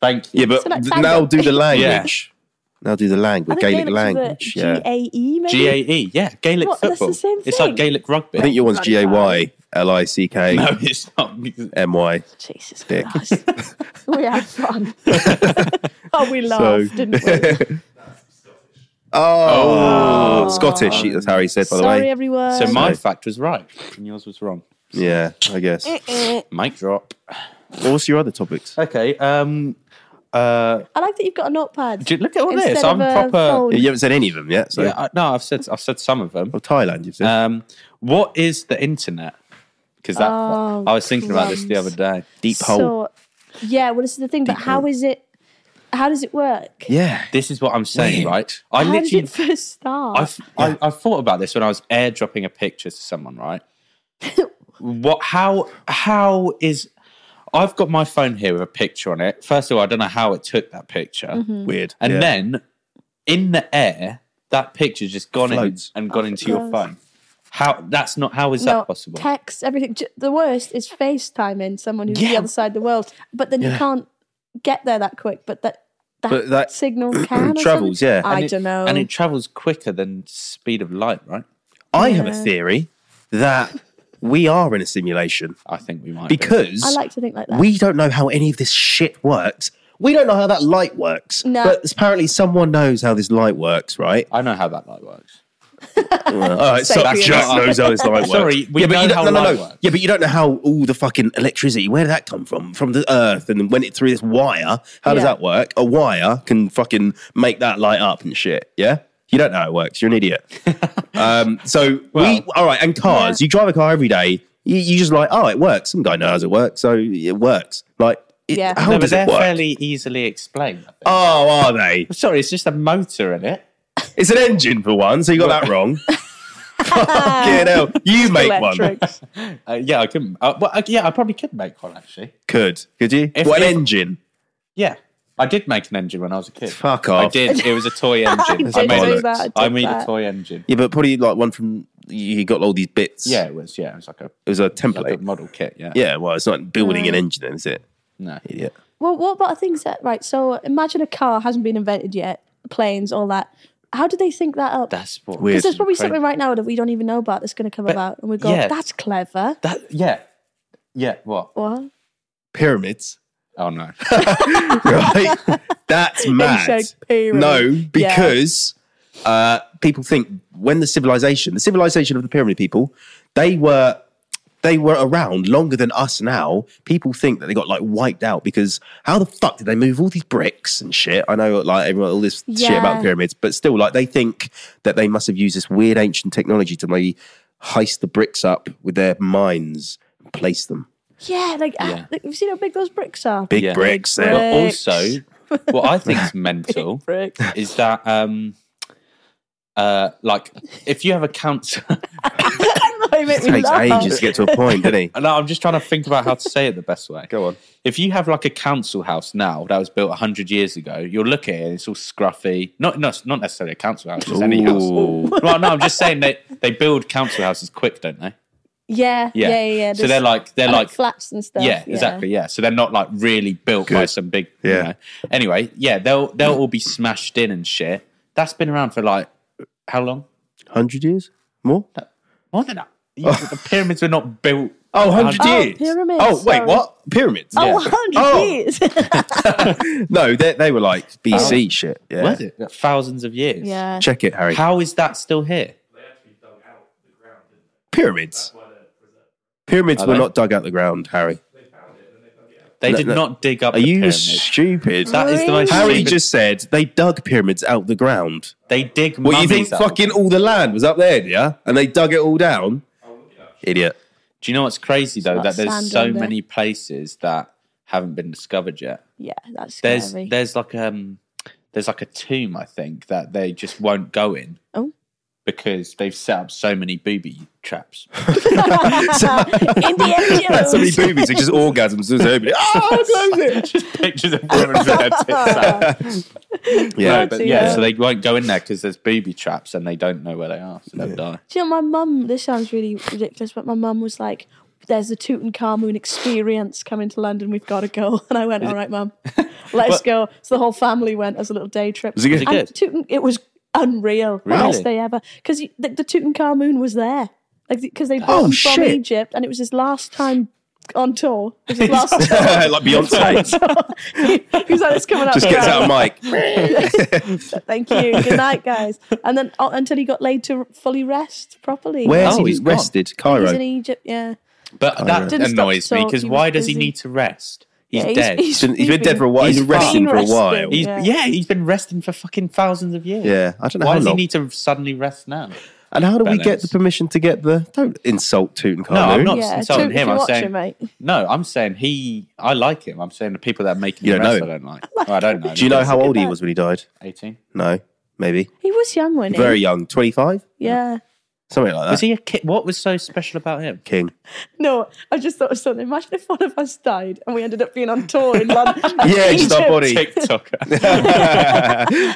[SPEAKER 2] Thank you.
[SPEAKER 1] Yeah, but
[SPEAKER 3] So like
[SPEAKER 1] th-
[SPEAKER 3] tango.
[SPEAKER 1] now do the language.
[SPEAKER 2] Yeah.
[SPEAKER 1] Now do the language, Gaelic
[SPEAKER 3] Gaelic's
[SPEAKER 1] language.
[SPEAKER 3] with a
[SPEAKER 1] Yeah. E.
[SPEAKER 3] GAE, maybe?
[SPEAKER 2] GAE. E. Yeah, Gaelic
[SPEAKER 3] What? That's the
[SPEAKER 2] football.
[SPEAKER 3] same
[SPEAKER 2] It's like
[SPEAKER 3] thing.
[SPEAKER 2] Gaelic rugby.
[SPEAKER 1] I think your one's G A Y
[SPEAKER 3] Bloody
[SPEAKER 1] L I C
[SPEAKER 2] no,
[SPEAKER 1] K
[SPEAKER 2] it's not.
[SPEAKER 3] Uh,
[SPEAKER 1] M Y.
[SPEAKER 3] Jesus
[SPEAKER 1] Dick.
[SPEAKER 3] Christ. we had fun. oh, we
[SPEAKER 1] So.
[SPEAKER 3] laughed, didn't we?
[SPEAKER 1] Oh, Scottish, as Harry said, by the
[SPEAKER 3] Sorry,
[SPEAKER 1] way.
[SPEAKER 3] everyone.
[SPEAKER 2] So my
[SPEAKER 1] Sorry.
[SPEAKER 2] fact was right, and yours was wrong.
[SPEAKER 1] Yeah, I guess.
[SPEAKER 3] Eh,
[SPEAKER 2] Mic drop.
[SPEAKER 1] Well, what's your other
[SPEAKER 3] Oh.
[SPEAKER 1] topics?
[SPEAKER 2] Okay. Um. Uh.
[SPEAKER 3] I like that you've got a notepad.
[SPEAKER 2] do you- look at all
[SPEAKER 3] instead
[SPEAKER 2] this. I'm
[SPEAKER 3] of a
[SPEAKER 2] proper.
[SPEAKER 3] phone.
[SPEAKER 1] You haven't said any of them yet. So,
[SPEAKER 2] Yeah, I, no, I've said I've said some of them.
[SPEAKER 1] oh, Thailand, you've said.
[SPEAKER 2] Um, what is the internet? Because that
[SPEAKER 3] Oh,
[SPEAKER 2] I was thinking about this the other
[SPEAKER 3] crumbs.
[SPEAKER 2] day.
[SPEAKER 1] Deep hole.
[SPEAKER 3] So, yeah, well, this is the thing, but how is it? How does it work?
[SPEAKER 1] Yeah.
[SPEAKER 2] This is what I'm saying,
[SPEAKER 1] Weird.
[SPEAKER 2] right? I
[SPEAKER 3] how did
[SPEAKER 2] literally,
[SPEAKER 3] it first start?
[SPEAKER 2] I, f- I, I thought about this when I was airdropping a picture to someone, right? what? How? How is? I've got my phone here with a picture on it. First of all, I don't know how it took that picture,
[SPEAKER 3] Mm-hmm. Hmm.
[SPEAKER 1] Weird.
[SPEAKER 2] and
[SPEAKER 1] yeah.
[SPEAKER 2] then in the air, that picture's just gone
[SPEAKER 1] Floats.
[SPEAKER 2] in and gone into your
[SPEAKER 3] course.
[SPEAKER 2] phone. How? That's not. How is
[SPEAKER 3] No,
[SPEAKER 2] that possible?
[SPEAKER 3] Text, everything. J- The worst is FaceTiming someone who's the
[SPEAKER 2] Yeah.
[SPEAKER 3] other side of the world, but then you can't get there that quick. But that that,
[SPEAKER 1] But that-
[SPEAKER 3] signal can or
[SPEAKER 1] travels,
[SPEAKER 3] something?
[SPEAKER 1] yeah.
[SPEAKER 3] I
[SPEAKER 2] And it-
[SPEAKER 3] don't know.
[SPEAKER 2] And it travels quicker than speed of light, right?
[SPEAKER 1] I have a theory that we are in a simulation
[SPEAKER 2] I think we might be.
[SPEAKER 1] because
[SPEAKER 3] I like to think like that.
[SPEAKER 1] we don't know how any of this shit works. We don't know how that light works.
[SPEAKER 3] No.
[SPEAKER 1] But apparently someone knows how this light works, right?
[SPEAKER 2] I know how that light works.
[SPEAKER 1] All right, so
[SPEAKER 3] Sacred.
[SPEAKER 1] Jack knows how this light works.
[SPEAKER 2] Sorry, we
[SPEAKER 1] yeah, but
[SPEAKER 2] know
[SPEAKER 1] you don't,
[SPEAKER 2] how
[SPEAKER 1] no, no,
[SPEAKER 2] light
[SPEAKER 1] no.
[SPEAKER 2] works.
[SPEAKER 1] Yeah, but you don't know how all the fucking electricity, where did that come from? From the earth and then went it through this wire. How does
[SPEAKER 3] Yeah.
[SPEAKER 1] that work? A wire can fucking make that light up and shit. Yeah? You don't know how it works. You're an idiot. um, so we, all right, and cars. You drive a car every day. You, you just like, oh, it works. Some guy knows it works. So it works. Like, it,
[SPEAKER 3] Yeah.
[SPEAKER 1] how
[SPEAKER 2] no, but
[SPEAKER 1] does
[SPEAKER 2] they're
[SPEAKER 1] it work?
[SPEAKER 2] fairly easily explained. I think.
[SPEAKER 1] oh, are they?
[SPEAKER 2] Sorry, it's just a motor in it.
[SPEAKER 1] It's an engine for one, so you got that wrong. fucking hell. You make one.
[SPEAKER 3] Electrics.
[SPEAKER 2] Uh, yeah, I couldn't. Uh, well, uh, yeah, I probably could make one actually.
[SPEAKER 1] Could. Could you?
[SPEAKER 2] If-
[SPEAKER 1] what, an
[SPEAKER 2] if-
[SPEAKER 1] engine?
[SPEAKER 2] Yeah, I did make an engine when I was a kid.
[SPEAKER 1] Fuck
[SPEAKER 2] I
[SPEAKER 1] off.
[SPEAKER 2] did. It was a toy engine.
[SPEAKER 3] I,
[SPEAKER 2] I
[SPEAKER 3] did
[SPEAKER 2] made,
[SPEAKER 3] do
[SPEAKER 1] bollocks.
[SPEAKER 2] a,
[SPEAKER 3] that, I
[SPEAKER 2] I
[SPEAKER 3] did
[SPEAKER 2] made a
[SPEAKER 3] that.
[SPEAKER 2] toy engine.
[SPEAKER 1] Yeah, but probably like one from you got all these bits.
[SPEAKER 2] Yeah, it was. Yeah, it was like a,
[SPEAKER 1] it was a Mm.
[SPEAKER 2] like a
[SPEAKER 1] template.
[SPEAKER 2] model kit. Yeah.
[SPEAKER 1] Yeah, well, it's not building an engine, then, is it?
[SPEAKER 2] No.
[SPEAKER 1] Idiot.
[SPEAKER 3] Well, what about things that right? So imagine a car hasn't been invented yet, planes, all that. How do they think that up?
[SPEAKER 2] That's what.
[SPEAKER 1] Weird.
[SPEAKER 3] Because there's probably
[SPEAKER 2] Crazy.
[SPEAKER 3] something right now that we don't even know about that's going to come about, and we go,
[SPEAKER 2] yeah.
[SPEAKER 3] "That's clever."
[SPEAKER 2] That. Yeah. Yeah. What?
[SPEAKER 3] What?
[SPEAKER 1] Pyramids,
[SPEAKER 2] Oh no.
[SPEAKER 1] right? That's mad.
[SPEAKER 3] Shakespeare.
[SPEAKER 1] No,
[SPEAKER 3] Yeah.
[SPEAKER 1] because uh, people think when the civilization, the civilization of the pyramid people, they were they were around longer than us now, people think that they got like wiped out because how the fuck did they move all these bricks and shit? I know like everyone all this shit
[SPEAKER 3] Yeah.
[SPEAKER 1] about pyramids, but still like they think that they must have used this weird ancient technology to maybe heist the bricks up with their minds and place them.
[SPEAKER 3] Yeah, like ah,
[SPEAKER 2] Yeah.
[SPEAKER 3] look, you've seen how big those bricks are.
[SPEAKER 1] Big
[SPEAKER 2] Yeah.
[SPEAKER 1] bricks.
[SPEAKER 3] Big
[SPEAKER 1] they're-
[SPEAKER 2] But
[SPEAKER 3] Bricks.
[SPEAKER 2] also, what I think is mental
[SPEAKER 3] Big bricks.
[SPEAKER 2] is that um uh like if you have a council
[SPEAKER 3] They make me
[SPEAKER 1] takes
[SPEAKER 3] laugh.
[SPEAKER 1] ages to get to a point, doesn't he?
[SPEAKER 2] no, I'm just trying to think about how to say it the best way.
[SPEAKER 1] Go on.
[SPEAKER 2] If you have like a council house now that was built 100 years ago, you'll look at it and it's all scruffy. Not no, it's not necessarily a council house, just any house.
[SPEAKER 1] Ooh.
[SPEAKER 2] Well, no, I'm just saying they, they build council houses quick, don't they?
[SPEAKER 3] Yeah, yeah, yeah. yeah.
[SPEAKER 2] So they're
[SPEAKER 3] There's-
[SPEAKER 2] like they're
[SPEAKER 3] I
[SPEAKER 2] like,
[SPEAKER 3] flats and stuff.
[SPEAKER 2] yeah, exactly, yeah. So they're not like really built by
[SPEAKER 1] Good.
[SPEAKER 2] some big.
[SPEAKER 1] Yeah.
[SPEAKER 2] You know. Anyway, yeah, they'll they'll all be smashed in and shit. That's been around for like how long?
[SPEAKER 1] Hundred years? More?
[SPEAKER 2] More than that. You- the pyramids were not built.
[SPEAKER 1] Oh, 100
[SPEAKER 3] Oh,
[SPEAKER 1] years.
[SPEAKER 3] pyramids,
[SPEAKER 1] Oh, wait,
[SPEAKER 3] sorry.
[SPEAKER 1] what? Pyramids.
[SPEAKER 3] Oh,
[SPEAKER 2] Yeah.
[SPEAKER 3] 100
[SPEAKER 1] Oh.
[SPEAKER 3] years.
[SPEAKER 1] No, they, they were like BC shit. Yeah.
[SPEAKER 2] Oh. Was it thousands of years?
[SPEAKER 3] yeah.
[SPEAKER 1] Check it, Harry.
[SPEAKER 2] How is that still here?
[SPEAKER 1] Pyramids. Pyramids were
[SPEAKER 2] they?
[SPEAKER 1] not dug out the ground, Harry.
[SPEAKER 2] They
[SPEAKER 1] No,
[SPEAKER 2] did
[SPEAKER 1] no.
[SPEAKER 2] not dig up
[SPEAKER 1] Are
[SPEAKER 2] the
[SPEAKER 1] you
[SPEAKER 2] pyramids.
[SPEAKER 1] stupid?
[SPEAKER 2] That is the most
[SPEAKER 1] Harry
[SPEAKER 2] stupid-
[SPEAKER 1] just said they dug pyramids out the ground.
[SPEAKER 2] they dig.
[SPEAKER 1] What you think?
[SPEAKER 2] mummies up.
[SPEAKER 1] Fucking all the land was up there, yeah, and they dug it all down. Idiot.
[SPEAKER 2] Do you know what's crazy though?
[SPEAKER 3] lot
[SPEAKER 2] That
[SPEAKER 3] of
[SPEAKER 2] there's
[SPEAKER 3] sand
[SPEAKER 2] so
[SPEAKER 3] on there.
[SPEAKER 2] many places that haven't been discovered yet.
[SPEAKER 3] Yeah, that's scary.
[SPEAKER 2] There's there's like um there's like a tomb I think that they just won't go in.
[SPEAKER 3] Oh.
[SPEAKER 2] Because they've set up so many booby traps.
[SPEAKER 3] Indiana Jones.
[SPEAKER 1] So many boobies, it's just orgasms. Just everybody. Ah, close it.
[SPEAKER 2] just pictures of women with their tits out.
[SPEAKER 1] Yeah,
[SPEAKER 3] God,
[SPEAKER 2] But
[SPEAKER 3] see
[SPEAKER 2] yeah,
[SPEAKER 3] that.
[SPEAKER 2] so they won't go in there because there's booby traps and they don't know where they are, so they'll die.
[SPEAKER 3] Do you know, my mum, this sounds really ridiculous, but my mum was like, there's the Tutankhamun experience coming to London. We've got to go. And I went, all right, mum, let's go. So the whole family went as a little day trip.
[SPEAKER 1] Was it good?
[SPEAKER 3] And
[SPEAKER 2] good?
[SPEAKER 3] Tutankh- it was unreal.
[SPEAKER 2] Really?
[SPEAKER 3] Best day ever. Because the, the Tutankhamun was there. Like, because they brought
[SPEAKER 1] Oh,
[SPEAKER 3] him from
[SPEAKER 1] shit.
[SPEAKER 3] Egypt and it was his last time on tour. It was his last time.
[SPEAKER 1] like Beyonce
[SPEAKER 3] he was like, it's coming up.
[SPEAKER 1] just gets out of mic.
[SPEAKER 3] Thank you. Good night, guys. And then uh, until he got laid to fully rest properly.
[SPEAKER 1] Where's
[SPEAKER 2] Oh,
[SPEAKER 1] he
[SPEAKER 2] he's gone.
[SPEAKER 1] rested?
[SPEAKER 3] He's in
[SPEAKER 1] Cairo.
[SPEAKER 3] Egypt, yeah.
[SPEAKER 2] But that
[SPEAKER 3] Didn't stop
[SPEAKER 2] annoys me
[SPEAKER 3] till
[SPEAKER 2] because
[SPEAKER 3] he
[SPEAKER 2] why
[SPEAKER 3] was
[SPEAKER 2] does he
[SPEAKER 3] busy.
[SPEAKER 2] need to rest? He's
[SPEAKER 3] Yeah,
[SPEAKER 2] dead.
[SPEAKER 1] He's been, he's been dead for a while. He's
[SPEAKER 2] He's
[SPEAKER 1] been resting
[SPEAKER 3] fucking
[SPEAKER 1] for a
[SPEAKER 3] resting.
[SPEAKER 1] while.
[SPEAKER 2] He's-
[SPEAKER 3] Yeah.
[SPEAKER 2] yeah. he's been resting for fucking thousands of years.
[SPEAKER 1] Yeah, I don't know
[SPEAKER 2] Why
[SPEAKER 1] how
[SPEAKER 2] does
[SPEAKER 1] long.
[SPEAKER 2] he need to suddenly rest now?
[SPEAKER 1] and how do we get
[SPEAKER 2] balance?
[SPEAKER 1] the permission to get the? Don't insult Tutankhamun.
[SPEAKER 2] No, I'm not
[SPEAKER 3] Yeah,
[SPEAKER 2] insulting
[SPEAKER 3] Tut- if
[SPEAKER 2] him.
[SPEAKER 3] you
[SPEAKER 2] I'm
[SPEAKER 3] watch
[SPEAKER 2] saying
[SPEAKER 3] him, mate.
[SPEAKER 2] no. I'm saying he. I like him. I'm saying the people that make him
[SPEAKER 1] You don't
[SPEAKER 2] rest,
[SPEAKER 1] know
[SPEAKER 2] I don't like. Well, I don't know.
[SPEAKER 1] Do you know how
[SPEAKER 3] Look at
[SPEAKER 1] old he
[SPEAKER 3] that.
[SPEAKER 1] was when he died?
[SPEAKER 2] Eighteen.
[SPEAKER 1] No, maybe
[SPEAKER 3] He was young, wasn't he?
[SPEAKER 1] very young, twenty-five,
[SPEAKER 3] yeah.
[SPEAKER 1] something like that.
[SPEAKER 2] Was he a kid? What was so special about him?
[SPEAKER 1] King.
[SPEAKER 3] No, I just thought of something. Imagine if one of us died and we ended up being on tour in London. and
[SPEAKER 1] Yeah, just our
[SPEAKER 3] Egypt.
[SPEAKER 1] body.
[SPEAKER 2] TikToker.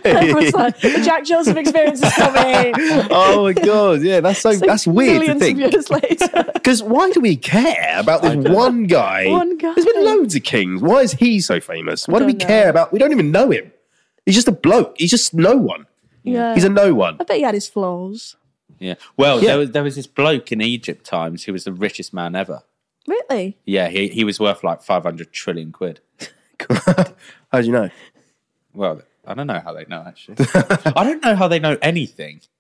[SPEAKER 3] Everyone's like, the Jack Joseph experience is coming.
[SPEAKER 1] oh my god, yeah, that's so
[SPEAKER 3] It's like
[SPEAKER 1] that's weird to
[SPEAKER 3] millions of
[SPEAKER 1] think.
[SPEAKER 3] years later.
[SPEAKER 1] Because why do we care about this one guy?
[SPEAKER 3] One guy.
[SPEAKER 1] There's been loads of kings. Why is he so famous? Why do we
[SPEAKER 3] Don't know.
[SPEAKER 1] care about? We don't even know him. He's just a bloke. He's just no one.
[SPEAKER 3] Yeah.
[SPEAKER 1] He's a no one.
[SPEAKER 3] I bet he had his flaws.
[SPEAKER 2] yeah. Well,
[SPEAKER 1] Yeah.
[SPEAKER 2] There, was, there was this bloke in Egypt times who was the richest man ever.
[SPEAKER 3] Really?
[SPEAKER 2] Yeah, he, he was worth like five hundred trillion quid.
[SPEAKER 1] How do you know?
[SPEAKER 2] Well, I don't know how they know actually. I don't know how they know anything.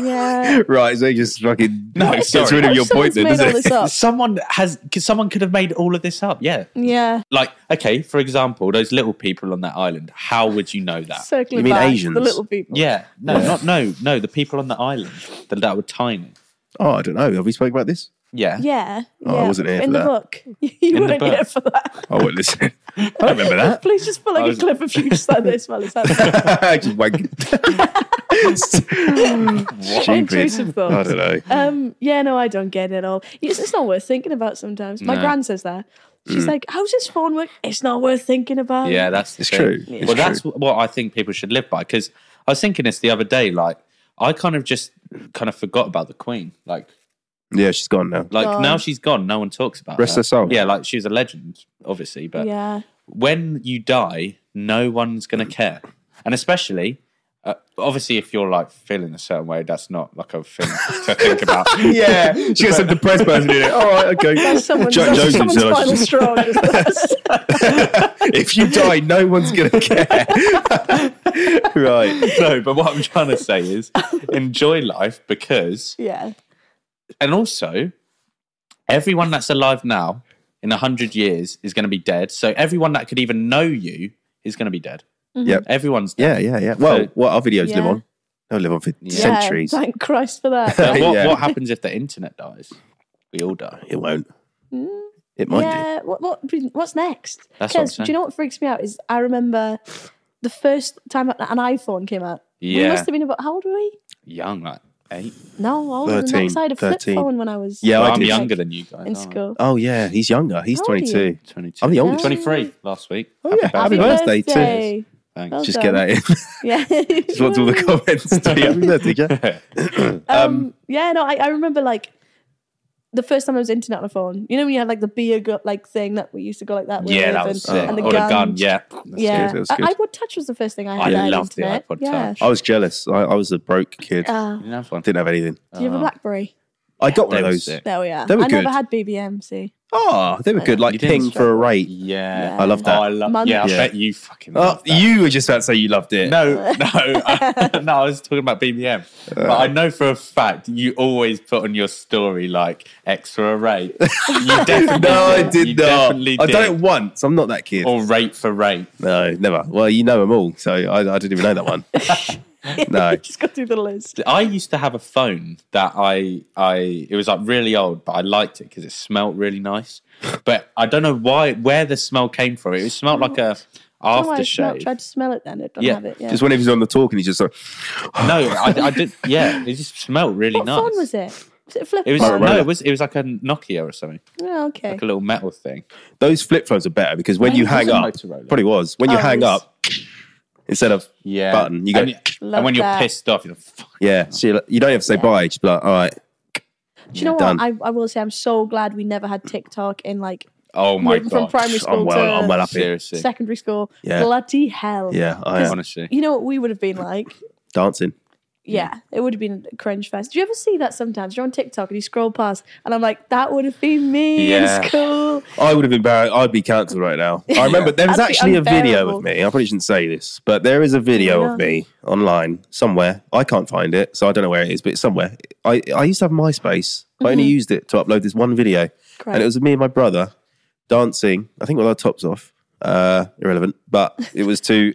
[SPEAKER 3] Yeah.
[SPEAKER 1] Right, so he just fucking
[SPEAKER 2] No,
[SPEAKER 1] gets
[SPEAKER 2] sorry.
[SPEAKER 1] rid of your point
[SPEAKER 3] Someone's
[SPEAKER 1] then,
[SPEAKER 3] made all
[SPEAKER 1] doesn't
[SPEAKER 3] this
[SPEAKER 1] it?
[SPEAKER 3] up.
[SPEAKER 2] Someone has. 'cause Someone could have made all of this up. Yeah.
[SPEAKER 3] Yeah.
[SPEAKER 2] Like, okay, for example, those little people on that island. How would you know that?
[SPEAKER 3] Circling
[SPEAKER 1] You mean
[SPEAKER 3] back,
[SPEAKER 1] Asians?
[SPEAKER 3] the little people.
[SPEAKER 2] Yeah, no, not no, no. The people on the island that, that were tiny.
[SPEAKER 1] Oh, I don't know. Have we spoken about this?
[SPEAKER 2] Yeah,
[SPEAKER 3] Yeah.
[SPEAKER 1] Oh, I
[SPEAKER 3] yeah.
[SPEAKER 1] wasn't here
[SPEAKER 3] in
[SPEAKER 1] for
[SPEAKER 3] the
[SPEAKER 1] that.
[SPEAKER 3] book. You
[SPEAKER 2] the
[SPEAKER 3] weren't here
[SPEAKER 2] book.
[SPEAKER 3] for that.
[SPEAKER 1] I won't listen. I don't remember that.
[SPEAKER 3] Please just put like
[SPEAKER 2] was-
[SPEAKER 3] a clip of you just like this while it's happening.
[SPEAKER 1] Just wank.
[SPEAKER 3] Intrusive
[SPEAKER 1] Stupid.
[SPEAKER 3] thoughts.
[SPEAKER 1] I don't know.
[SPEAKER 3] Um, yeah, no, I don't get it at all. It's, it's not worth thinking about sometimes. My gran says that.
[SPEAKER 1] Hmm.
[SPEAKER 3] She's like, "How's this phone work? It's not worth thinking about."
[SPEAKER 2] yeah, that's the
[SPEAKER 1] It's
[SPEAKER 2] thing.
[SPEAKER 1] true. It's
[SPEAKER 2] well, that's what I think people should live by. Because I was thinking this the other day. Like, I kind of just kind of forgot about the Queen. Like,
[SPEAKER 1] Yeah, she's gone now.
[SPEAKER 2] like
[SPEAKER 3] Gone.
[SPEAKER 2] now she's gone. No one talks about
[SPEAKER 1] Rest
[SPEAKER 2] her.
[SPEAKER 1] her soul.
[SPEAKER 2] Yeah, like she was a legend, obviously. But
[SPEAKER 3] yeah,
[SPEAKER 2] when you die, no one's going to care. And especially, uh, obviously, if you're like feeling a certain way, that's not like a thing to think about.
[SPEAKER 1] Yeah, she got some depressed person in it. All right, okay.
[SPEAKER 3] that's someone's,
[SPEAKER 1] Jack
[SPEAKER 3] that's
[SPEAKER 1] Joseph
[SPEAKER 3] someone's
[SPEAKER 1] said I
[SPEAKER 3] final
[SPEAKER 1] should-
[SPEAKER 3] straw. just-
[SPEAKER 1] if you die, no one's going to care. right.
[SPEAKER 2] no, but what I'm trying to say is enjoy life because,
[SPEAKER 3] yeah,
[SPEAKER 2] and also, everyone that's alive now in 100 years is going to be dead. So everyone that could even know you is going to be dead.
[SPEAKER 3] Mm-hmm.
[SPEAKER 1] Yep.
[SPEAKER 2] Everyone's dead.
[SPEAKER 1] Yeah, yeah, yeah. Well,
[SPEAKER 2] So-
[SPEAKER 1] what our videos live
[SPEAKER 3] Yeah.
[SPEAKER 1] on. They'll live on for
[SPEAKER 3] Yeah,
[SPEAKER 1] centuries.
[SPEAKER 3] Thank Christ for that.
[SPEAKER 2] But what,
[SPEAKER 1] Yeah.
[SPEAKER 2] what happens if the internet dies? We all die.
[SPEAKER 1] It won't.
[SPEAKER 3] Mm.
[SPEAKER 1] It might do.
[SPEAKER 3] yeah. What, what what's next?
[SPEAKER 2] That's what I'm
[SPEAKER 3] 'Cause
[SPEAKER 2] saying.
[SPEAKER 3] do you know what freaks me out is I remember the first time an iPhone came out. We
[SPEAKER 2] Yeah.
[SPEAKER 3] must have been about how old were we?
[SPEAKER 2] Young, like eight.
[SPEAKER 3] No, older than that. 'cause I had a
[SPEAKER 1] 13.
[SPEAKER 3] flip phone when I was
[SPEAKER 1] Yeah,
[SPEAKER 2] Well,
[SPEAKER 1] I
[SPEAKER 2] I'm
[SPEAKER 1] did.
[SPEAKER 2] younger than you guys. aren't
[SPEAKER 3] in
[SPEAKER 2] I?
[SPEAKER 3] school.
[SPEAKER 1] Oh yeah, he's younger. He's
[SPEAKER 3] How old are
[SPEAKER 1] 22.
[SPEAKER 2] 22.
[SPEAKER 1] I'm the oldest.
[SPEAKER 2] 23 last week.
[SPEAKER 1] Oh,
[SPEAKER 2] Happy
[SPEAKER 1] yeah.
[SPEAKER 2] birthday.
[SPEAKER 1] Happy birthday, too.
[SPEAKER 3] birthday.
[SPEAKER 2] Thanks.
[SPEAKER 3] Well
[SPEAKER 1] Just get that in.
[SPEAKER 3] Yeah.
[SPEAKER 1] Just wants all the comments to be happy birthday, yeah.
[SPEAKER 3] um, yeah, no, I, I remember like the first time I was internet on a phone. You know when you had like the beer gu- like thing that we used to go like that. With
[SPEAKER 2] yeah, that was
[SPEAKER 3] and,
[SPEAKER 2] sick.
[SPEAKER 3] and the
[SPEAKER 2] or
[SPEAKER 3] gun.
[SPEAKER 2] a gun, yeah.
[SPEAKER 3] Yeah,
[SPEAKER 1] good, that was
[SPEAKER 3] I-
[SPEAKER 1] good.
[SPEAKER 3] iPod Touch was the first thing I
[SPEAKER 2] I
[SPEAKER 3] had. had
[SPEAKER 2] loved the
[SPEAKER 3] internet.
[SPEAKER 2] iPod
[SPEAKER 3] yeah.
[SPEAKER 2] Touch.
[SPEAKER 1] I was jealous. I, I was a broke kid.
[SPEAKER 3] Ah.
[SPEAKER 2] You didn't have one.
[SPEAKER 1] Didn't have anything.
[SPEAKER 3] do you
[SPEAKER 2] Oh.
[SPEAKER 3] have a BlackBerry?
[SPEAKER 1] I got one
[SPEAKER 2] They
[SPEAKER 1] of
[SPEAKER 2] were
[SPEAKER 1] those.
[SPEAKER 2] sick.
[SPEAKER 3] There we are.
[SPEAKER 1] They were
[SPEAKER 3] Oh, I never
[SPEAKER 1] good.
[SPEAKER 3] had BBM. See,
[SPEAKER 1] Oh, they were good. Like
[SPEAKER 2] You didn't
[SPEAKER 1] ping for a rate.
[SPEAKER 2] Yeah.
[SPEAKER 1] I love that.
[SPEAKER 2] Oh, I love
[SPEAKER 3] Month-
[SPEAKER 2] Yeah, I
[SPEAKER 1] Yeah.
[SPEAKER 2] bet you fucking
[SPEAKER 1] Oh,
[SPEAKER 2] love that.
[SPEAKER 1] you were just about to say you loved it.
[SPEAKER 2] No, no, uh, no. I was talking about BBM, but I know for a fact you always put on your story like extra rate. You definitely
[SPEAKER 1] No, I did
[SPEAKER 2] You
[SPEAKER 1] not.
[SPEAKER 2] Definitely
[SPEAKER 1] I've
[SPEAKER 2] did. Oh.
[SPEAKER 1] done it once. I'm not that kid.
[SPEAKER 2] or rate for rate.
[SPEAKER 1] No, never. Well, you know them all, so I, I didn't even know that one. no,
[SPEAKER 3] just go through the list.
[SPEAKER 2] I used to have a phone that I I it was like really old, but I liked it because it smelled really nice. But I don't know why where the smell came from. It smelled like a
[SPEAKER 3] Oh, I smell,
[SPEAKER 2] aftershave.
[SPEAKER 3] tried to smell it then. It doesn't
[SPEAKER 2] Yeah,
[SPEAKER 3] have it. Yeah.
[SPEAKER 1] just whenever he's on the talk and he's just like,
[SPEAKER 2] no, I, I did. Yeah, it just smelled really
[SPEAKER 3] what
[SPEAKER 2] nice.
[SPEAKER 3] phone was it? Was it a flip
[SPEAKER 2] It was
[SPEAKER 1] Motorola.
[SPEAKER 3] phone?
[SPEAKER 2] no, it was it was like a Nokia or something,
[SPEAKER 3] Oh, okay.
[SPEAKER 2] like a little metal thing.
[SPEAKER 1] those flip phones are better because when you
[SPEAKER 2] was
[SPEAKER 1] hang
[SPEAKER 2] a
[SPEAKER 1] up,
[SPEAKER 2] Motorola.
[SPEAKER 1] probably was when you
[SPEAKER 3] Oh, it
[SPEAKER 1] hang
[SPEAKER 3] was.
[SPEAKER 1] up instead of
[SPEAKER 2] Yeah,
[SPEAKER 1] button, you go,
[SPEAKER 2] and, and when
[SPEAKER 3] Love
[SPEAKER 2] you're
[SPEAKER 3] that.
[SPEAKER 2] pissed off, you're like, Fuck.
[SPEAKER 1] yeah. So you're like- you don't have to say bye. Just be like, all right,
[SPEAKER 3] Do you know
[SPEAKER 1] done.
[SPEAKER 3] what? I, I will say I'm so glad we never had TikTok in like
[SPEAKER 2] oh my
[SPEAKER 3] moving from
[SPEAKER 2] god,
[SPEAKER 3] primary school
[SPEAKER 1] I'm well,
[SPEAKER 3] to
[SPEAKER 1] I'm well up here.
[SPEAKER 2] seriously,
[SPEAKER 3] secondary school.
[SPEAKER 1] Yeah.
[SPEAKER 3] Bloody hell.
[SPEAKER 1] Yeah, I am
[SPEAKER 2] honestly.
[SPEAKER 3] You know what we would have been like?
[SPEAKER 1] dancing.
[SPEAKER 3] Yeah, it would have been a cringe fest. Do you ever see that sometimes? You're on TikTok and you scroll past, and I'm like, that would have been me
[SPEAKER 2] Yeah.
[SPEAKER 3] in school.
[SPEAKER 1] I would have been bad. I'd be cancelled right now. I remember there was
[SPEAKER 3] That'd be
[SPEAKER 1] actually a video
[SPEAKER 3] unbearable.
[SPEAKER 1] of me. I probably shouldn't say this, but there is a video of
[SPEAKER 3] Yeah.
[SPEAKER 1] me online somewhere. I can't find it, so I don't know where it is, but it's somewhere. I, I used to have MySpace. I
[SPEAKER 3] Mm-hmm.
[SPEAKER 1] only used it to upload this one video,
[SPEAKER 3] Great.
[SPEAKER 1] and it was me and my brother dancing. I think with our tops off. Uh, irrelevant, but it was to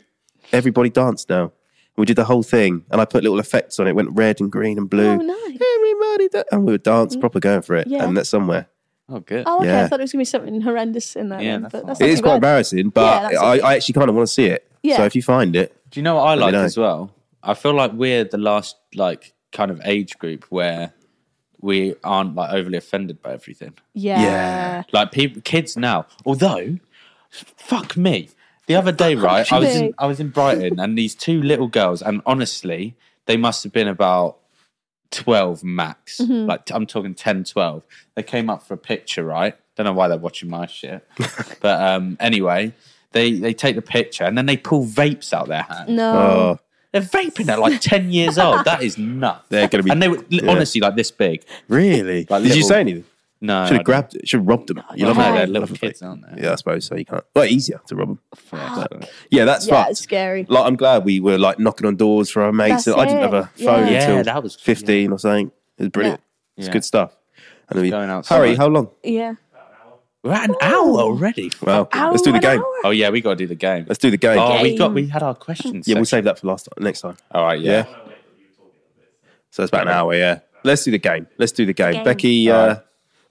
[SPEAKER 1] everybody dance now. We did the whole thing, and I put little effects on it. Went red and green and blue.
[SPEAKER 3] Oh, nice. Mm-hmm.
[SPEAKER 1] Everybody, da- and we would dance proper going for it,
[SPEAKER 3] Yeah.
[SPEAKER 1] and that's somewhere.
[SPEAKER 2] Oh good.
[SPEAKER 3] Oh, okay.
[SPEAKER 1] Yeah.
[SPEAKER 3] I thought it was going to be something horrendous in there.
[SPEAKER 2] Yeah,
[SPEAKER 3] then,
[SPEAKER 2] that's
[SPEAKER 3] but
[SPEAKER 2] fine.
[SPEAKER 3] that's
[SPEAKER 1] It
[SPEAKER 3] not
[SPEAKER 1] is
[SPEAKER 3] too
[SPEAKER 1] quite
[SPEAKER 3] bad.
[SPEAKER 1] embarrassing, but
[SPEAKER 3] that's
[SPEAKER 1] I, I actually kind of want to see it.
[SPEAKER 3] Yeah.
[SPEAKER 1] So if you find it,
[SPEAKER 2] Do you know what I like
[SPEAKER 1] know.
[SPEAKER 2] as well? I feel like we're the last like kind of age group where we aren't like overly offended by everything.
[SPEAKER 3] Yeah.
[SPEAKER 1] Yeah.
[SPEAKER 2] Like people, kids now. Although, fuck me. The other day, right? I was in
[SPEAKER 3] me.
[SPEAKER 2] I was in Brighton, and these two little girls, and honestly, they must have been about twelve max.
[SPEAKER 3] Mm-hmm.
[SPEAKER 2] Like t- I'm talking 10, 12. They came up for a picture, right? Don't know why they're watching my shit, but um, anyway, they they take the picture and then they pull vapes out their hand.
[SPEAKER 3] No.
[SPEAKER 1] oh,
[SPEAKER 2] They're vaping at like 10 years old. That is nuts.
[SPEAKER 1] They're gonna be-
[SPEAKER 2] And they were li-
[SPEAKER 1] yeah.
[SPEAKER 2] honestly like this big.
[SPEAKER 1] really? Did you
[SPEAKER 2] little-
[SPEAKER 1] say anything?
[SPEAKER 2] No.
[SPEAKER 1] Should
[SPEAKER 2] I
[SPEAKER 1] have grabbed it. Should have robbed them. You
[SPEAKER 2] don't-
[SPEAKER 1] know what
[SPEAKER 2] No,
[SPEAKER 1] I
[SPEAKER 2] they're
[SPEAKER 1] mean?
[SPEAKER 2] little kids, aren't they?
[SPEAKER 1] Yeah, I suppose so. You can't. Well, easier to rob them.
[SPEAKER 2] Yeah.
[SPEAKER 1] Yeah, that's
[SPEAKER 3] Yeah,
[SPEAKER 1] fucked.
[SPEAKER 3] it's scary.
[SPEAKER 1] Like, I'm glad we were like knocking on doors for our mates.
[SPEAKER 3] That's
[SPEAKER 1] I didn't have a
[SPEAKER 3] it.
[SPEAKER 1] phone
[SPEAKER 3] Yeah.
[SPEAKER 1] until
[SPEAKER 2] Yeah, that was-
[SPEAKER 1] 15 or something. It was brilliant. It's
[SPEAKER 2] Yeah.
[SPEAKER 1] good stuff. And we,
[SPEAKER 2] going outside.
[SPEAKER 1] Harry, how long?
[SPEAKER 3] Yeah.
[SPEAKER 2] We're at an hour already.
[SPEAKER 1] Well,
[SPEAKER 3] Hour,
[SPEAKER 1] let's do the
[SPEAKER 3] an
[SPEAKER 1] game.
[SPEAKER 3] hour?
[SPEAKER 2] Oh, yeah, we got to do the game.
[SPEAKER 1] Let's do the game.
[SPEAKER 2] Oh, we
[SPEAKER 3] Game.
[SPEAKER 2] got, we had our questions.
[SPEAKER 1] yeah, we'll
[SPEAKER 2] section.
[SPEAKER 1] save that for last time, next time.
[SPEAKER 2] All right, yeah.
[SPEAKER 1] Yeah. So it's about an hour, yeah. Let's do the game. Let's do the game.
[SPEAKER 3] Game.
[SPEAKER 1] Becky,
[SPEAKER 2] All
[SPEAKER 1] uh,
[SPEAKER 2] right.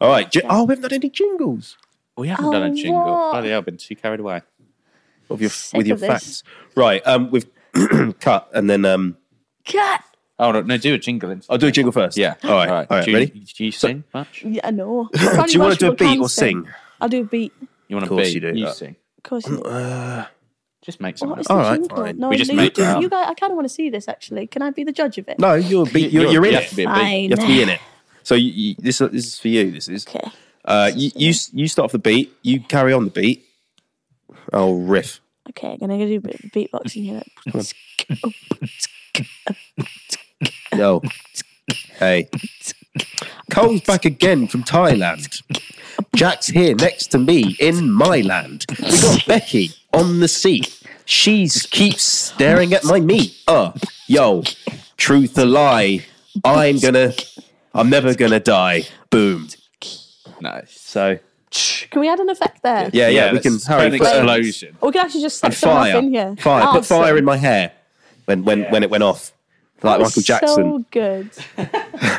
[SPEAKER 1] all right. Ji- Oh, we haven't done any jingles
[SPEAKER 2] We haven't
[SPEAKER 3] Oh,
[SPEAKER 2] done a jingle.
[SPEAKER 3] what?
[SPEAKER 2] Bloody hell, I've been too carried away.
[SPEAKER 1] of your,
[SPEAKER 3] Sick
[SPEAKER 1] with your
[SPEAKER 3] of this.
[SPEAKER 1] facts. Right. Um, we've cut and then um,
[SPEAKER 3] Cat.
[SPEAKER 2] Oh, no, no do a jingle. instead.
[SPEAKER 1] I'll do a jingle first.
[SPEAKER 2] Yeah.
[SPEAKER 1] Oh, All right. All right.
[SPEAKER 2] do you,
[SPEAKER 1] ready?
[SPEAKER 2] Do you sing much? You
[SPEAKER 3] Yeah, no.
[SPEAKER 1] Do you want to do a beat or sing?
[SPEAKER 3] I'll do a beat.
[SPEAKER 2] want to
[SPEAKER 1] course
[SPEAKER 2] be?
[SPEAKER 1] you do.
[SPEAKER 2] You
[SPEAKER 1] Uh,
[SPEAKER 2] sing.
[SPEAKER 3] Of course. you do.
[SPEAKER 2] Just make
[SPEAKER 3] What
[SPEAKER 2] something.
[SPEAKER 3] is
[SPEAKER 2] up.
[SPEAKER 1] All
[SPEAKER 3] the
[SPEAKER 1] right,
[SPEAKER 3] jingle?
[SPEAKER 1] fine.
[SPEAKER 3] No,
[SPEAKER 2] We just
[SPEAKER 3] you,
[SPEAKER 2] make
[SPEAKER 3] you,
[SPEAKER 2] it up.
[SPEAKER 3] you guys, I kind of want to see this actually. Can I be the judge of it?
[SPEAKER 1] No, you're, a beat, you're, you're in
[SPEAKER 2] you
[SPEAKER 1] it.
[SPEAKER 2] have to be a
[SPEAKER 3] Fine.
[SPEAKER 2] big-
[SPEAKER 1] You have to be in it. So you, you, this, this is for you. This is.
[SPEAKER 3] Okay.
[SPEAKER 1] Uh, you, you, s- you start off the beat. You carry on the beat. Oh, riff.
[SPEAKER 3] Okay, I'm gonna do a bit of beatboxing here.
[SPEAKER 1] Yo. Hey. Cole's back again from Thailand. Jack's here next to me in my land. We got Becky on the seat. She keeps staring at my meat. Uh, yo, truth or lie, I'm gonna, I'm never gonna die. Boom.
[SPEAKER 2] Nice.
[SPEAKER 1] So
[SPEAKER 3] Can we add an effect there?
[SPEAKER 1] yeah, yeah, we
[SPEAKER 2] let's
[SPEAKER 1] can
[SPEAKER 2] put
[SPEAKER 1] hurry
[SPEAKER 2] an
[SPEAKER 1] put- uh,
[SPEAKER 2] explosion.
[SPEAKER 3] Or we can actually just set
[SPEAKER 1] and
[SPEAKER 3] some off
[SPEAKER 1] fire,
[SPEAKER 3] in here. Oh,
[SPEAKER 1] fire,
[SPEAKER 3] Awesome.
[SPEAKER 1] put fire in my hair when when when it went off, like
[SPEAKER 3] That was
[SPEAKER 1] Michael Jackson.
[SPEAKER 3] So good.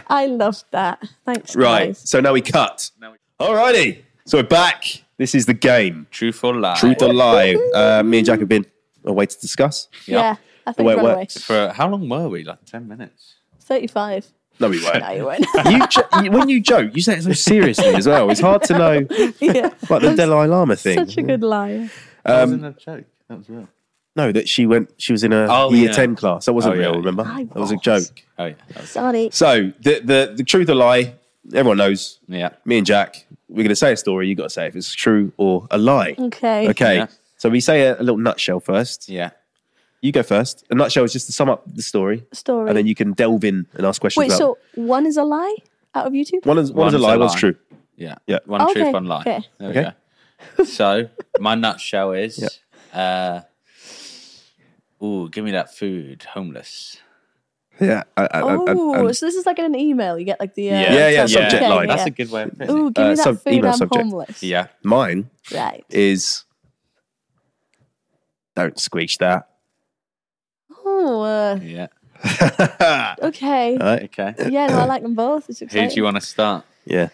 [SPEAKER 3] I loved that. Thanks,
[SPEAKER 1] right.
[SPEAKER 3] guys.
[SPEAKER 1] So now we cut. Alrighty. So we're back. This is the game.
[SPEAKER 2] Truth or lie?
[SPEAKER 1] Truth or lie? Uh, me and Jack have been away to discuss.
[SPEAKER 3] Yeah, I
[SPEAKER 1] The
[SPEAKER 3] think
[SPEAKER 1] way it
[SPEAKER 3] run away.
[SPEAKER 1] works.
[SPEAKER 2] For how long were we? Like ten minutes.
[SPEAKER 3] Thirty-five.
[SPEAKER 1] No, we weren't.
[SPEAKER 3] No, you weren't.
[SPEAKER 1] you jo- you- when you joke, you say it so seriously as well. It's hard to know,
[SPEAKER 3] yeah.
[SPEAKER 1] like the Dalai Lama thing.
[SPEAKER 3] Such a good liar.
[SPEAKER 2] That
[SPEAKER 1] Um,
[SPEAKER 2] wasn't a joke. That was real.
[SPEAKER 1] No, that she went. She was in a
[SPEAKER 2] Oh,
[SPEAKER 1] year
[SPEAKER 2] yeah.
[SPEAKER 1] ten class. That wasn't
[SPEAKER 2] Oh,
[SPEAKER 1] real.
[SPEAKER 2] yeah.
[SPEAKER 1] Remember,
[SPEAKER 3] I
[SPEAKER 1] that was a
[SPEAKER 3] was.
[SPEAKER 1] joke.
[SPEAKER 2] Oh yeah. That was,
[SPEAKER 3] Sorry.
[SPEAKER 1] So the the the truth or lie, everyone knows.
[SPEAKER 2] yeah.
[SPEAKER 1] Me and Jack, we're gonna say a story. You gotta say if it's true or a lie.
[SPEAKER 3] Okay.
[SPEAKER 1] Okay.
[SPEAKER 2] Yeah.
[SPEAKER 1] So we say a, a little nutshell first.
[SPEAKER 2] Yeah.
[SPEAKER 1] You go first. A nutshell is just to sum up the story,
[SPEAKER 3] Story.
[SPEAKER 1] and then you can delve in and ask questions.
[SPEAKER 3] Wait.
[SPEAKER 1] about
[SPEAKER 3] So one is a lie out of you two.
[SPEAKER 1] one is one is a
[SPEAKER 2] One's
[SPEAKER 1] lie,
[SPEAKER 2] a
[SPEAKER 1] one's
[SPEAKER 2] lie.
[SPEAKER 1] true.
[SPEAKER 2] Yeah.
[SPEAKER 1] Yeah.
[SPEAKER 2] One
[SPEAKER 3] Okay,
[SPEAKER 2] truth, one lie.
[SPEAKER 3] okay.
[SPEAKER 2] There
[SPEAKER 1] Okay.
[SPEAKER 2] we go. So my nutshell is uh Ooh, give me that food. Homeless.
[SPEAKER 1] Yeah. I- I- I- I-
[SPEAKER 3] Oh,
[SPEAKER 1] and-
[SPEAKER 3] so this is like in an email. You get like the uh,
[SPEAKER 2] Yeah.
[SPEAKER 1] uh, um, yeah, yeah,
[SPEAKER 3] text.
[SPEAKER 1] subject
[SPEAKER 3] Okay,
[SPEAKER 1] line.
[SPEAKER 3] Yeah.
[SPEAKER 2] That's a good way of putting
[SPEAKER 3] Ooh, give
[SPEAKER 1] uh,
[SPEAKER 3] me that
[SPEAKER 1] sub-
[SPEAKER 3] food.
[SPEAKER 1] email
[SPEAKER 3] I'm
[SPEAKER 1] subject.
[SPEAKER 2] it.
[SPEAKER 3] homeless.
[SPEAKER 2] Yeah.
[SPEAKER 1] mine
[SPEAKER 3] Right.
[SPEAKER 1] is don't squeeze that.
[SPEAKER 3] Oh. Uh,
[SPEAKER 2] Yeah.
[SPEAKER 3] okay.
[SPEAKER 1] All right.
[SPEAKER 2] Okay.
[SPEAKER 3] yeah.
[SPEAKER 1] uh,
[SPEAKER 3] No, I like them both. It's
[SPEAKER 2] Who
[SPEAKER 3] exciting.
[SPEAKER 2] do you want to start?
[SPEAKER 1] Yeah.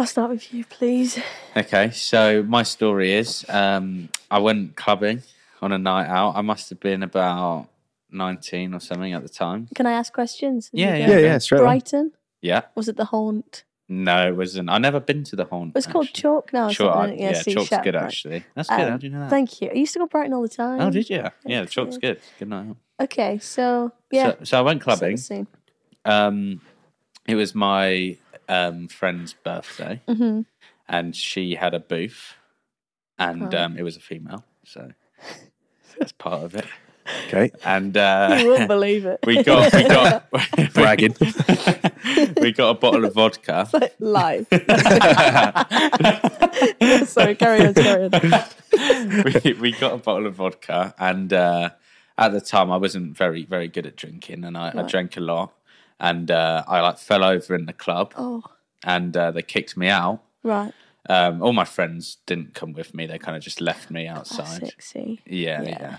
[SPEAKER 3] I'll start with you, please.
[SPEAKER 2] Okay, so my story is um, I went clubbing on a night out. I must have been about 19 or something at the time.
[SPEAKER 3] Can I ask questions? Is
[SPEAKER 2] Yeah,
[SPEAKER 3] it,
[SPEAKER 2] yeah.
[SPEAKER 3] uh,
[SPEAKER 1] Yeah. Yeah. Straight. away.
[SPEAKER 3] Brighton.
[SPEAKER 2] Yeah.
[SPEAKER 3] Was it the haunt?
[SPEAKER 2] No, it wasn't. I've never been to the Horn.
[SPEAKER 3] It's called
[SPEAKER 2] actually.
[SPEAKER 3] Chalk now. or
[SPEAKER 2] Chalk.
[SPEAKER 3] something,
[SPEAKER 2] I-
[SPEAKER 3] isn't it?
[SPEAKER 2] yeah,
[SPEAKER 3] see,
[SPEAKER 2] Chalk's
[SPEAKER 3] Shep,
[SPEAKER 2] good,
[SPEAKER 3] right.
[SPEAKER 2] actually. That's good.
[SPEAKER 3] Um,
[SPEAKER 2] How do
[SPEAKER 1] Ah.
[SPEAKER 2] you know that?
[SPEAKER 3] Thank you. I used to go Brighton all the time.
[SPEAKER 2] Oh, did you? Yeah, the Chalk's
[SPEAKER 3] you.
[SPEAKER 2] good. Good night out.
[SPEAKER 3] Okay, so yeah,
[SPEAKER 2] So, so I went
[SPEAKER 3] so
[SPEAKER 2] clubbing.
[SPEAKER 3] the same.
[SPEAKER 2] Um, it was my um, friend's birthday,
[SPEAKER 3] Mm-hmm.
[SPEAKER 2] and she had a booth, and um, it was a female, so that's part of it.
[SPEAKER 1] Okay.
[SPEAKER 2] And uh,
[SPEAKER 3] You won't believe it.
[SPEAKER 2] We got we got
[SPEAKER 1] Bragging.
[SPEAKER 2] we got a bottle of vodka.
[SPEAKER 3] live. Sorry, carry on, carry on.
[SPEAKER 2] We, we got a bottle of vodka, and uh, at the time I wasn't very very good at drinking, and I, I drank a lot, and uh, I like fell over in the club,
[SPEAKER 3] Oh,
[SPEAKER 2] and uh, they kicked me out.
[SPEAKER 3] right.
[SPEAKER 2] Um, all my friends didn't come with me; they kind of just left me outside.
[SPEAKER 3] Sexy.
[SPEAKER 2] Yeah,
[SPEAKER 3] Yeah.
[SPEAKER 2] yeah.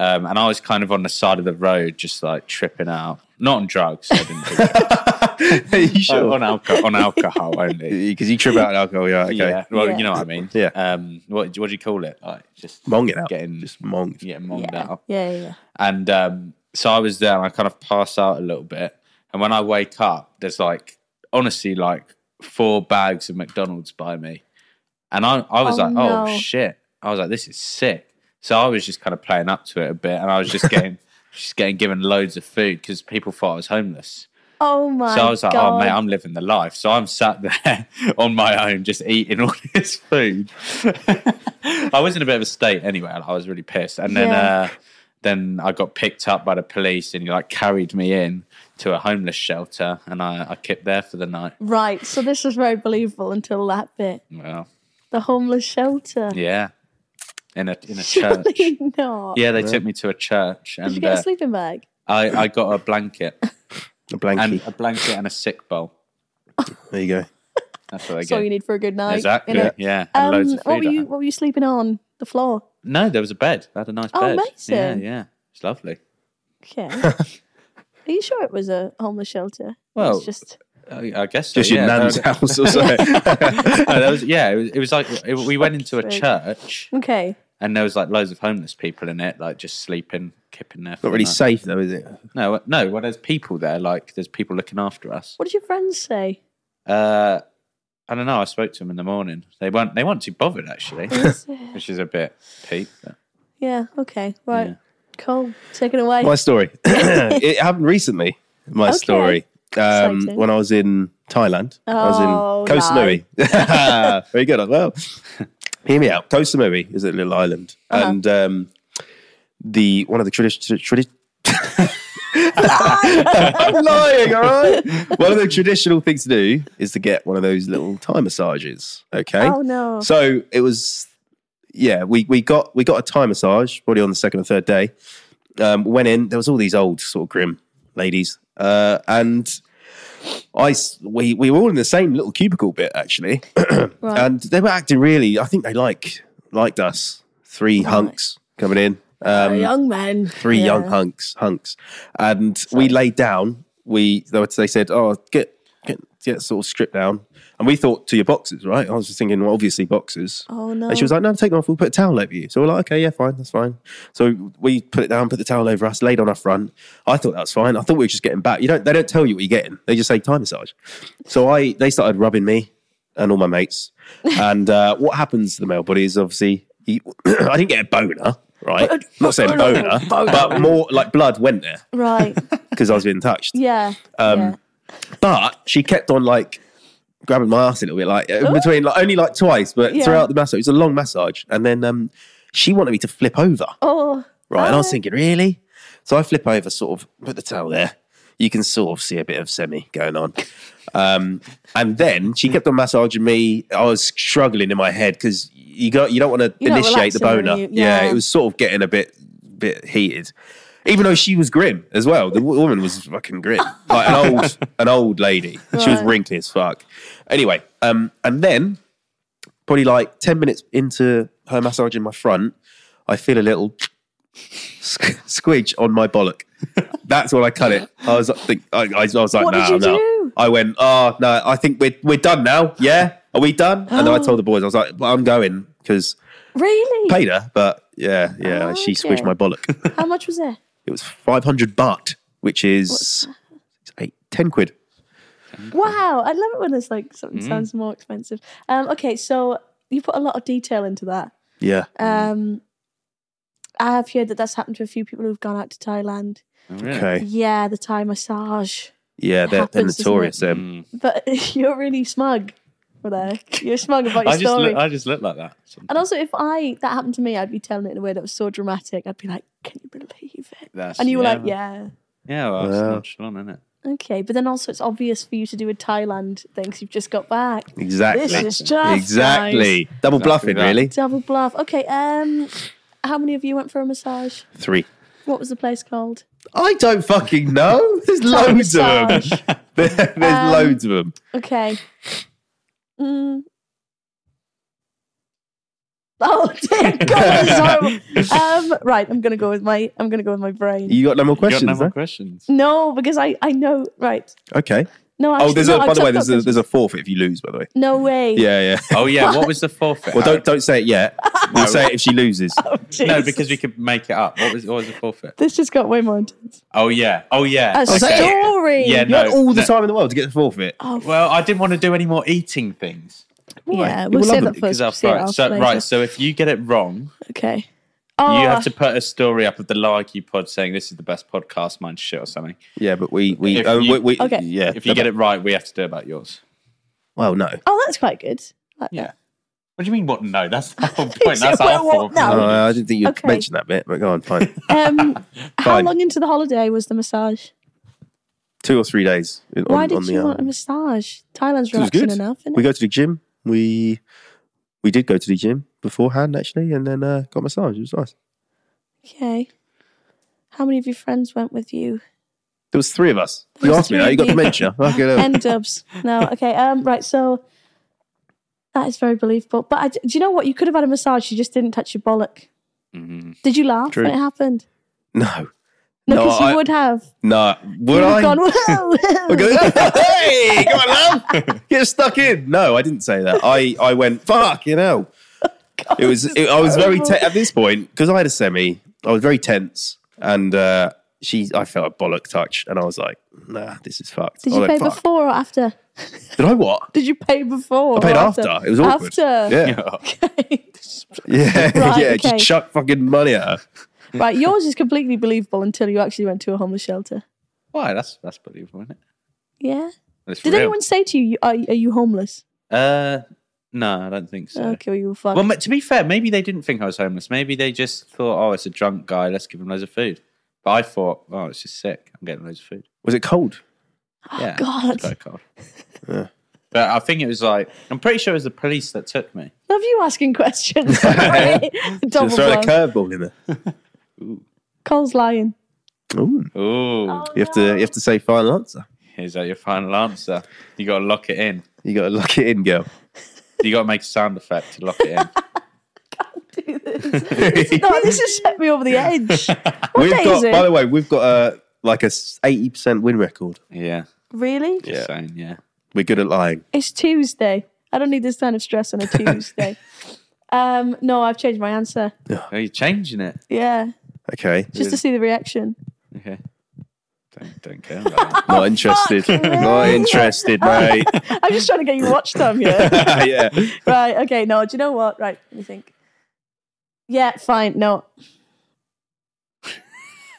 [SPEAKER 2] Um, and I was kind of on the side of the road, just like tripping out, not on drugs. I didn't do that.
[SPEAKER 1] Are you sure?
[SPEAKER 2] on alcohol, on alcohol only.
[SPEAKER 1] Because you trip out on alcohol. Yeah. Okay.
[SPEAKER 2] Yeah. Well,
[SPEAKER 3] Yeah.
[SPEAKER 2] you know what I mean.
[SPEAKER 1] Yeah.
[SPEAKER 2] Um. What What do you call it? Like just
[SPEAKER 1] Mong it out.
[SPEAKER 2] Getting
[SPEAKER 1] Just mong.
[SPEAKER 2] yeah, monged
[SPEAKER 3] Yeah.
[SPEAKER 2] out.
[SPEAKER 3] yeah, yeah, yeah.
[SPEAKER 2] And um, so I was there, and I kind of pass out a little bit. And when I wake up, there's like honestly like four bags of McDonald's by me, and I I was
[SPEAKER 3] Oh,
[SPEAKER 2] like,
[SPEAKER 3] no.
[SPEAKER 2] oh shit! I was like, this is sick. So I was just kind of playing up to it a bit, and I was just getting just getting given loads of food because people thought I was homeless.
[SPEAKER 3] Oh my.
[SPEAKER 2] So I was like,
[SPEAKER 3] God.
[SPEAKER 2] oh mate, I'm living the life. So I'm sat there on my own, just eating all this food. I was in a bit of a state anyway. and I was really pissed, and then
[SPEAKER 3] Yeah.
[SPEAKER 2] uh, then I got picked up by the police, and he like carried me in to a homeless shelter, and I, I kept there for the night.
[SPEAKER 3] Right, so this was very believable until that bit.
[SPEAKER 2] Well,
[SPEAKER 3] The homeless shelter.
[SPEAKER 2] yeah, in a in a church.
[SPEAKER 3] Surely not.
[SPEAKER 2] Yeah, they took me to a church,
[SPEAKER 3] Did you
[SPEAKER 2] and
[SPEAKER 3] get a
[SPEAKER 2] uh,
[SPEAKER 3] sleeping bag?
[SPEAKER 2] I I got a blanket
[SPEAKER 1] A blankie.
[SPEAKER 2] and a blanket and a sick bowl.
[SPEAKER 1] there you go.
[SPEAKER 2] That's what I
[SPEAKER 3] That's all you
[SPEAKER 2] get.
[SPEAKER 3] need for a good night.
[SPEAKER 2] Exactly.
[SPEAKER 3] innit?
[SPEAKER 2] Yeah. And
[SPEAKER 3] Um,
[SPEAKER 2] loads of food.
[SPEAKER 3] what were
[SPEAKER 2] I
[SPEAKER 3] you?
[SPEAKER 2] had.
[SPEAKER 3] What were you sleeping on? The floor.
[SPEAKER 2] No, there was a bed. I had a nice
[SPEAKER 3] Oh,
[SPEAKER 2] bed. Yeah,
[SPEAKER 3] amazing.
[SPEAKER 2] yeah. It's lovely.
[SPEAKER 3] Okay. Are you sure it was a homeless shelter?
[SPEAKER 2] Well,
[SPEAKER 3] it's just
[SPEAKER 2] Oh, I, I guess so,
[SPEAKER 1] Just
[SPEAKER 2] yeah.
[SPEAKER 1] your nan's
[SPEAKER 2] No,
[SPEAKER 1] house or something.
[SPEAKER 2] no, that was, yeah, it was, it was like it, we went into a
[SPEAKER 3] Fuck's sake.
[SPEAKER 2] church
[SPEAKER 3] okay.
[SPEAKER 2] and there was like loads of homeless people in it, like just sleeping, kipping there. For
[SPEAKER 1] Not
[SPEAKER 2] the
[SPEAKER 1] really
[SPEAKER 2] night.
[SPEAKER 1] safe though, is it?
[SPEAKER 2] No, no. Well, there's people there. Like there's people looking after us.
[SPEAKER 3] What did your friends say?
[SPEAKER 2] Uh, I don't know. I spoke to them in the morning. They weren't. They weren't too bothered actually, which is a bit peak. but-
[SPEAKER 3] Yeah. Okay. Right.
[SPEAKER 2] Yeah.
[SPEAKER 3] Cool. Take it away.
[SPEAKER 1] My story. it happened recently. My
[SPEAKER 3] Okay.
[SPEAKER 1] story. Um,
[SPEAKER 3] Exciting.
[SPEAKER 1] when I was in Thailand, I was
[SPEAKER 3] Oh,
[SPEAKER 1] in Koh
[SPEAKER 3] lie.
[SPEAKER 1] Samui. Very good. Well, hear me out. Koh Samui is a little island,
[SPEAKER 3] Uh-huh.
[SPEAKER 1] and um, the one of the traditional. Tradi- I'm lying, all right. One of the traditional things to do is to get one of those little Thai massages. Okay.
[SPEAKER 3] oh no.
[SPEAKER 1] So it was, yeah. We we got we got a Thai massage probably on the second or third day. Um, went in. There was all these old sort of grim ladies, uh, and I s- we we were all in the same little cubicle bit actually,
[SPEAKER 3] Right.
[SPEAKER 1] and they were acting really. I think they like liked us three hunks coming in. Um,
[SPEAKER 3] They're young men.
[SPEAKER 1] three
[SPEAKER 3] Yeah.
[SPEAKER 1] young hunks, hunks, and we laid down. We they were- they said, "Oh, get get get sort of stripped down," and we thought to your boxes, right? I was just thinking, well, obviously boxes.
[SPEAKER 3] Oh, no.
[SPEAKER 1] And she was like, "No, take them off. We'll put a towel over you." So we're like, "Okay, yeah, fine, that's fine." So we put it down, put the towel over us, laid on our front. I thought that was fine. I thought we were just getting back. You don't. They don't tell you what you're getting. They just say Thai massage. So I they started rubbing me and all my mates. And uh, what happens to the male body is obviously you, I didn't get a boner, right? Not saying boner, but more like blood went there
[SPEAKER 3] Right.
[SPEAKER 1] because I was being touched.
[SPEAKER 3] Yeah.
[SPEAKER 1] Um,
[SPEAKER 3] yeah.
[SPEAKER 1] But she kept on like grabbing my ass a little bit, like in between, like only like twice, but
[SPEAKER 3] Yeah.
[SPEAKER 1] throughout the massage, it was a long massage, and then um, she wanted me to flip over,
[SPEAKER 3] Oh.
[SPEAKER 1] right? And I was thinking, really? So I flip over, sort of put the towel there. You can sort of see a bit of semi going on. Um, and then she kept on massaging me. I was struggling in my head because you got you don't want to
[SPEAKER 3] You're not
[SPEAKER 1] initiate the
[SPEAKER 3] relaxing,
[SPEAKER 1] boner.
[SPEAKER 3] are you?
[SPEAKER 1] Yeah.
[SPEAKER 3] Yeah.
[SPEAKER 1] it was sort of getting a bit bit heated. Even though she was grim as well, the w- woman was fucking grim, like an old an old lady. She was
[SPEAKER 3] Right.
[SPEAKER 1] wrinkly as fuck. Anyway, um, and then probably like ten minutes into her massaging my front, I feel a little squ- squidge on my bollock. That's when I cut it. I was like, think, I, I, I was like,
[SPEAKER 3] What
[SPEAKER 1] no,
[SPEAKER 3] did
[SPEAKER 1] nah,
[SPEAKER 3] you
[SPEAKER 1] nah.
[SPEAKER 3] do?
[SPEAKER 1] I went, oh no, I think we're we're done now. Yeah, are we done? And then I told the boys, I was like, well, I'm going because
[SPEAKER 3] Really?
[SPEAKER 1] paid her, but yeah, yeah,
[SPEAKER 3] Oh,
[SPEAKER 1] she
[SPEAKER 3] okay.
[SPEAKER 1] squished my bollock.
[SPEAKER 3] How much was it?
[SPEAKER 1] it was five hundred baht, which is eight, ten quid.
[SPEAKER 3] Wow. I love it when it's like something
[SPEAKER 2] Mm.
[SPEAKER 3] sounds more expensive. Um, okay. So you put a lot of detail into that.
[SPEAKER 1] Yeah,
[SPEAKER 2] Mm.
[SPEAKER 3] Um, I have heard that that's happened to a few people who've gone out to Thailand.
[SPEAKER 1] okay,
[SPEAKER 3] Yeah, the Thai massage.
[SPEAKER 1] yeah, they're, they're
[SPEAKER 3] happens, doesn't it?
[SPEAKER 1] notorious. Them.
[SPEAKER 3] But you're really smug for there. You're smug about your
[SPEAKER 2] I just
[SPEAKER 3] story.
[SPEAKER 2] look, I just look like that.
[SPEAKER 3] and also, if I that happened to me, I'd be telling it in a way that was so dramatic. I'd be like, "Can you believe it?"
[SPEAKER 2] That's-
[SPEAKER 3] and you were
[SPEAKER 2] yeah.
[SPEAKER 3] like, "Yeah,
[SPEAKER 2] Yeah, well, it's
[SPEAKER 1] Wow.
[SPEAKER 2] nonchalant, isn't it?
[SPEAKER 3] okay." But then also, it's obvious for you to do a Thailand thing 'cause you've just got back.
[SPEAKER 1] Exactly,
[SPEAKER 3] This is tough,
[SPEAKER 1] exactly. Double bluffing,
[SPEAKER 2] that.
[SPEAKER 1] really.
[SPEAKER 3] Double bluff. Okay. Um, how many of you went for a massage?
[SPEAKER 1] Three.
[SPEAKER 3] What was the place called?
[SPEAKER 1] I don't fucking know. There's
[SPEAKER 3] Thai
[SPEAKER 1] loads of them.
[SPEAKER 3] massage.
[SPEAKER 1] There- There's
[SPEAKER 3] Um,
[SPEAKER 1] loads of them.
[SPEAKER 3] Okay. Mm. Oh dear God, this is horrible. Um, right, I'm gonna go with my I'm gonna go with my brain.
[SPEAKER 1] You got no more questions?
[SPEAKER 2] you got no more
[SPEAKER 1] huh?
[SPEAKER 2] questions.
[SPEAKER 3] no, because I I know right.
[SPEAKER 1] Okay.
[SPEAKER 3] No, actually,
[SPEAKER 1] Oh, there's
[SPEAKER 3] no,
[SPEAKER 1] a.
[SPEAKER 3] I've
[SPEAKER 1] By the way,
[SPEAKER 3] got-
[SPEAKER 1] there's a, there's a forfeit if you lose. By the way.
[SPEAKER 3] no way.
[SPEAKER 1] Yeah, yeah.
[SPEAKER 2] Oh yeah, what was the forfeit?
[SPEAKER 1] Well, don't don't say it yet. We'll say it if she loses.
[SPEAKER 2] no,
[SPEAKER 3] Oh, Jesus.
[SPEAKER 2] because we could make it up. What was what was the forfeit?
[SPEAKER 3] this just got way more intense.
[SPEAKER 2] Oh yeah, oh yeah.
[SPEAKER 3] A story.
[SPEAKER 2] Yeah,
[SPEAKER 1] You
[SPEAKER 2] no.
[SPEAKER 1] had all the
[SPEAKER 2] no.
[SPEAKER 1] time in the world to get the forfeit.
[SPEAKER 3] Oh, f-
[SPEAKER 2] Well, I didn't want to do any more eating things
[SPEAKER 3] yeah.
[SPEAKER 1] People
[SPEAKER 3] We'll
[SPEAKER 1] love
[SPEAKER 3] save
[SPEAKER 1] them
[SPEAKER 3] that first.
[SPEAKER 2] because I've
[SPEAKER 3] save that
[SPEAKER 2] right.
[SPEAKER 3] off
[SPEAKER 2] So
[SPEAKER 3] later.
[SPEAKER 2] right, so if you get it wrong,
[SPEAKER 3] Okay. Oh,
[SPEAKER 2] you have to put a story up of the Larky Pod saying this is the best podcast, mind shit or something.
[SPEAKER 1] Yeah, but we we,
[SPEAKER 2] If
[SPEAKER 1] uh,
[SPEAKER 2] you-
[SPEAKER 1] we, we
[SPEAKER 3] Okay.
[SPEAKER 1] yeah.
[SPEAKER 2] If you get it right, we have to do about yours.
[SPEAKER 1] well, no.
[SPEAKER 3] oh, that's quite good. Like that.
[SPEAKER 2] Yeah. What do you mean? What? No, that's the whole point. That's
[SPEAKER 3] Well,
[SPEAKER 2] our
[SPEAKER 3] what-
[SPEAKER 2] fault.
[SPEAKER 3] no.
[SPEAKER 1] No, I didn't think you
[SPEAKER 3] Okay.
[SPEAKER 1] would mentioned that bit. But go on, fine.
[SPEAKER 3] Um, how
[SPEAKER 1] Fine.
[SPEAKER 3] long into the holiday was the massage?
[SPEAKER 1] Two or three days. on-
[SPEAKER 3] Why
[SPEAKER 1] on
[SPEAKER 3] did
[SPEAKER 1] the
[SPEAKER 3] you want a
[SPEAKER 1] island.
[SPEAKER 3] massage? Thailand's
[SPEAKER 1] It was
[SPEAKER 3] relaxing
[SPEAKER 1] good.
[SPEAKER 3] enough, isn't
[SPEAKER 1] We
[SPEAKER 3] it?
[SPEAKER 1] go to the gym. We we did go to the gym beforehand actually, and then uh, got a massage. It was nice.
[SPEAKER 3] Okay. How many of your friends went with you?
[SPEAKER 1] There was three of us.
[SPEAKER 3] There
[SPEAKER 1] you
[SPEAKER 3] was
[SPEAKER 1] asked me
[SPEAKER 3] three
[SPEAKER 1] that. You
[SPEAKER 3] of
[SPEAKER 1] got
[SPEAKER 3] you.
[SPEAKER 1] dementia. Fucking hell.
[SPEAKER 3] N dubs. No. Okay. Um. Right. So that is very believable. But I, do you know what? You could have had a massage. You just didn't touch your bollock. Did you laugh
[SPEAKER 1] True.
[SPEAKER 3] when it happened?
[SPEAKER 1] no,
[SPEAKER 3] No,
[SPEAKER 1] Mm-hmm. No,
[SPEAKER 3] because
[SPEAKER 1] I-
[SPEAKER 3] you would have.
[SPEAKER 1] no. Would
[SPEAKER 3] You would
[SPEAKER 1] I?
[SPEAKER 3] have gone. Whoa.
[SPEAKER 1] I go, hey, come on, love. Get stuck in. No, I didn't say that. I, I went, fuck, you know. it was. It, I was very te- at this point because I had a semi. I was very tense, and uh, she. I felt a bollock touch, and I was like, nah, this is fucked.
[SPEAKER 3] Did
[SPEAKER 1] I
[SPEAKER 3] you
[SPEAKER 1] was
[SPEAKER 3] pay
[SPEAKER 1] like, fuck.
[SPEAKER 3] before or after?
[SPEAKER 1] Did I what?
[SPEAKER 3] Did you pay before?
[SPEAKER 1] I paid
[SPEAKER 3] or
[SPEAKER 1] after. It was awkward.
[SPEAKER 3] After.
[SPEAKER 1] Yeah, yeah,
[SPEAKER 3] Right,
[SPEAKER 1] yeah.
[SPEAKER 3] okay.
[SPEAKER 1] Just chuck fucking money at her.
[SPEAKER 3] right. Yours is completely believable until you actually went to a homeless shelter.
[SPEAKER 2] Why? That's that's believable, isn't it?
[SPEAKER 3] Yeah.
[SPEAKER 2] That's
[SPEAKER 3] Did
[SPEAKER 2] real.
[SPEAKER 3] anyone say to you, "You- are, are you homeless?
[SPEAKER 2] Uh, no, I don't think so.
[SPEAKER 3] Okay, well, you were fucked.
[SPEAKER 2] Well, ma- to be fair, maybe they didn't think I was homeless. Maybe they just thought, oh, it's a drunk guy. Let's give him loads of food. But I thought, oh, it's just sick. I'm getting loads of food.
[SPEAKER 1] Was it cold?
[SPEAKER 2] yeah,
[SPEAKER 3] Oh, God.
[SPEAKER 2] it's quite cold. But I think it was like I'm pretty sure it was the police that took me.
[SPEAKER 3] Love you asking questions. Double
[SPEAKER 1] Just throwing a
[SPEAKER 3] bluff.
[SPEAKER 1] curveball in there.
[SPEAKER 3] Cole's lying.
[SPEAKER 1] Ooh.
[SPEAKER 2] Ooh.
[SPEAKER 3] Oh.
[SPEAKER 1] You have to you have to say final answer.
[SPEAKER 2] Here's your final answer. You got to lock it in.
[SPEAKER 1] You got to lock it in, girl.
[SPEAKER 2] You got to make a sound effect to lock it in.
[SPEAKER 3] do this. This is- no, this has set me over the edge. What
[SPEAKER 1] we've
[SPEAKER 3] day
[SPEAKER 1] got,
[SPEAKER 3] is it?
[SPEAKER 1] by the way, we've got a like a eighty percent win record.
[SPEAKER 2] Yeah.
[SPEAKER 3] really?
[SPEAKER 2] Yeah. Saying, yeah.
[SPEAKER 1] We're good at lying.
[SPEAKER 3] It's Tuesday. I don't need this kind of stress on a Tuesday. um, no, I've changed my answer.
[SPEAKER 2] Are you Oh, changing it?
[SPEAKER 3] Yeah,
[SPEAKER 1] Okay,
[SPEAKER 3] just to see the reaction.
[SPEAKER 2] Okay. Don't, don't care about that.
[SPEAKER 1] not interested.
[SPEAKER 3] oh, fuck me. Oh.
[SPEAKER 1] Not interested, mate.
[SPEAKER 3] I'm just trying to get you watch time here.
[SPEAKER 1] yeah,
[SPEAKER 3] right. Okay. No. Do you know what? Right. Let me think. Yeah. Fine. No.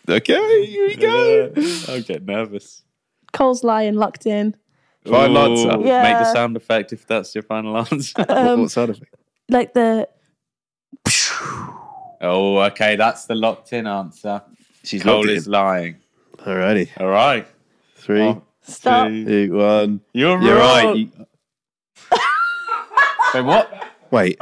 [SPEAKER 1] okay, here we go.
[SPEAKER 2] I'll get nervous.
[SPEAKER 3] Cole's lying, locked in.
[SPEAKER 1] Final
[SPEAKER 2] Ooh,
[SPEAKER 1] answer.
[SPEAKER 2] Make
[SPEAKER 3] Yeah.
[SPEAKER 2] the sound effect if that's your final answer.
[SPEAKER 1] What-
[SPEAKER 3] Um,
[SPEAKER 1] what sound effect?
[SPEAKER 3] like the
[SPEAKER 2] oh, okay. That's the locked in answer.
[SPEAKER 1] She's
[SPEAKER 2] Cole
[SPEAKER 1] locked it
[SPEAKER 2] is
[SPEAKER 1] in.
[SPEAKER 2] lying.
[SPEAKER 1] Alrighty,
[SPEAKER 2] All right.
[SPEAKER 1] three,
[SPEAKER 2] Oh,
[SPEAKER 3] stop.
[SPEAKER 2] two.
[SPEAKER 1] two, one.
[SPEAKER 2] You're,
[SPEAKER 1] You're
[SPEAKER 2] right.
[SPEAKER 1] right. you-
[SPEAKER 2] Wait, what?
[SPEAKER 1] wait,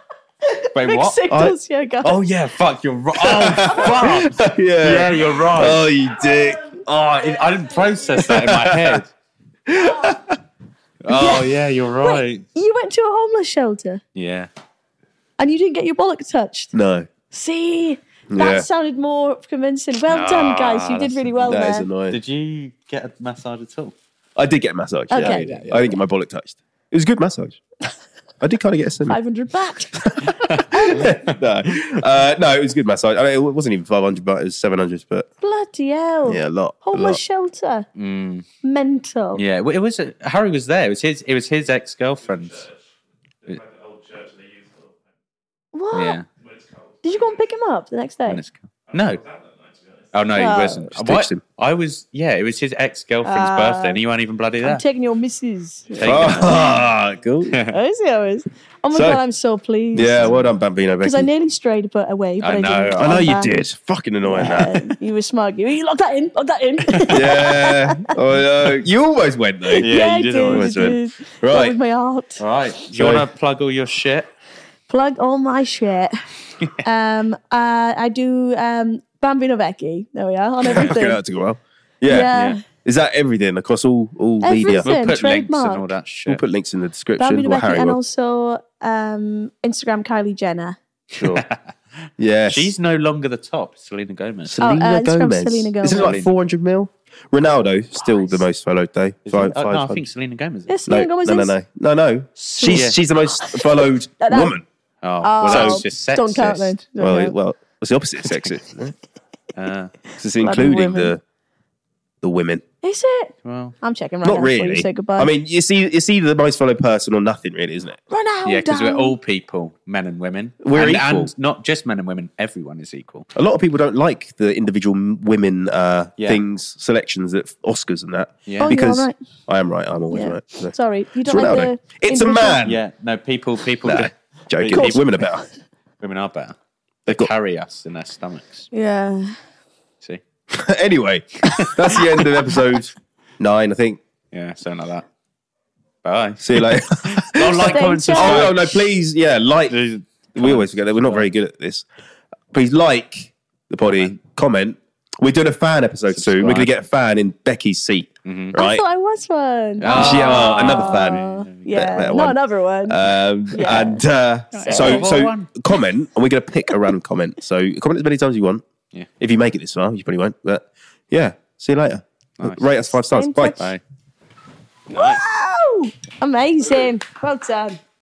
[SPEAKER 2] Wait,
[SPEAKER 3] Big
[SPEAKER 2] what?
[SPEAKER 3] signals. yeah. Go.
[SPEAKER 2] Oh, yeah. Fuck, you're right. Oh, fuck.
[SPEAKER 1] yeah.
[SPEAKER 2] yeah, you're right.
[SPEAKER 1] Oh, you dick.
[SPEAKER 2] Oh, I I didn't process that in my head. oh yeah, you're right.
[SPEAKER 3] You went to a homeless shelter
[SPEAKER 2] Yeah,
[SPEAKER 3] and you didn't get your bollock touched.
[SPEAKER 1] No,
[SPEAKER 3] See, that
[SPEAKER 1] Yeah. Ah,
[SPEAKER 3] sounded more convincing. Well done, guys. You did
[SPEAKER 2] that's-
[SPEAKER 3] really well
[SPEAKER 1] that is
[SPEAKER 3] there.
[SPEAKER 1] annoying.
[SPEAKER 2] Did you get a massage at all?
[SPEAKER 1] I did get a massage. yeah.
[SPEAKER 3] Okay.
[SPEAKER 1] I didn't get my bollock touched. It was a good massage. I did kind of get a semi.
[SPEAKER 3] Five hundred baht.
[SPEAKER 1] no, uh, no, it was a good massage. I mean, it wasn't even 500, but it was 700, but
[SPEAKER 3] Bloody hell.
[SPEAKER 1] yeah, a lot. a
[SPEAKER 3] Homeless
[SPEAKER 1] lot. Mm.
[SPEAKER 3] shelter. Mental.
[SPEAKER 2] Mm, Yeah, it was. uh, Harry was there. It was his. It was his ex girlfriend.
[SPEAKER 3] What?
[SPEAKER 2] Yeah,
[SPEAKER 3] Did you go and pick him up the next day?
[SPEAKER 2] When it's cool. no. Oh no, he
[SPEAKER 3] Oh. Uh,
[SPEAKER 2] wasn't.
[SPEAKER 1] Just
[SPEAKER 2] What?
[SPEAKER 1] text him.
[SPEAKER 2] I was. Yeah, it was his ex girlfriend's birthday, and he weren't even bloody there.
[SPEAKER 3] I'm taking your missus.
[SPEAKER 2] Taking it.
[SPEAKER 1] Ah, cool. yeah,
[SPEAKER 3] Oh, is he always? Oh my
[SPEAKER 1] So-
[SPEAKER 3] god, I'm so pleased.
[SPEAKER 1] well done, Bambino Becky.
[SPEAKER 3] Because I nearly strayed but away, but I,
[SPEAKER 2] I know.
[SPEAKER 3] didn't.
[SPEAKER 1] I know
[SPEAKER 3] I'm
[SPEAKER 1] you
[SPEAKER 3] back.
[SPEAKER 1] did. Fucking annoying that.
[SPEAKER 3] Uh, you were smug. You, you locked that in. Lock that in.
[SPEAKER 1] yeah. Oh, no. You almost went, though.
[SPEAKER 2] Yeah,
[SPEAKER 3] I
[SPEAKER 2] you did
[SPEAKER 3] I
[SPEAKER 1] always win.
[SPEAKER 3] did.
[SPEAKER 1] Right.
[SPEAKER 3] What with my art.
[SPEAKER 2] All right. Do you
[SPEAKER 1] Sorry.
[SPEAKER 2] want to plug all your shit?
[SPEAKER 3] Plug all my shit. um, uh, I do um, Bambino Becky. There we are on
[SPEAKER 1] Okay,
[SPEAKER 3] everything.
[SPEAKER 1] that took a while. Yeah.
[SPEAKER 3] yeah.
[SPEAKER 2] yeah.
[SPEAKER 1] Is that everything across all, all media?
[SPEAKER 3] Everything.
[SPEAKER 2] We'll
[SPEAKER 3] Yeah,
[SPEAKER 2] put links
[SPEAKER 3] trademark.
[SPEAKER 2] and all that
[SPEAKER 1] We'll
[SPEAKER 2] shit.
[SPEAKER 1] put links in the description.
[SPEAKER 3] Bambino
[SPEAKER 1] Well,
[SPEAKER 3] Becky,
[SPEAKER 1] Harry
[SPEAKER 3] and
[SPEAKER 1] will.
[SPEAKER 3] also um, Instagram Kylie Jenner.
[SPEAKER 1] Sure. Yes.
[SPEAKER 2] She's no longer the top. Selena Gomez.
[SPEAKER 1] Selena
[SPEAKER 3] Oh, uh, Instagram's
[SPEAKER 1] Gomez.
[SPEAKER 3] Selena
[SPEAKER 1] Is it like
[SPEAKER 2] Gomez.
[SPEAKER 1] 400 mil? Ronaldo, still the most followed, though.
[SPEAKER 2] Is
[SPEAKER 1] Five-
[SPEAKER 2] it- oh, no, I
[SPEAKER 1] 500.
[SPEAKER 2] think Selena Gomez. Is.
[SPEAKER 3] Yes,
[SPEAKER 1] No,
[SPEAKER 3] Selena Gomez
[SPEAKER 1] no, no,
[SPEAKER 3] is.
[SPEAKER 1] no, no, no. She's
[SPEAKER 2] Yeah.
[SPEAKER 1] she's the most followed
[SPEAKER 3] that-
[SPEAKER 1] woman.
[SPEAKER 2] Oh,
[SPEAKER 3] Oh,
[SPEAKER 2] well, that was just sexist.
[SPEAKER 3] Don't count then. Don't
[SPEAKER 1] Well,
[SPEAKER 3] count.
[SPEAKER 1] well, it's the opposite sex, isn't it?
[SPEAKER 2] Uh,
[SPEAKER 1] Because it's including
[SPEAKER 3] women.
[SPEAKER 1] the the women.
[SPEAKER 3] Is it?
[SPEAKER 2] well,
[SPEAKER 3] I'm checking right now
[SPEAKER 1] Not
[SPEAKER 3] before you
[SPEAKER 1] really.
[SPEAKER 3] say goodbye.
[SPEAKER 1] I mean, you see, it's either the most followed person or nothing, really, isn't it?
[SPEAKER 3] Ronaldo.
[SPEAKER 2] yeah, because we're all people, men and women.
[SPEAKER 1] We're
[SPEAKER 2] and,
[SPEAKER 1] equal.
[SPEAKER 2] and not just men and women. Everyone is equal.
[SPEAKER 1] A lot of people don't like the individual m- women uh,
[SPEAKER 2] Yeah.
[SPEAKER 1] things selections at Oscars and that.
[SPEAKER 2] Yeah. Oh, you're
[SPEAKER 1] because
[SPEAKER 3] right.
[SPEAKER 1] I am right. I'm always
[SPEAKER 3] Yeah.
[SPEAKER 1] right. so.
[SPEAKER 3] Sorry, you
[SPEAKER 1] It's
[SPEAKER 3] don't like
[SPEAKER 1] Ronaldo.
[SPEAKER 3] the.
[SPEAKER 1] It's a
[SPEAKER 3] individual-
[SPEAKER 1] man.
[SPEAKER 2] Yeah, no, people, people,
[SPEAKER 1] Nah, joking.
[SPEAKER 2] Course.
[SPEAKER 1] Women are better.
[SPEAKER 2] women are better.
[SPEAKER 1] They've got
[SPEAKER 2] Carry us in their stomachs.
[SPEAKER 3] Yeah.
[SPEAKER 2] See,
[SPEAKER 1] anyway. That's the end of episode nine, I think.
[SPEAKER 2] yeah, something like that. Bye.
[SPEAKER 1] See you later.
[SPEAKER 2] Don't like, comment,
[SPEAKER 3] Stay
[SPEAKER 1] Oh,
[SPEAKER 2] subscribe.
[SPEAKER 1] no, no, please, yeah, like.
[SPEAKER 2] Please.
[SPEAKER 1] We always forget that we're not very good at this. Please like the body, comment. We're doing a fan episode soon. We're going
[SPEAKER 2] Subscribe.
[SPEAKER 1] to get a fan in Becky's seat,
[SPEAKER 3] I
[SPEAKER 1] right?
[SPEAKER 3] thought I was one.
[SPEAKER 2] Ah.
[SPEAKER 1] She- oh, another
[SPEAKER 3] Uh,
[SPEAKER 1] fan.
[SPEAKER 3] yeah,
[SPEAKER 1] better
[SPEAKER 3] not
[SPEAKER 1] one.
[SPEAKER 3] another one.
[SPEAKER 1] Um,
[SPEAKER 3] Yeah.
[SPEAKER 1] And uh, so,
[SPEAKER 2] Another
[SPEAKER 1] so
[SPEAKER 2] one.
[SPEAKER 1] comment, and we're going to pick a random comment. So comment as many times as you want.
[SPEAKER 2] Yeah.
[SPEAKER 1] If you make it this far, you probably won't. But yeah, see you later. Rate us five stars.
[SPEAKER 3] in
[SPEAKER 1] Bye.
[SPEAKER 3] touch.
[SPEAKER 2] Bye.
[SPEAKER 3] Wow! Amazing. Well done.